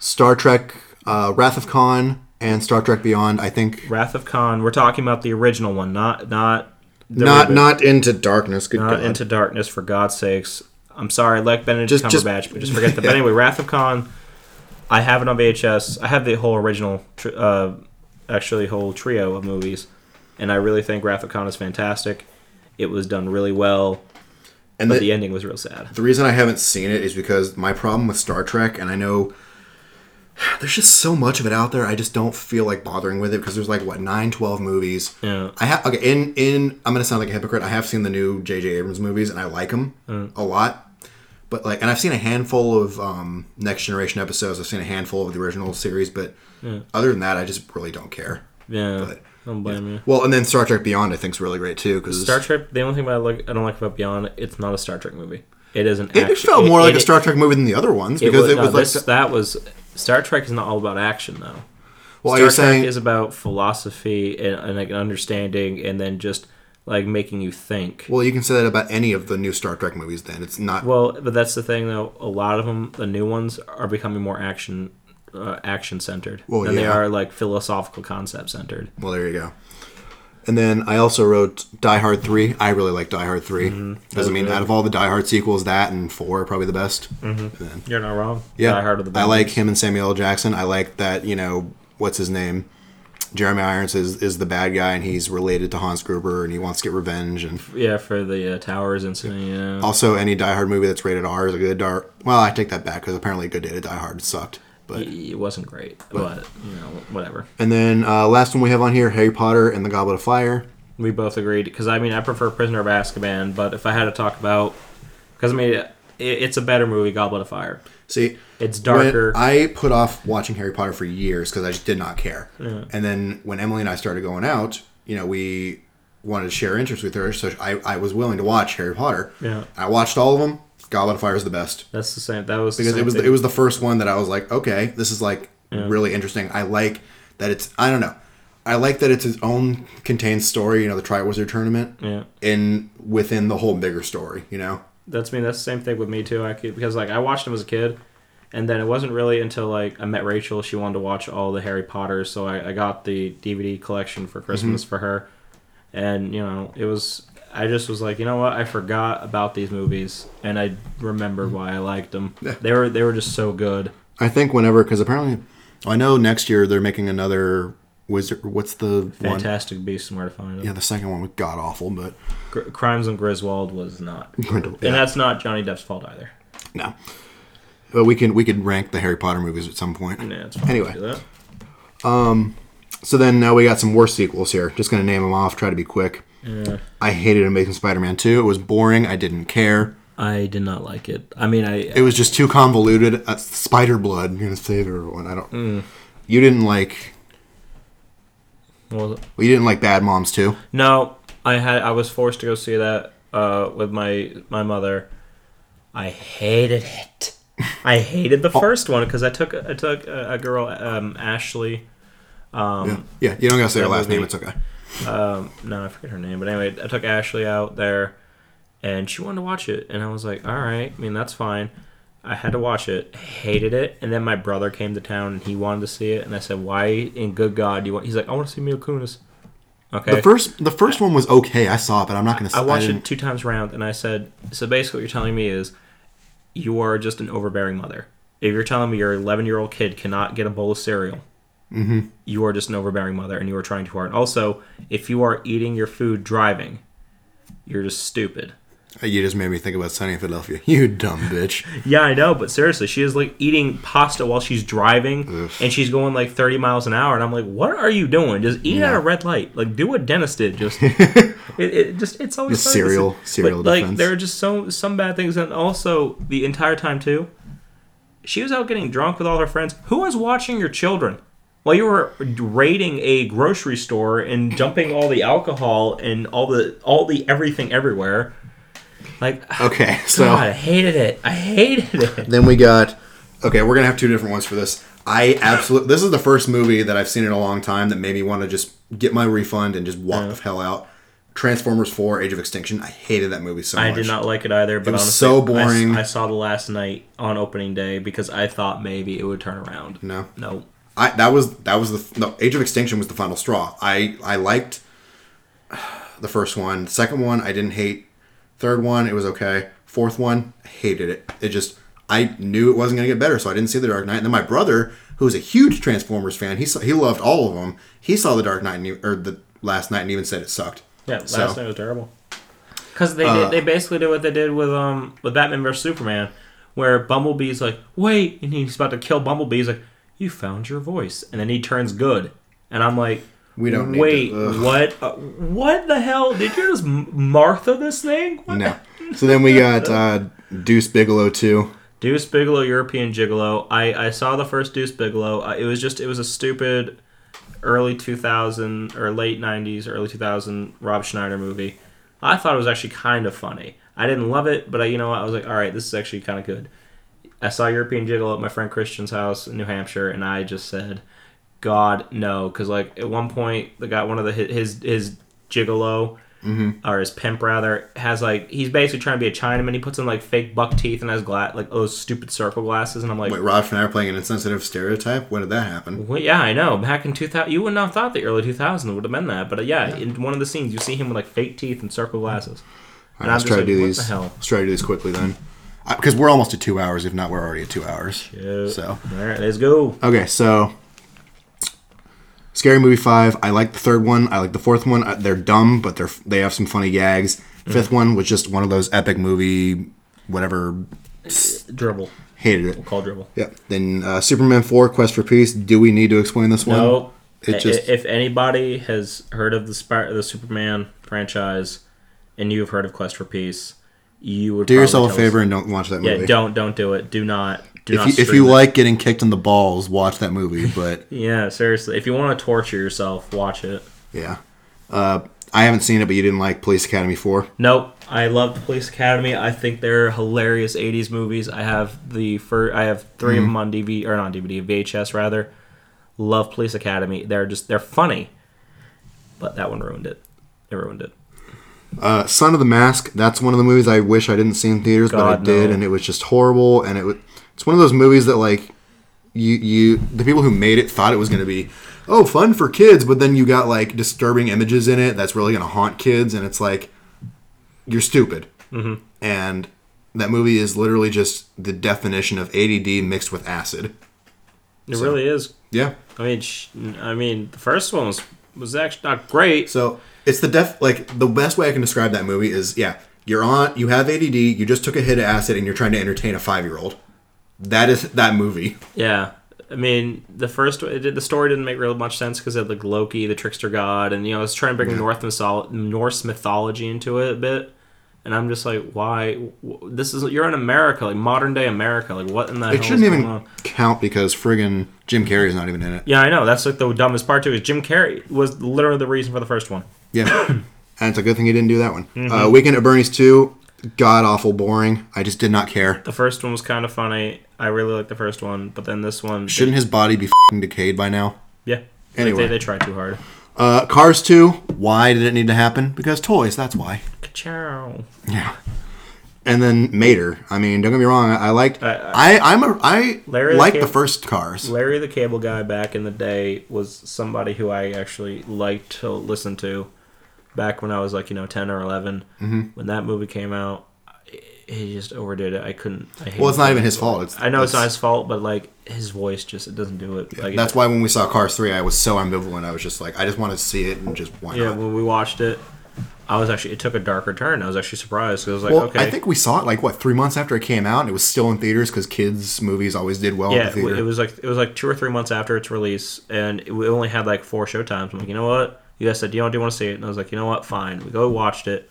[SPEAKER 1] Star Trek, uh, Wrath of Khan, and Star Trek Beyond. I think
[SPEAKER 2] wrath of khan we're talking about the original one not not the
[SPEAKER 1] not
[SPEAKER 2] reboot.
[SPEAKER 1] not into darkness. Good
[SPEAKER 2] Not
[SPEAKER 1] God.
[SPEAKER 2] into darkness for god's sakes i'm sorry i like benedict
[SPEAKER 1] Just- just-
[SPEAKER 2] cumberbatch but just forget that but anyway wrath of khan i have it on vhs i have the whole original tr- uh, actually whole trio of movies and i really think wrath of khan is fantastic it was done really well
[SPEAKER 1] and
[SPEAKER 2] but
[SPEAKER 1] the-
[SPEAKER 2] the ending was real sad
[SPEAKER 1] The reason I haven't seen it is because my problem with Star Trek, and I know there's just so much of it out there. I just don't feel like bothering with it because there's like what nine, twelve movies.
[SPEAKER 2] Yeah.
[SPEAKER 1] I have okay. In in I'm gonna sound like a hypocrite. I have seen the new J.J. Abrams movies and I like them a lot. But like, and I've seen a handful of um, next generation episodes. I've seen a handful of the original series, but other than that, I just really don't care.
[SPEAKER 2] Yeah.
[SPEAKER 1] But-
[SPEAKER 2] don't blame you.
[SPEAKER 1] Well, and then Star Trek Beyond, I think, is really great too. Because
[SPEAKER 2] Star Trek. The only thing I like, I don't like about Beyond, it's not a Star Trek movie. It is an.
[SPEAKER 1] it,
[SPEAKER 2] action-
[SPEAKER 1] felt more like
[SPEAKER 2] it-
[SPEAKER 1] a Star Trek movie than the other ones
[SPEAKER 2] It
[SPEAKER 1] because
[SPEAKER 2] was,
[SPEAKER 1] it
[SPEAKER 2] no,
[SPEAKER 1] was like.
[SPEAKER 2] this,
[SPEAKER 1] the-
[SPEAKER 2] that was Star Trek is not all about action though.
[SPEAKER 1] well,
[SPEAKER 2] Star
[SPEAKER 1] you're saying
[SPEAKER 2] Trek is about philosophy and, and like understanding, and then just like making you think.
[SPEAKER 1] well, you can say that about any of the new Star Trek movies. Then it's not.
[SPEAKER 2] Well, but that's the thing though. A lot of them, the new ones, are becoming more action, uh, action centered
[SPEAKER 1] Well,
[SPEAKER 2] than they
[SPEAKER 1] yeah.
[SPEAKER 2] are like philosophical concept centered.
[SPEAKER 1] Well, there you go. And then I also wrote Die Hard 3. I really like Die Hard 3.
[SPEAKER 2] Mm-hmm.
[SPEAKER 1] Because, I mean, out of all the Die Hard sequels, that and 4 are probably the best. Mm-hmm. then,
[SPEAKER 2] You're not wrong.
[SPEAKER 1] yeah.
[SPEAKER 2] Die Hard with the
[SPEAKER 1] I
[SPEAKER 2] Bones.
[SPEAKER 1] like him and Samuel L. Jackson. I like that, you know, what's his name? Jeremy Irons is, is the bad guy and he's related to Hans Gruber and he wants to get revenge. And
[SPEAKER 2] Yeah, for the uh, towers incident. Yeah.
[SPEAKER 1] also, any Die Hard movie that's rated R is a good dar Well, I take that back because apparently Good Day to Die Hard sucked. But
[SPEAKER 2] it wasn't great, but you know, whatever.
[SPEAKER 1] And then uh, last one we have on here Harry Potter and the Goblet of Fire.
[SPEAKER 2] We both agreed because I mean, I prefer Prisoner of Azkaban, but if I had to talk about, because I mean, it, it's a better movie, Goblet of Fire.
[SPEAKER 1] See,
[SPEAKER 2] It's darker.
[SPEAKER 1] When I put off watching Harry Potter for years because I just did not care. And then when Emily and I started going out, you know, we wanted to share interests with her, so I, I was willing to watch Harry Potter.
[SPEAKER 2] Yeah.
[SPEAKER 1] I watched all of them. Goblet of Fire is the best
[SPEAKER 2] That's the same. That was
[SPEAKER 1] because
[SPEAKER 2] the same
[SPEAKER 1] it was
[SPEAKER 2] thing.
[SPEAKER 1] the, it was the first one that I was like, okay, this is like really interesting. I like that it's I don't know. I like that it's its own contained story. You know, the Triwizard Tournament.
[SPEAKER 2] Yeah.
[SPEAKER 1] In within the whole bigger story, you know.
[SPEAKER 2] that's me. That's the same thing with me too. I could, because like I watched them as a kid, and then it wasn't really until like I met Rachel, she wanted to watch all the Harry Potters, so I, I got the DVD collection
[SPEAKER 1] Mm-hmm.
[SPEAKER 2] for Christmas for her, and you know it was. I just was like, you know what? I forgot about these movies, and I
[SPEAKER 1] Mm-hmm.
[SPEAKER 2] remembered why I liked them. They were they were just so good.
[SPEAKER 1] I think whenever, because apparently, I know next year they're making another wizard. What's the one?
[SPEAKER 2] Fantastic Beasts and Where to Find Them.
[SPEAKER 1] Yeah, the second one was god awful, but [laughs]
[SPEAKER 2] Gr- Crimes and Griswold was not, and
[SPEAKER 1] yeah,
[SPEAKER 2] that's not Johnny Depp's fault either.
[SPEAKER 1] no. But we can we could rank the Harry Potter movies at some point.
[SPEAKER 2] Yeah, it's fine to
[SPEAKER 1] Anyway.
[SPEAKER 2] do that.
[SPEAKER 1] So then now we got some worse sequels here. Just gonna name them off. Try to be quick. I hated Amazing Spider-Man 2. It was boring. I didn't care.
[SPEAKER 2] I did not like it. I mean, I
[SPEAKER 1] It was just too convoluted. Uh, spider blood. You're gonna say the one. I don't.
[SPEAKER 2] Mm.
[SPEAKER 1] You didn't like.
[SPEAKER 2] well,
[SPEAKER 1] Well, you didn't like Bad Moms too.
[SPEAKER 2] No, I had I was forced to go see that uh, with my my mother. I hated it. I hated the
[SPEAKER 1] Oh.
[SPEAKER 2] first one because I took I took a, a girl um, Ashley.
[SPEAKER 1] Yeah, you don't gotta say her
[SPEAKER 2] Um, that
[SPEAKER 1] last name. It's
[SPEAKER 2] movie-
[SPEAKER 1] okay.
[SPEAKER 2] Um, no, I forget her name, but anyway, I took Ashley out there, and she wanted to watch it, and I was like, all right, I mean that's fine. I had to watch it, hated it, and then my brother came to town and he wanted to see it, and I said, why in good God do you want? He's like, I want to see Mila Kunis. Okay.
[SPEAKER 1] The first, the first one was okay. I saw it, but I'm not gonna.
[SPEAKER 2] I watched
[SPEAKER 1] didn't-
[SPEAKER 2] it two times round, and I said, so basically, what you're telling me is, you are just an overbearing mother. If you're telling me your 11 year old kid cannot get a bowl of cereal,
[SPEAKER 1] Mm-hmm.
[SPEAKER 2] you are just an overbearing mother, and you are trying too hard. Also, if you are eating your food driving, you're just stupid.
[SPEAKER 1] You just made me think about Sunny in Philadelphia. [laughs] You dumb bitch.
[SPEAKER 2] Yeah, I know, but seriously, she is like eating pasta while she's driving, and she's going like 30 miles an hour, and I'm like, what are you doing? Just eat at a red light, like do what dentist did. Just it, it just it's always
[SPEAKER 1] The
[SPEAKER 2] funny to see.
[SPEAKER 1] cereal- cereal
[SPEAKER 2] But, like
[SPEAKER 1] defense.
[SPEAKER 2] there are just so some bad things, and also the entire time too, she was out getting drunk with all her friends. Who was watching your children? While you were raiding a grocery store and dumping all the alcohol and all the all the everything everywhere, like [laughs]
[SPEAKER 1] Okay, so
[SPEAKER 2] God, I hated it. I hated it.
[SPEAKER 1] then we got. Okay, we're gonna have two different ones for this. I absolutely. This is the first movie that I've seen in a long time that made me want to just get my refund and just walk the hell out. Transformers Four: Age of Extinction. I hated that movie so
[SPEAKER 2] I
[SPEAKER 1] much.
[SPEAKER 2] did not like it either. But
[SPEAKER 1] was
[SPEAKER 2] honestly,
[SPEAKER 1] so
[SPEAKER 2] I-
[SPEAKER 1] boring.
[SPEAKER 2] I, saw the last night on opening day because I thought maybe it would turn around.
[SPEAKER 1] No.
[SPEAKER 2] no.
[SPEAKER 1] I that was that was the no. Age of Extinction was the final straw. I I liked the first one. The second one I didn't hate. Third one it was okay. Fourth one I hated it. It just I knew it wasn't gonna get better, so I didn't see the Dark Knight. And then my brother, who was a huge Transformers fan, he saw, he loved all of them. He saw the Dark Knight and he, or the last night and even said it sucked.
[SPEAKER 2] Yeah, last
[SPEAKER 1] So- Uh.
[SPEAKER 2] night was terrible. Because they did, they basically did what they did with um with Batman vs Superman, where Bumblebee's like, wait, and he's about to kill Bumblebee. He's like, you found your voice, and then he turns good, and I'm like,
[SPEAKER 1] We don't need
[SPEAKER 2] wait,
[SPEAKER 1] to- ugh.
[SPEAKER 2] what? Uh, what the hell? Did you just M- Martha this thing? What
[SPEAKER 1] No. So then we got uh, Deuce Bigelow too.
[SPEAKER 2] Deuce Bigelow, European Gigolo. I, I saw the first Deuce Bigelow. Uh, it was just it was a stupid early 2000 or late 90s, early 2000 Rob Schneider movie. I thought it was actually kind of funny. I didn't love it, but I, you know what? I was like, all right, this is actually kind of good. I saw European Gigolo at my friend Christian's house in New Hampshire, and I just said, God no, because like at one point the guy, one of the his his gigolo or his pimp rather has like he's basically trying to be a Chinaman. He puts in like fake buck teeth and has glass like those stupid circle glasses, and I'm like,
[SPEAKER 1] Wait, Rod Schneider playing an insensitive stereotype? When did that happen?
[SPEAKER 2] well, yeah, I know. Back in 2000, you would not have thought the early 2000s would have been that, but uh, yeah, in one of the scenes you see him with like fake teeth and circle glasses.
[SPEAKER 1] All right,
[SPEAKER 2] And I'm
[SPEAKER 1] let's
[SPEAKER 2] just
[SPEAKER 1] try to
[SPEAKER 2] like,
[SPEAKER 1] do
[SPEAKER 2] what
[SPEAKER 1] these.
[SPEAKER 2] the hell?
[SPEAKER 1] Let's try to do these quickly then, because we're almost at two hours. If not, we're already at two hours.
[SPEAKER 2] Yeah.
[SPEAKER 1] So
[SPEAKER 2] All right, let's go.
[SPEAKER 1] okay, so scary movie five. I like the third one. I like the fourth one. Uh, They're dumb, but they're they have some funny gags.
[SPEAKER 2] Mm.
[SPEAKER 1] Fifth one was just one of those epic movie, whatever.
[SPEAKER 2] Dribble.
[SPEAKER 1] Hated it.
[SPEAKER 2] Call dribble.
[SPEAKER 1] Yep. Then uh, Superman four, Quest for Peace. Do we need to explain this one?
[SPEAKER 2] No,
[SPEAKER 1] Um, It
[SPEAKER 2] I-
[SPEAKER 1] just-
[SPEAKER 2] if anybody has heard of the Spy- the Superman franchise, and you've heard of Quest for Peace, you would
[SPEAKER 1] Do yourself a
[SPEAKER 2] probably tell us-
[SPEAKER 1] favor and don't watch that movie.
[SPEAKER 2] yeah, don't don't do it. Do not. Do not.
[SPEAKER 1] if you, if
[SPEAKER 2] stream
[SPEAKER 1] you
[SPEAKER 2] it.
[SPEAKER 1] like getting kicked in the balls, watch that movie. But
[SPEAKER 2] yeah, seriously, if you want to torture yourself, watch it.
[SPEAKER 1] yeah, uh, I haven't seen it, but you didn't like Police Academy four.
[SPEAKER 2] Nope, I love Police Academy. I think they're hilarious '80s movies. I have the fir- I have 3 of them on DVD or not DVD, VHS rather. Love Police Academy. They're just they're funny, but that one ruined it. It ruined it.
[SPEAKER 1] Uh, Son of the Mask. That's one of the movies I wish I didn't see in theaters, but I
[SPEAKER 2] God,
[SPEAKER 1] did,
[SPEAKER 2] no.
[SPEAKER 1] and it was just horrible. And it was it's one of those movies that like you you the people who made it thought it was going to be oh fun for kids, but then you got like disturbing images in it that's really going to haunt kids, and it's like you're stupid. Mm-hmm. And that movie is literally just the definition of ADD mixed with acid.
[SPEAKER 2] It really is.
[SPEAKER 1] Yeah.
[SPEAKER 2] I mean, sh- I mean, the first one was was actually not great.
[SPEAKER 1] So it's the def like the best way I can describe that movie is yeah, you're on you have ADD, you just took a hit of acid and you're trying to entertain a five year old. That is that movie.
[SPEAKER 2] Yeah, I mean, the first it did, the story didn't make real much sense because it had like Loki, the trickster god, and you know, I was trying to bring North mytholo- Norse mythology into it a bit. And I'm just like, why? w- This is you're in America, like modern day America. Like, what in the hell?
[SPEAKER 1] It
[SPEAKER 2] is
[SPEAKER 1] shouldn't
[SPEAKER 2] going
[SPEAKER 1] even
[SPEAKER 2] on?
[SPEAKER 1] count because friggin' Jim Carrey's not even in it.
[SPEAKER 2] Yeah, I know. That's like the dumbest part too. Is Jim Carrey was literally the reason for the first one.
[SPEAKER 1] [coughs] Yeah. and it's a good thing he didn't do that one. Uh,
[SPEAKER 2] Mm-hmm.
[SPEAKER 1] Weekend at Bernie's two, god awful boring. I just did not care.
[SPEAKER 2] The first one was kind of funny. I really liked the first one, but then this one,
[SPEAKER 1] Shouldn't his body be fing decayed by now?
[SPEAKER 2] yeah. Like, they-
[SPEAKER 1] Anyway.
[SPEAKER 2] they, tried too hard.
[SPEAKER 1] Uh, Cars two. Why did it need to happen? Because toys. That's why.
[SPEAKER 2] Ka-chow.
[SPEAKER 1] Yeah. And then Mater. I mean, don't get me wrong. I, I liked. I, I'm a. I
[SPEAKER 2] Uh, Larry the
[SPEAKER 1] like the
[SPEAKER 2] Cable-
[SPEAKER 1] first Cars.
[SPEAKER 2] Larry the Cable Guy back in the day was somebody who I actually liked to listen to back when I was like, you know, 10 or 11. Mm-hmm. When that movie came out, I- he just overdid it. I couldn't. I hated
[SPEAKER 1] Well, it's
[SPEAKER 2] it.
[SPEAKER 1] not even his fault. It's,
[SPEAKER 2] I know it's not his fault, but like his voice just it doesn't do it. like,
[SPEAKER 1] That's why when we saw Cars three, I was so ambivalent. I was just like, I just want to see it and just why
[SPEAKER 2] yeah,
[SPEAKER 1] not?
[SPEAKER 2] when we watched it, I was actually it took a darker turn. I was actually surprised 'cause I was like,
[SPEAKER 1] Well,
[SPEAKER 2] okay,
[SPEAKER 1] I think we saw it like what three months after it came out, and it was still in theaters because kids' movies always did well
[SPEAKER 2] yeah,
[SPEAKER 1] in the
[SPEAKER 2] it w-
[SPEAKER 1] theater.
[SPEAKER 2] it was like it was like two or three months after its release, and it we only had like four showtimes. I'm like, you know what? You guys said you don't do want to see it, and I was like, you know what? Fine. We go watched it,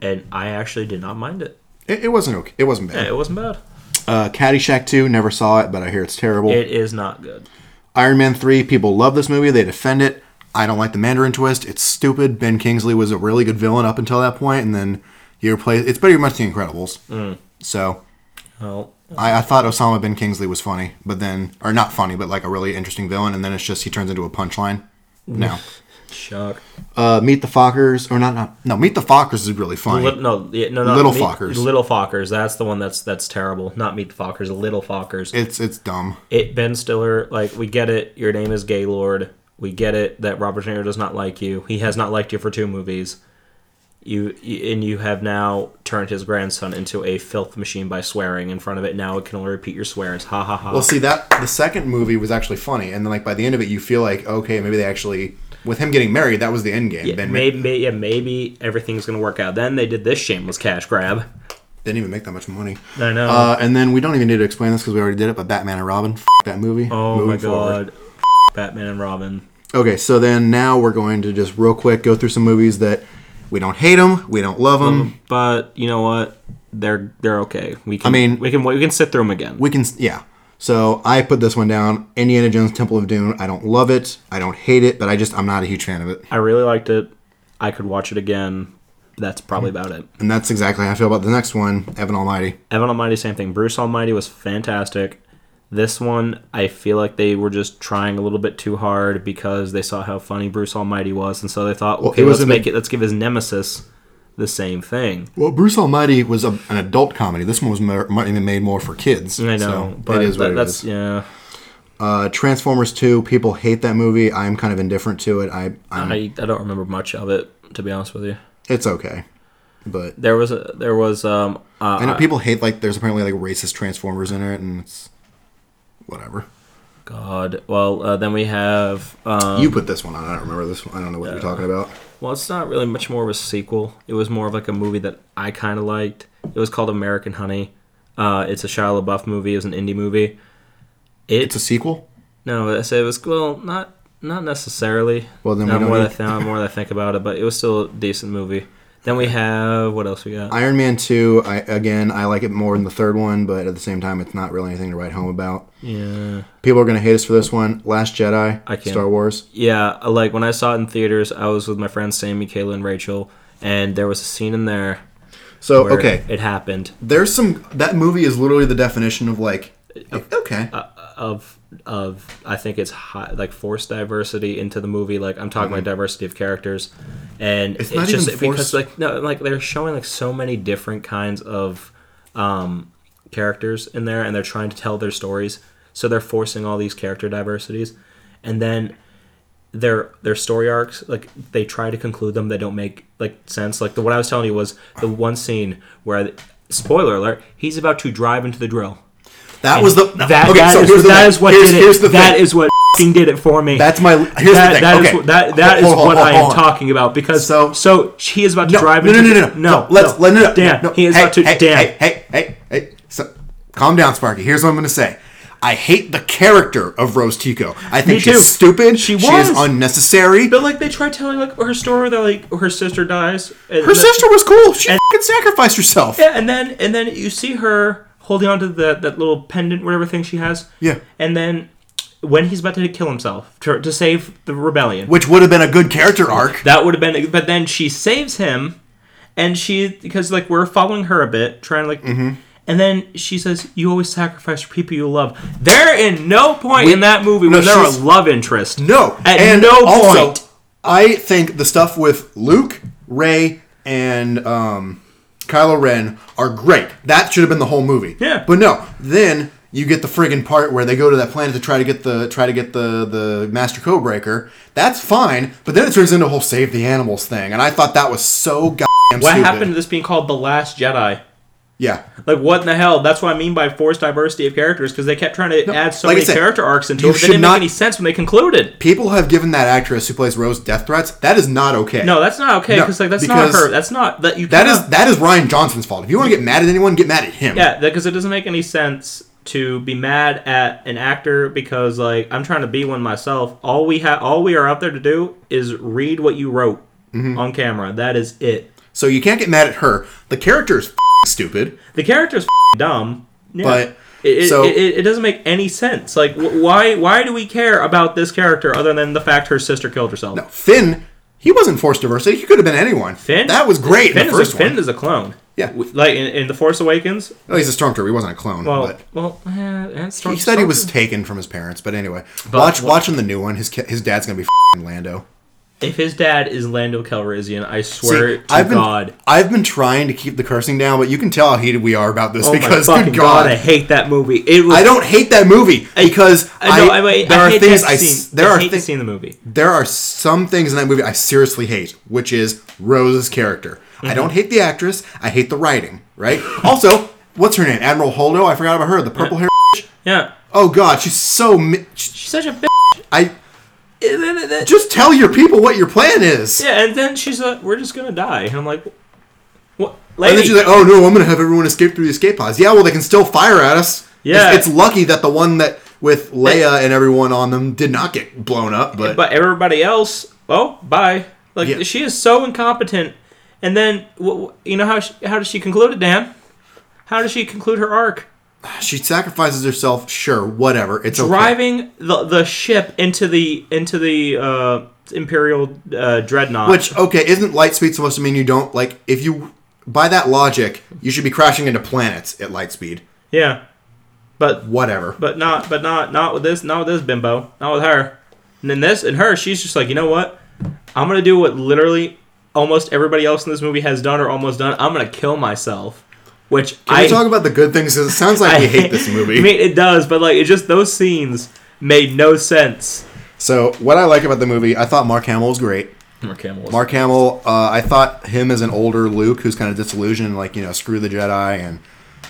[SPEAKER 2] and I actually did not mind it.
[SPEAKER 1] it, it wasn't okay. It wasn't
[SPEAKER 2] Yeah,
[SPEAKER 1] bad.
[SPEAKER 2] It wasn't bad.
[SPEAKER 1] Uh, Caddyshack two, never saw it, but I hear it's terrible.
[SPEAKER 2] It is not good.
[SPEAKER 1] Iron Man 3, people love this movie, they defend it. I don't like the Mandarin twist. It's stupid. Ben Kingsley was a really good villain up until that point, and then you replace it's pretty much the Incredibles. So
[SPEAKER 2] Well,
[SPEAKER 1] I, I thought Osama Ben Kingsley was funny, but then or not funny, but like a really interesting villain, and then it's just he turns into a punchline. No.
[SPEAKER 2] shock.
[SPEAKER 1] Uh, Meet the Fockers, or not, not no, Meet the Fockers is really funny.
[SPEAKER 2] Lit- no, yeah, no, no,
[SPEAKER 1] Little
[SPEAKER 2] Meet-
[SPEAKER 1] Fockers.
[SPEAKER 2] Little Fockers. That's the one that's that's terrible. Not Meet the Fockers. Little Fockers.
[SPEAKER 1] it's it's dumb.
[SPEAKER 2] it Ben Stiller, like we get it. Your name is Gaylord. We get it that Robert De Niro does not like you. He has not liked you for two movies. You y- and you have now turned his grandson into a filth machine by swearing in front of it. Now it can only repeat your swears. Ha ha ha.
[SPEAKER 1] Well, see that the second movie was actually funny, and then like by the end of it, you feel like okay, maybe they actually with him getting married, that was the end game.
[SPEAKER 2] Yeah,
[SPEAKER 1] ben
[SPEAKER 2] maybe, yeah, maybe everything's gonna work out. Then they did this shameless cash grab.
[SPEAKER 1] didn't even make that much money.
[SPEAKER 2] I know.
[SPEAKER 1] Uh, and then we don't even need to explain this because we already did it, but Batman and Robin, f- that movie.
[SPEAKER 2] oh my
[SPEAKER 1] Moving forward.
[SPEAKER 2] god. Batman and Robin.
[SPEAKER 1] Okay, so then now we're going to just real quick go through some movies that we don't hate them, we don't love them.
[SPEAKER 2] But you know what? They're they're okay. We can. I
[SPEAKER 1] mean-
[SPEAKER 2] we can we can sit through them again.
[SPEAKER 1] We can, yeah. So I put this one down Indiana Jones Temple of Doom. I don't love it, I don't hate it, but I just, I'm not a huge fan of it.
[SPEAKER 2] I really liked it. I could watch it again. That's probably
[SPEAKER 1] Hmm.
[SPEAKER 2] about it.
[SPEAKER 1] And that's exactly how I feel about the next one, Evan Almighty.
[SPEAKER 2] Evan Almighty, same thing. Bruce Almighty was fantastic. This one, I feel like they were just trying a little bit too hard because they saw how funny Bruce Almighty was, and so they thought, okay,
[SPEAKER 1] it was
[SPEAKER 2] let's
[SPEAKER 1] an-
[SPEAKER 2] make it. Let's give his nemesis the same thing.
[SPEAKER 1] Well, Bruce Almighty was a, an adult comedy. This one was mo- mo- even made more for kids.
[SPEAKER 2] I know,
[SPEAKER 1] so
[SPEAKER 2] but
[SPEAKER 1] it is what
[SPEAKER 2] that-
[SPEAKER 1] it
[SPEAKER 2] that's
[SPEAKER 1] is.
[SPEAKER 2] yeah.
[SPEAKER 1] Uh, Transformers 2, people hate that movie. I'm kind of indifferent to it. I, I'm,
[SPEAKER 2] I, I don't remember much of it to be honest with you.
[SPEAKER 1] it's okay. But
[SPEAKER 2] There was a, there was um uh,
[SPEAKER 1] I know people hate, like, there's apparently, like, racist Transformers in it, and it's whatever.
[SPEAKER 2] God. Well, uh, then we have um,
[SPEAKER 1] you put this one on. I don't remember this one. I don't know what you're talking about.
[SPEAKER 2] Well, it's not really much more of a sequel. It was more of like a movie that I kind of liked. It was called American Honey. Uh, it's a Shia LaBeouf movie. It was an indie movie. It,
[SPEAKER 1] It's a sequel?
[SPEAKER 2] no, I say it was well, not not necessarily.
[SPEAKER 1] Well, then we
[SPEAKER 2] Now,
[SPEAKER 1] don't
[SPEAKER 2] more
[SPEAKER 1] need-
[SPEAKER 2] that I found, more that I think about it, but it was still a decent movie. Then we have what else we got?
[SPEAKER 1] Iron Man 2, I, again, I like it more than the third one, but at the same time, it's not really anything to write home about.
[SPEAKER 2] yeah,
[SPEAKER 1] People are going to hate us for this one. Last Jedi,
[SPEAKER 2] I can't-
[SPEAKER 1] Star Wars.
[SPEAKER 2] yeah. I Like when I saw it in theaters, I was with my friends Sammy, Kayla, and Rachel, and there was a scene in there.
[SPEAKER 1] So,
[SPEAKER 2] Where
[SPEAKER 1] Oh, okay.
[SPEAKER 2] It happened.
[SPEAKER 1] There's some. That movie is literally the definition of, like,
[SPEAKER 2] Uh,
[SPEAKER 1] okay.
[SPEAKER 2] of of I think it's high, like forced diversity into the movie. Like I'm talking about diversity of characters, and it's,
[SPEAKER 1] Mm-hmm. not
[SPEAKER 2] just
[SPEAKER 1] even forced.
[SPEAKER 2] because like no, like they're showing like so many different kinds of um, characters in there, and they're trying to tell their stories. So they're forcing all these character diversities, and then their their story arcs like they try to conclude them they don't make like sense like the what i was telling you was the one scene where spoiler alert he's about to drive into the drill
[SPEAKER 1] that was the.
[SPEAKER 2] that,
[SPEAKER 1] okay,
[SPEAKER 2] that
[SPEAKER 1] so
[SPEAKER 2] is-
[SPEAKER 1] here's the
[SPEAKER 2] that
[SPEAKER 1] thing.
[SPEAKER 2] is what
[SPEAKER 1] here's,
[SPEAKER 2] did it.
[SPEAKER 1] here's the
[SPEAKER 2] That
[SPEAKER 1] thing.
[SPEAKER 2] is what f***ing did it for me.
[SPEAKER 1] That's my. Here's the
[SPEAKER 2] that,
[SPEAKER 1] thing.
[SPEAKER 2] that is
[SPEAKER 1] okay.
[SPEAKER 2] what- that, that is
[SPEAKER 1] Hold on,
[SPEAKER 2] what
[SPEAKER 1] hold
[SPEAKER 2] I
[SPEAKER 1] on,
[SPEAKER 2] am
[SPEAKER 1] hold on.
[SPEAKER 2] talking about because
[SPEAKER 1] So-
[SPEAKER 2] so he is about to
[SPEAKER 1] No,
[SPEAKER 2] drive
[SPEAKER 1] no, no,
[SPEAKER 2] into
[SPEAKER 1] no, no, no,
[SPEAKER 2] no
[SPEAKER 1] Let's let no, no,
[SPEAKER 2] Dan
[SPEAKER 1] no.
[SPEAKER 2] he is
[SPEAKER 1] hey,
[SPEAKER 2] about to
[SPEAKER 1] hey,
[SPEAKER 2] Dan
[SPEAKER 1] Hey, hey, hey, hey. So, calm down, Sparky. Here's what I'm going to say. I hate the character of Rose Tico. I think
[SPEAKER 2] Me
[SPEAKER 1] she's
[SPEAKER 2] too.
[SPEAKER 1] stupid.
[SPEAKER 2] She
[SPEAKER 1] is
[SPEAKER 2] was.
[SPEAKER 1] unnecessary.
[SPEAKER 2] but like they try telling like her story that like her sister dies and
[SPEAKER 1] Her
[SPEAKER 2] the-
[SPEAKER 1] sister was cool. She fucking sacrificed herself.
[SPEAKER 2] yeah, and then and then you see her holding onto the that little pendant whatever thing she has
[SPEAKER 1] Yeah.
[SPEAKER 2] and then when he's about to kill himself to, to save the rebellion
[SPEAKER 1] Which would have been a good character arc.
[SPEAKER 2] That would have been, but then she saves him, and she because like we're following her a bit, trying to like,
[SPEAKER 1] Mm-hmm.
[SPEAKER 2] and then she says, "You always sacrifice for people you love." There in no point in that movie
[SPEAKER 1] no,
[SPEAKER 2] was there a
[SPEAKER 1] she's-
[SPEAKER 2] love interest.
[SPEAKER 1] No.
[SPEAKER 2] at
[SPEAKER 1] and
[SPEAKER 2] no
[SPEAKER 1] also,
[SPEAKER 2] point.
[SPEAKER 1] I think the stuff with Luke, Ray, and um, Kylo Ren are great. That should have been the whole movie.
[SPEAKER 2] Yeah.
[SPEAKER 1] But no, then you get the friggin' part where they go to that planet to try to get the try to get the the Master Codebreaker. That's fine, but then it turns into a whole save the animals thing, and I thought that was so goddamn
[SPEAKER 2] What
[SPEAKER 1] stupid.
[SPEAKER 2] happened to this being called the Last Jedi?
[SPEAKER 1] Yeah.
[SPEAKER 2] Like what in the hell? That's what I mean by forced diversity of characters because they kept trying to add so
[SPEAKER 1] like I
[SPEAKER 2] many
[SPEAKER 1] said,
[SPEAKER 2] character arcs into
[SPEAKER 1] you
[SPEAKER 2] it. But
[SPEAKER 1] should
[SPEAKER 2] they didn't
[SPEAKER 1] not-
[SPEAKER 2] make any sense when they concluded.
[SPEAKER 1] People have given that actress who plays Rose death threats. That is not okay.
[SPEAKER 2] No, that's not okay
[SPEAKER 1] No,
[SPEAKER 2] because like that's
[SPEAKER 1] because
[SPEAKER 2] not her. That's not that you.
[SPEAKER 1] That
[SPEAKER 2] cannot-
[SPEAKER 1] is that is Ryan Johnson's fault. If you want to get mad at anyone, get mad at him.
[SPEAKER 2] Yeah, because it doesn't make any sense to be mad at an actor because like I'm trying to be one myself. All we have, all we are out there to do is read what you wrote
[SPEAKER 1] Mm-hmm.
[SPEAKER 2] on camera. That is it.
[SPEAKER 1] So you can't get mad at her. The character is f- stupid.
[SPEAKER 2] The character's dumb, yeah.
[SPEAKER 1] But,
[SPEAKER 2] it, it,
[SPEAKER 1] so-
[SPEAKER 2] it, it doesn't make any sense. Like wh- why why do we care about this character other than the fact her sister killed herself?
[SPEAKER 1] Finn, he wasn't forced diversity. He could have been anyone.
[SPEAKER 2] Finn,
[SPEAKER 1] that was great in
[SPEAKER 2] Finn
[SPEAKER 1] the
[SPEAKER 2] is
[SPEAKER 1] first
[SPEAKER 2] a, Finn
[SPEAKER 1] one.
[SPEAKER 2] is a clone.
[SPEAKER 1] Yeah.
[SPEAKER 2] W- like in, in the Force Awakens.
[SPEAKER 1] Oh, he's a stormtrooper. He wasn't a clone.
[SPEAKER 2] Well,
[SPEAKER 1] but
[SPEAKER 2] well, eh, and Storm,
[SPEAKER 1] he said he was
[SPEAKER 2] Stormtrooper-
[SPEAKER 1] taken from his parents. But anyway, watch
[SPEAKER 2] what-
[SPEAKER 1] watching the new one. His ki- his dad's gonna be f- Lando.
[SPEAKER 2] If his dad is Lando Calrissian, I
[SPEAKER 1] See,
[SPEAKER 2] swear to
[SPEAKER 1] I've been
[SPEAKER 2] God.
[SPEAKER 1] I've been trying to keep the cursing down, but you can tell how heated we are about this
[SPEAKER 2] Oh
[SPEAKER 1] because
[SPEAKER 2] my fucking
[SPEAKER 1] good God,
[SPEAKER 2] god. I hate that movie. It was
[SPEAKER 1] I don't hate that movie because
[SPEAKER 2] I, no, I, wait,
[SPEAKER 1] there
[SPEAKER 2] I
[SPEAKER 1] are
[SPEAKER 2] hate
[SPEAKER 1] things
[SPEAKER 2] that
[SPEAKER 1] I s-
[SPEAKER 2] scene.
[SPEAKER 1] there
[SPEAKER 2] I
[SPEAKER 1] are
[SPEAKER 2] hate the
[SPEAKER 1] things
[SPEAKER 2] scene in the movie.
[SPEAKER 1] there are some things in that movie I seriously hate, which is Rose's character. I don't hate the actress. I hate the writing. Right. [laughs] also, what's her name? Admiral Holdo. I forgot about her. The purple hair.
[SPEAKER 2] Yeah.
[SPEAKER 1] Oh God, she's so. Mi- sh-
[SPEAKER 2] She's
[SPEAKER 1] [laughs]
[SPEAKER 2] such a bitch.
[SPEAKER 1] I
[SPEAKER 2] And then- and then-
[SPEAKER 1] just tell your people what your plan is.
[SPEAKER 2] yeah, and then she's like, "We're just gonna die," and I'm like, "What?
[SPEAKER 1] And then
[SPEAKER 2] lady.
[SPEAKER 1] she's like, "Oh no, I'm gonna have everyone escape through the escape pods." Yeah, well, they can still fire at us.
[SPEAKER 2] Yeah.
[SPEAKER 1] it's, it's lucky that the one that with Leia and everyone on them did not get blown up. But,
[SPEAKER 2] but everybody else, oh, bye. Like
[SPEAKER 1] Yeah.
[SPEAKER 2] she is so incompetent. And then wh- wh- you know how she, how does she conclude it, Dan? How does she conclude her arc?
[SPEAKER 1] she sacrifices herself. Sure, whatever. It's okay.
[SPEAKER 2] Driving the the ship into the into the uh, imperial uh, dreadnought.
[SPEAKER 1] Which okay, isn't light speed supposed to mean you don't like? If you by that logic, you should be crashing into planets at light speed.
[SPEAKER 2] yeah, but
[SPEAKER 1] Whatever.
[SPEAKER 2] but not but not not with this not with this bimbo not with her. And then this and her, she's just like you know what? I'm gonna do what literally almost everybody else in this movie has done or almost done. I'm gonna kill myself. Which
[SPEAKER 1] Can
[SPEAKER 2] I
[SPEAKER 1] we talk about the good things? 'Cause it sounds like we hate this movie.
[SPEAKER 2] [laughs] I mean, it does, but like, it just those scenes made no sense.
[SPEAKER 1] so what I like about the movie, I thought Mark Hamill was great.
[SPEAKER 2] Mark Hamill.
[SPEAKER 1] Mark Hamill, uh, I thought him as an older Luke who's kind of disillusioned, like, you know, screw the Jedi and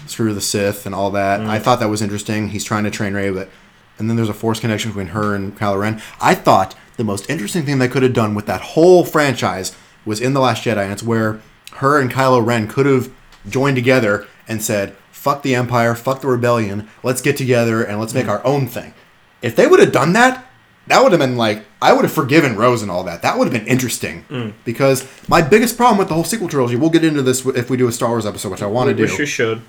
[SPEAKER 1] screw the Sith and all that. I thought that was interesting. He's trying to train Ray, but. And then there's a force connection between her and Kylo Ren. I thought the most interesting thing they could have done with that whole franchise was in The Last Jedi, and it's where her and Kylo Ren could have joined together and said, fuck the Empire, fuck the Rebellion, let's get together and let's make our own thing. If they would have done that, that would have been like I would have forgiven Rose and all that. That would have been interesting because my biggest problem with the whole sequel trilogy. We'll get into this if we do a Star Wars episode, which I want to do.
[SPEAKER 2] Which you should.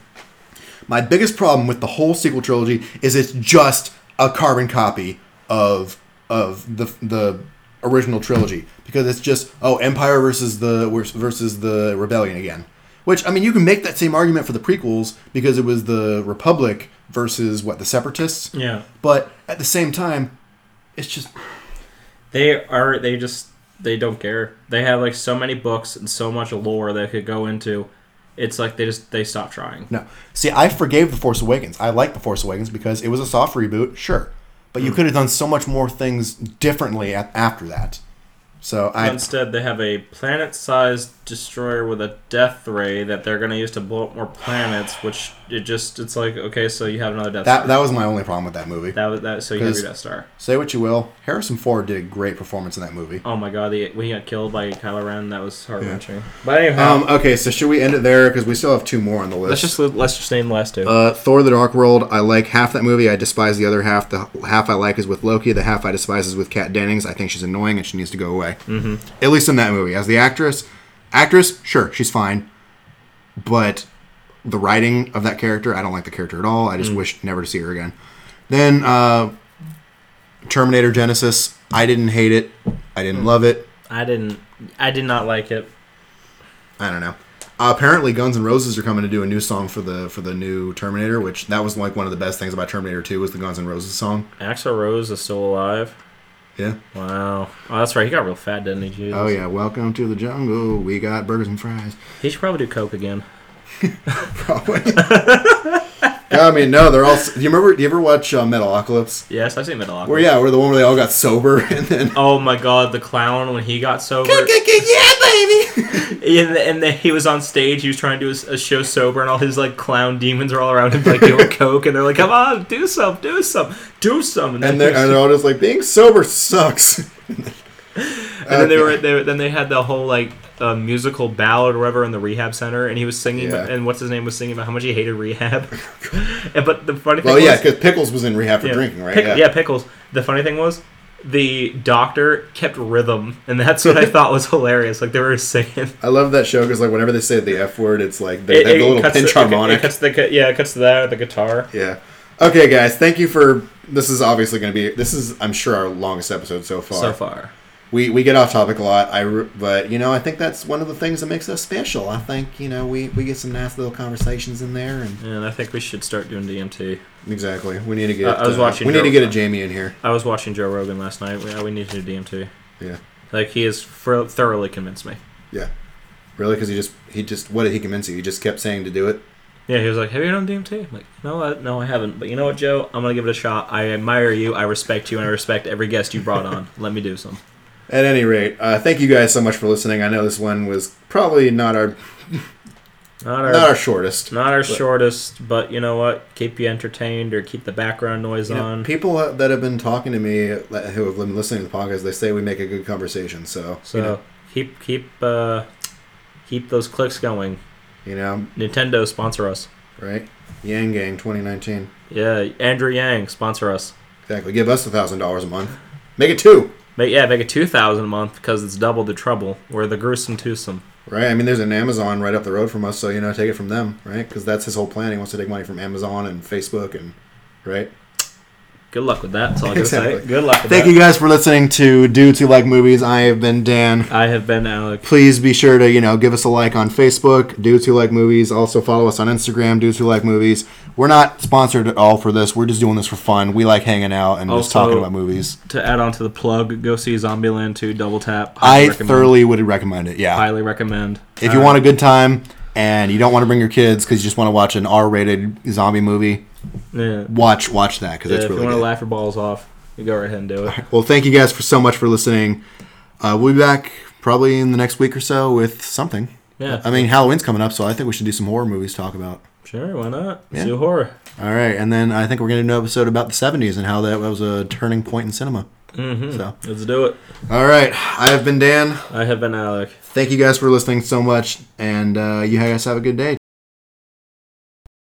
[SPEAKER 1] My biggest problem with the whole sequel trilogy is it's just a carbon copy of of the the original trilogy because it's just oh Empire versus the versus the Rebellion again. Which I mean, you can make that same argument for the prequels because it was the Republic versus what the Separatists.
[SPEAKER 2] Yeah,
[SPEAKER 1] But at the same time, it's just
[SPEAKER 2] they are. They just they don't care. They have like so many books and so much lore they could go into. It's like they just they stop trying.
[SPEAKER 1] No. See, I forgave The Force Awakens. I like The Force Awakens because it was a soft reboot, sure. But
[SPEAKER 2] Hmm.
[SPEAKER 1] you could have done so much more things differently a- after that. So I
[SPEAKER 2] Instead, they have a planet-sized destroyer with a death ray that they're gonna use to blow up more planets. Which it just it's like okay, so you have another death.
[SPEAKER 1] that
[SPEAKER 2] star.
[SPEAKER 1] that was my only problem with that movie.
[SPEAKER 2] that was that. So you have
[SPEAKER 1] 'Cause-
[SPEAKER 2] your death star.
[SPEAKER 1] Say what you will, Harrison Ford did a great performance in that movie.
[SPEAKER 2] Oh my god, the, when he got killed by Kylo Ren, that was heart wrenching. But anyhow,
[SPEAKER 1] Um, okay, so should we end it there because we still have two more on the list.
[SPEAKER 2] Oh. let's just let's just name the last two.
[SPEAKER 1] Uh, Thor: The Dark World. I like half that movie. I despise the other half. The half I like is with Loki. The half I despise is with Kat Dennings. I think she's annoying and she needs to go away. Mm-hmm. At least in that movie, as the actress, actress, sure, she's fine, but the writing of that character, I don't like the character at all. I just wish never to see her again. Then uh, Terminator Genesis. I didn't hate it. I didn't love it.
[SPEAKER 2] I didn't. I did not like it.
[SPEAKER 1] I don't know. Uh, apparently, Guns N' Roses are coming to do a new song for the for the new Terminator, which that was like one of the best things about Terminator 2 was the Guns N' Roses song.
[SPEAKER 2] Axel Rose is still alive.
[SPEAKER 1] Yeah.
[SPEAKER 2] Wow. Oh, that's right. He got real fat, didn't he? Jesus.
[SPEAKER 1] Oh yeah. Welcome to the jungle. We got burgers and fries.
[SPEAKER 2] He should probably do coke again.
[SPEAKER 1] [laughs] Probably. yeah, I mean, no, they're all. Do you remember? Do you ever watch uh, Metalocalypse?
[SPEAKER 2] Yes, I've seen Metalocalypse.
[SPEAKER 1] Where yeah, where the one where they all got sober [laughs] and then.
[SPEAKER 2] Oh my god, the clown when he got sober,
[SPEAKER 1] yeah, baby.
[SPEAKER 2] and, and then he was on stage. He was trying to do a, a show sober, and all his like clown demons are all around him,
[SPEAKER 1] [laughs]
[SPEAKER 2] like doing coke, and they're like, "Come on, do some, do some, do
[SPEAKER 1] [laughs]
[SPEAKER 2] some."
[SPEAKER 1] and they're and they're all just like being sober sucks. [laughs]
[SPEAKER 2] And then they were, they were then they had the whole like uh, musical ballad or whatever in the rehab center, and he was singing,
[SPEAKER 1] Yeah.
[SPEAKER 2] and what's his name was singing about how much he
[SPEAKER 1] [laughs]
[SPEAKER 2] hated rehab. and, but the funny thing
[SPEAKER 1] Well, yeah,
[SPEAKER 2] was,
[SPEAKER 1] because Pickles was in rehab for
[SPEAKER 2] yeah,
[SPEAKER 1] drinking, right?
[SPEAKER 2] Pick- yeah. pickles. The funny thing was. The doctor kept rhythm, and
[SPEAKER 1] [laughs]
[SPEAKER 2] that's what I thought was hilarious. Like they were singing,
[SPEAKER 1] I love that show because like whenever they say the f word, it's like they
[SPEAKER 2] it,
[SPEAKER 1] they have
[SPEAKER 2] it
[SPEAKER 1] the little
[SPEAKER 2] cuts
[SPEAKER 1] pinch
[SPEAKER 2] the,
[SPEAKER 1] harmonic.
[SPEAKER 2] It cuts the, gu- yeah, it cuts to that or the guitar.
[SPEAKER 1] Yeah. Okay, guys, thank you for. This is obviously going to be. This is, I'm sure, our longest episode so far.
[SPEAKER 2] So far,
[SPEAKER 1] We we get off topic a lot. I re- but you know I think that's one of the things that makes us special. I think you know we we get some nice little conversations in there and
[SPEAKER 2] and I think we should start doing DMT.
[SPEAKER 1] exactly we need to get.
[SPEAKER 2] Uh, I was watching
[SPEAKER 1] We need to
[SPEAKER 2] Joe-
[SPEAKER 1] get a Jamie in here.
[SPEAKER 2] I was watching Joe Rogan last night. We, we need to do DMT.
[SPEAKER 1] Yeah.
[SPEAKER 2] Like he has fro- thoroughly convinced me.
[SPEAKER 1] Yeah. Really? Because he just he just what did he convince you? He just kept saying to do it.
[SPEAKER 2] Yeah, he was like, "Have you done DMT?" I'm like, "No, I, no, I haven't." But you know what, Joe? I'm gonna give it a shot. I admire you. I respect you, and I respect every guest you brought on. Let me do some.
[SPEAKER 1] At any rate, uh, thank you guys so much for listening. I know this one was probably not our
[SPEAKER 2] Not our,
[SPEAKER 1] not our shortest.
[SPEAKER 2] not our shortest, but you know what? Keep you entertained or keep the background noise
[SPEAKER 1] You know,
[SPEAKER 2] on.
[SPEAKER 1] people that have been talking to me uh, who have been listening to the podcast, they say we make a good conversation. So,
[SPEAKER 2] so
[SPEAKER 1] you know,
[SPEAKER 2] keep keep uh, keep those clicks going.
[SPEAKER 1] You know,
[SPEAKER 2] Nintendo sponsor us.
[SPEAKER 1] right? Yang Gang 2019.
[SPEAKER 2] Yeah, Andrew Yang sponsor us.
[SPEAKER 1] Exactly. Give us a thousand dollars a month. Make it two.
[SPEAKER 2] Make yeah, make it two thousand a month because it's double the trouble. We're the gruesome twosome.
[SPEAKER 1] Right. I mean, there's an Amazon right up the road from us, so you know, take it from them, right? Because that's his whole plan. He wants to take money from Amazon and Facebook and, right?
[SPEAKER 2] Good luck with that. That's all I can say.
[SPEAKER 1] Exactly.
[SPEAKER 2] Good luck. With
[SPEAKER 1] Thank
[SPEAKER 2] that.
[SPEAKER 1] you guys for listening to Dudes Who Like Movies. I have been Dan.
[SPEAKER 2] I have been uh, Alec.
[SPEAKER 1] Please be sure to you know give us a like on Facebook, Dudes Who Like Movies. Also follow us on Instagram, Dudes Who Like Movies. We're not sponsored at all for this. We're just doing this for fun. We like hanging out and just
[SPEAKER 2] Also-
[SPEAKER 1] talking about movies.
[SPEAKER 2] To add on to the plug, go see Zombieland 2 Double Tap.
[SPEAKER 1] I
[SPEAKER 2] recommend.
[SPEAKER 1] thoroughly would recommend it. Yeah.
[SPEAKER 2] highly recommend.
[SPEAKER 1] If you want a good time and you don't want to bring your kids because you just want to watch an R-rated zombie movie,
[SPEAKER 2] Yeah.
[SPEAKER 1] watch watch that because
[SPEAKER 2] Yeah,
[SPEAKER 1] it's
[SPEAKER 2] if you
[SPEAKER 1] really
[SPEAKER 2] want
[SPEAKER 1] good.
[SPEAKER 2] to laugh your balls off, you go right ahead and do it.
[SPEAKER 1] Well, thank you guys for so much for listening. Uh, we'll be back probably in the next week or so with something.
[SPEAKER 2] Yeah.
[SPEAKER 1] I mean, Halloween's coming up, so I think we should do some horror movies to talk about.
[SPEAKER 2] Sure, why not?
[SPEAKER 1] Yeah.
[SPEAKER 2] Let's do horror.
[SPEAKER 1] All right, and then I think we're gonna do an episode about the '70s and how that was a turning point in cinema.
[SPEAKER 2] Mm-hmm.
[SPEAKER 1] So,
[SPEAKER 2] Let's do it.
[SPEAKER 1] all right, I have been Dan.
[SPEAKER 2] I have been Alec.
[SPEAKER 1] Thank uh, you guys for listening so much, and uh, you guys have a good day.